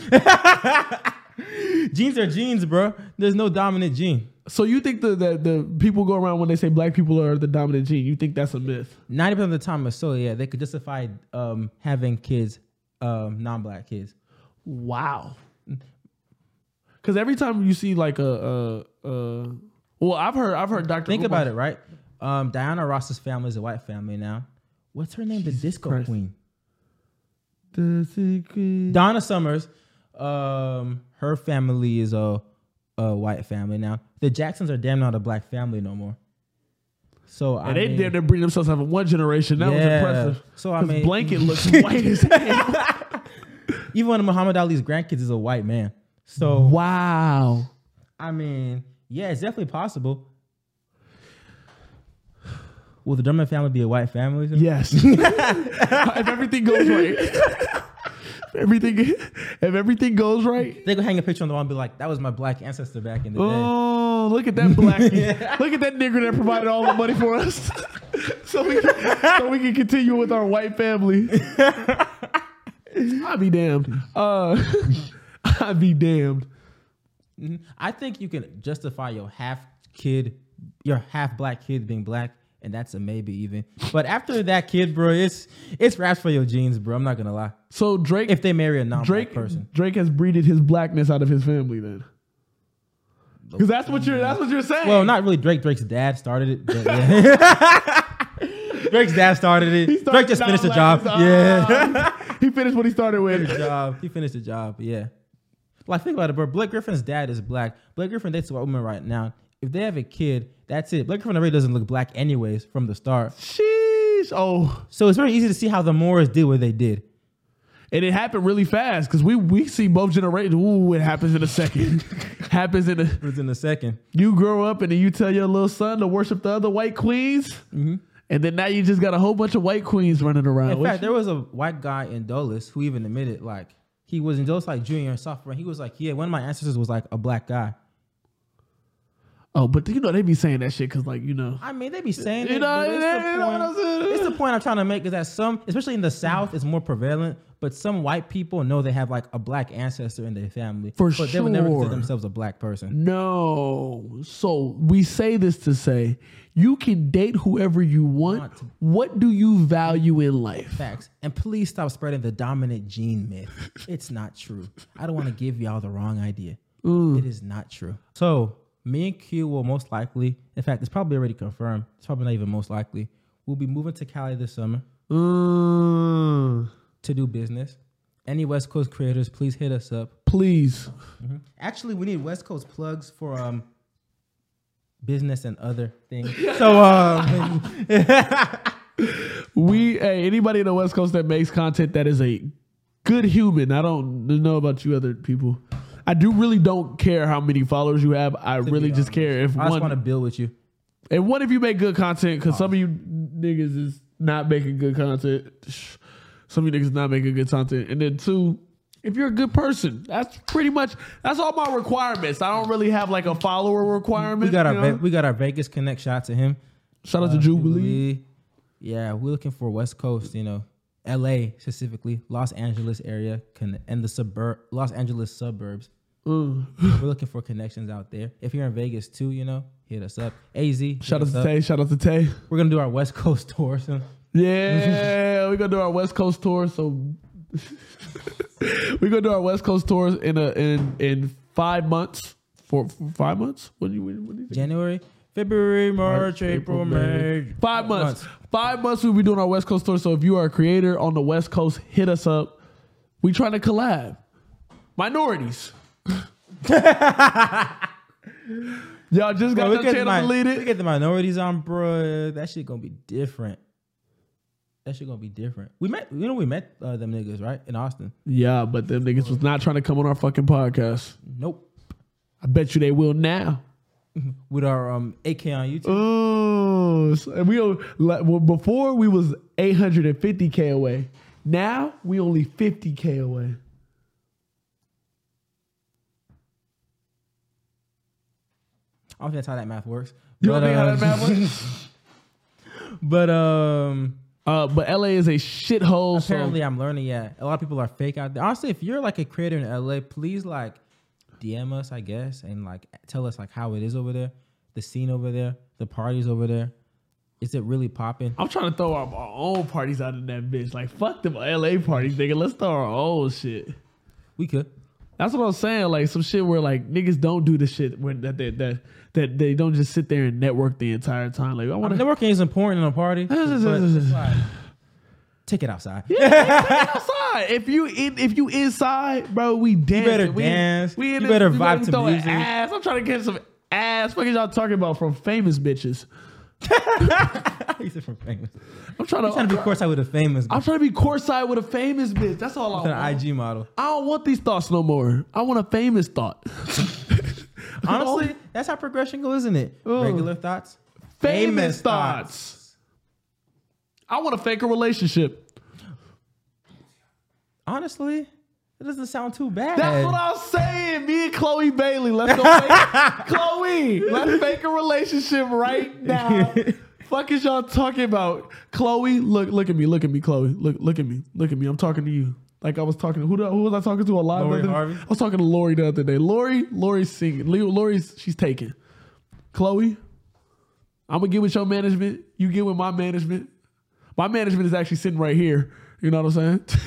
Speaker 2: Genes are genes, bro. There's no dominant gene.
Speaker 1: So you think the, the the people go around when they say black people are the dominant gene? You think that's a myth?
Speaker 2: 90% of the time or so, yeah, they could justify um, having kids, um, non black kids.
Speaker 1: Wow. Because every time you see like a, a, a well, I've heard I've heard Doctor.
Speaker 2: Think about it, right? Um, Diana Ross's family is a white family now. What's her name? the disco
Speaker 1: Christ.
Speaker 2: queen.
Speaker 1: it.
Speaker 2: Donna Summers, um, her family is a, a white family now. The Jacksons are damn not a black family no more. So I
Speaker 1: And they
Speaker 2: mean,
Speaker 1: damn near bring themselves out of one generation. That
Speaker 2: Yeah.
Speaker 1: was impressive.
Speaker 2: So, I
Speaker 1: 'Cause
Speaker 2: mean-
Speaker 1: blanket *laughs* looks white as hell.
Speaker 2: even one of Muhammad Ali's grandkids is a white man. So
Speaker 1: Wow.
Speaker 2: I mean, yeah, it's definitely possible. Will the Drummond family be a white family? *laughs*
Speaker 1: Yes. if everything goes right, If everything if everything goes right,
Speaker 2: They could hang a picture on the wall and be like, that was my black ancestor back in the day.
Speaker 1: Oh, look at that
Speaker 2: *laughs*
Speaker 1: blackie. Look at that nigger that provided all the money for us. *laughs* so we can, so we can continue with our white
Speaker 2: *laughs*
Speaker 1: family. I'll be damned. Uh *laughs* I'll be damned.
Speaker 2: I think you can justify your half kid, your half black kid being black, and that's a maybe even. But after that kid, bro, it's it's raps for your jeans, bro. I'm not gonna lie.
Speaker 1: So Drake,
Speaker 2: If they marry a non-black
Speaker 1: Drake,
Speaker 2: person,
Speaker 1: Drake has breeded his blackness out of his family then. Because that's what you're. That's what you're saying.
Speaker 2: well, Oh, not really. Drake, Drake's dad started it.
Speaker 1: *laughs*
Speaker 2: but yeah. Drake's dad started it.
Speaker 1: started Ah.
Speaker 2: Drake just finished the job.
Speaker 1: non-black.
Speaker 2: Yeah, *laughs*
Speaker 1: *laughs* he finished what he started
Speaker 2: Finished the
Speaker 1: with.
Speaker 2: job. He finished the job. Yeah. Like think about it, bro. Blake Griffin's dad is black. Blake Griffin dates a white woman right now. If they have a kid, that's it. Blake Griffin already doesn't look black anyways from the start.
Speaker 1: Sheesh. Oh,
Speaker 2: So it's very easy to see how the Moors did what they did.
Speaker 1: and it happened really fast because we we see both generations. Ooh, it happens in a *laughs* second. happens in a.
Speaker 2: It was in a second.
Speaker 1: You grow up and then you tell your little son to worship the other white queens, and then now you just got a whole bunch of white queens running around.
Speaker 2: In
Speaker 1: What
Speaker 2: fact,
Speaker 1: you-
Speaker 2: there was a white guy in Dulles who even admitted like he was in Dulles like junior and sophomore. He was like, yeah, one of my ancestors was like a black guy.
Speaker 1: oh, but you know they be saying that shit because like you know.
Speaker 2: I mean, they be saying
Speaker 1: You
Speaker 2: it,
Speaker 1: know,
Speaker 2: but it's,
Speaker 1: you
Speaker 2: the
Speaker 1: know what I'm saying?
Speaker 2: point, it's the point I'm trying to make is that some, especially in the South, it's more prevalent. But some white people know they have like a black ancestor in their family,
Speaker 1: For
Speaker 2: but they would never
Speaker 1: sure.
Speaker 2: consider themselves a black person.
Speaker 1: No. So we say this to say you can date whoever you want.
Speaker 2: Want.
Speaker 1: What do you value in life?
Speaker 2: Facts. And please stop spreading the dominant gene myth. It's not true. I don't want to give y'all the wrong idea. It is not true. So, me and Q will most likely, in fact, it's probably already confirmed. It's probably not even most likely. We'll be moving to Cali this summer
Speaker 1: Mm,
Speaker 2: to do business. Any West Coast creators, please hit us up.
Speaker 1: please.
Speaker 2: Actually, we need West Coast plugs for um business and other
Speaker 1: *laughs*
Speaker 2: things. So, um,
Speaker 1: We hey, anybody in the West Coast that makes content that is a good human. I don't know about you other people. I do really don't care how many followers you have. I really just care if
Speaker 2: I just want to
Speaker 1: one
Speaker 2: build with you.
Speaker 1: and what if you make good content because some of you niggas is not making good content. Shh. Some of you niggas not making good content. And then two, if you're a good person, that's pretty much that's all my requirements. I don't really have like a follower requirement.
Speaker 2: We got our
Speaker 1: you
Speaker 2: Ve-
Speaker 1: know?
Speaker 2: we got our Vegas Connect shot to him.
Speaker 1: shout out to Jubilee.
Speaker 2: Jubilee. Yeah, we're looking for West Coast, you know, LA specifically, Los Angeles area, con- and the suburb, Los Angeles suburbs.
Speaker 1: Mm.
Speaker 2: we're looking for connections out there. If you're in Vegas too, you know, hit us up. AZ, hit
Speaker 1: Shout out
Speaker 2: us
Speaker 1: to
Speaker 2: up.
Speaker 1: Tay. Shout out to Tay.
Speaker 2: We're gonna do our West Coast *laughs* tour soon.
Speaker 1: Yeah, we're gonna do our West Coast tour. So *laughs* we're gonna do our West Coast tours in a in in five months. For, for five months? What do you what do you think?
Speaker 2: January, February, March, April, May.
Speaker 1: Five months. Five months we'll be doing our West Coast tour. So if you are a creator on the West Coast, hit us up. We trying to collab. Minorities. *laughs* Y'all just
Speaker 2: Bro,
Speaker 1: got
Speaker 2: we,
Speaker 1: your
Speaker 2: get the
Speaker 1: channel
Speaker 2: mi- we
Speaker 1: deleted.
Speaker 2: get the minorities on, bro. That shit gonna be different. That shit gonna be different. We met, you know, we met uh, them niggas right in Austin.
Speaker 1: Yeah, but them niggas was not trying to come on our fucking podcast.
Speaker 2: Nope.
Speaker 1: I bet you they will now.
Speaker 2: with our um AK on YouTube.
Speaker 1: Oh, so- and we o- like, well, before we was 850k away. Now we only 50k away.
Speaker 2: I don't think that's how that math works.
Speaker 1: You know what I mean? How
Speaker 2: um,
Speaker 1: that math works? *laughs*
Speaker 2: But *laughs* um,
Speaker 1: Uh, but LA is a shithole.
Speaker 2: apparently
Speaker 1: so
Speaker 2: I'm learning. Yeah, a lot of people are fake out there. Honestly, if you're like a creator in LA, please like DM us, I guess, and like tell us like how it is over there, the scene over there, the parties over there. Is it really popping?
Speaker 1: I'm trying to throw our, our own parties out in that bitch. Like fuck them LA parties, nigga. Let's throw our own shit.
Speaker 2: We could.
Speaker 1: That's what I'm saying. Like some shit where like niggas don't do the shit when that that that, that they don't just sit there and network the entire time. Like I want *laughs* to
Speaker 2: Networking is important in
Speaker 1: *laughs*
Speaker 2: a party. but take it outside. *laughs*
Speaker 1: outside. If you in, if you inside, bro, we dance.
Speaker 2: better
Speaker 1: we,
Speaker 2: dance.
Speaker 1: We in
Speaker 2: You
Speaker 1: this-
Speaker 2: better
Speaker 1: we
Speaker 2: vibe to
Speaker 1: throwing
Speaker 2: music.
Speaker 1: Ass. I'm trying to get some ass. What is y'all talking about from famous bitches?
Speaker 2: He said from famous.
Speaker 1: I'm trying to.
Speaker 2: Trying to be course out with a famous.
Speaker 1: I'm trying to be courtside with a famous bitch. That's all I want.
Speaker 2: with an IG model.
Speaker 1: I don't want these thoughts no more. I want a famous thought. *laughs*
Speaker 2: Honestly, that's how progression goes, isn't it? Regular thoughts,
Speaker 1: famous, thoughts. I want to fake a relationship.
Speaker 2: Honestly, it doesn't sound too bad.
Speaker 1: That's what I'm saying. Me and Chloe Bailey. Let's go.
Speaker 2: *laughs*
Speaker 1: Fake, Chloe, let's fake a relationship right
Speaker 2: *laughs*
Speaker 1: now. Fuck is y'all talking about? Chloe, look, look at me, look at me, Chloe, look, look at me, look at me. I'm talking to you. Like I was talking to who? the- Who was I talking to? A live.
Speaker 2: Lori
Speaker 1: the other-
Speaker 2: Harvey?
Speaker 1: I was talking to Lori the other day. Lori, Lori's singing. Leo- Lori's she's taken. Chloe, I'm gonna get with your management. You get with my management. My management is actually sitting right here. You know what I'm saying?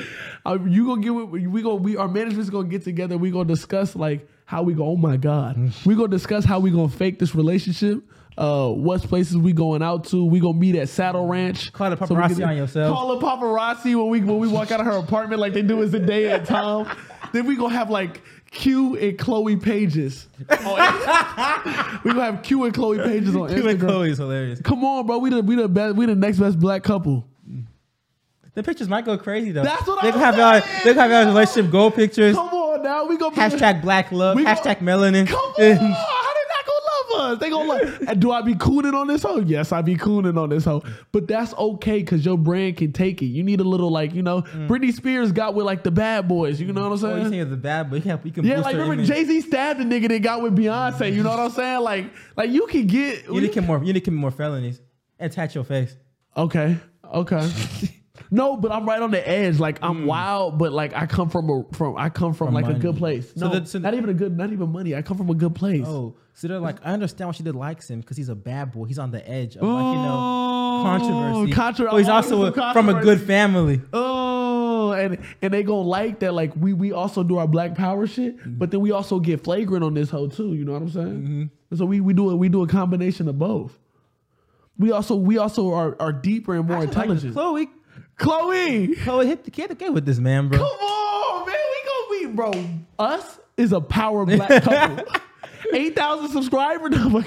Speaker 1: *laughs* Uh, you gonna get with we gonna we our management's gonna get together. We gonna discuss like how we go. Oh my god,
Speaker 2: Mm.
Speaker 1: we gonna discuss how we gonna fake this relationship. Uh, what places we going out to? We gonna meet at Saddle Ranch.
Speaker 2: Call the
Speaker 1: So we can-
Speaker 2: paparazzi on yourself.
Speaker 1: Call the paparazzi when we when we walk out of her apartment like they do as the day at Tom. then we gonna have like Q and Chloe pages.
Speaker 2: *laughs*
Speaker 1: we gonna have Q and Chloe pages on
Speaker 2: You
Speaker 1: Instagram.
Speaker 2: and Chloe is hilarious.
Speaker 1: Come on, bro. We the we the best. We the next best black couple.
Speaker 2: The pictures might go crazy though.
Speaker 1: That's what
Speaker 2: they
Speaker 1: I'm
Speaker 2: could have y'all.
Speaker 1: saying,
Speaker 2: They could have y'all relationship goal pictures.
Speaker 1: Come on now. We gonna be-
Speaker 2: Hashtag black love.
Speaker 1: We gon-
Speaker 2: hashtag melanin. *laughs*
Speaker 1: Come on. How they not gonna love us? They gonna love. And do I be cooning on this hoe? Yes, I be cooning on this hoe. But that's okay because your brand can take it. You need a little like you know. Britney Spears got with like the bad boys. You know what I'm
Speaker 2: Mm. Oh, you
Speaker 1: saying?
Speaker 2: saying it's a bad, but yeah, we can.
Speaker 1: Yeah,
Speaker 2: boost
Speaker 1: like
Speaker 2: her
Speaker 1: remember
Speaker 2: image.
Speaker 1: Jay Z stabbed the nigga that got with Beyonce. You know what I'm saying? Like, like you can get.
Speaker 2: You need to commit more. You need to commit more felonies and tat your face.
Speaker 1: Okay, okay. no, but I'm right on the edge. Like I'm wild, but like I come from a from I come from, like a
Speaker 2: money.
Speaker 1: good place.
Speaker 2: So
Speaker 1: No,
Speaker 2: that- so
Speaker 1: not even a good, not even money. I come from a good place.
Speaker 2: Oh, so they're like, I understand why she did likes him because he's a bad boy. He's on the edge of like you know Oh, controversy.
Speaker 1: contro-
Speaker 2: but he's
Speaker 1: I'm
Speaker 2: also
Speaker 1: always
Speaker 2: a-
Speaker 1: for
Speaker 2: from a good
Speaker 1: controversy.
Speaker 2: family.
Speaker 1: Oh, and and they gonna like that. Like we we also do our black power shit, but then we also get flagrant on this hoe too. You know what I'm saying? And So we we do a, we do a combination of both. We also we also are are deeper and more intelligent.
Speaker 2: Chloe,
Speaker 1: Chloe,
Speaker 2: Chloe hit the kid again with this man,
Speaker 1: come
Speaker 2: bro.
Speaker 1: on, man, we gonna be bro. Us is a power
Speaker 2: *laughs*
Speaker 1: black couple. Eight thousand subscriber number.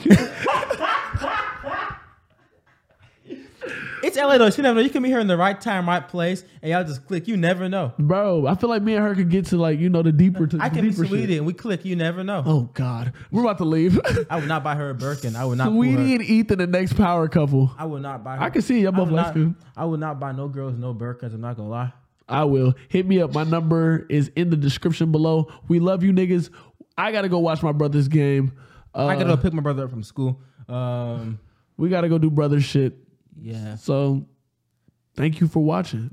Speaker 2: It's LA though. You never know. You can be here in the right time, right place, and y'all just click. You never know.
Speaker 1: *laughs* bro. I feel like me and her could get to like you know the deeper. To,
Speaker 2: I can be
Speaker 1: deeper shit.
Speaker 2: sweetie and we click. You never know.
Speaker 1: Oh God, we're about to leave.
Speaker 2: I would not buy her a Birkin. I
Speaker 1: *laughs*
Speaker 2: would not. pull her.
Speaker 1: Sweetie and Ethan, the next power couple.
Speaker 2: I would not buy. Her.
Speaker 1: I can see y'all
Speaker 2: I
Speaker 1: both
Speaker 2: would
Speaker 1: light
Speaker 2: not-
Speaker 1: skinned.
Speaker 2: I would not buy no girls no Birkins. I'm not gonna lie.
Speaker 1: I will. Hit me up. My number is in the description below. We love you niggas. I gotta go watch my brother's game. Uh,
Speaker 2: I gotta go pick my brother up from school. Um,
Speaker 1: we gotta go do brother shit.
Speaker 2: yeah.
Speaker 1: So thank you for watching.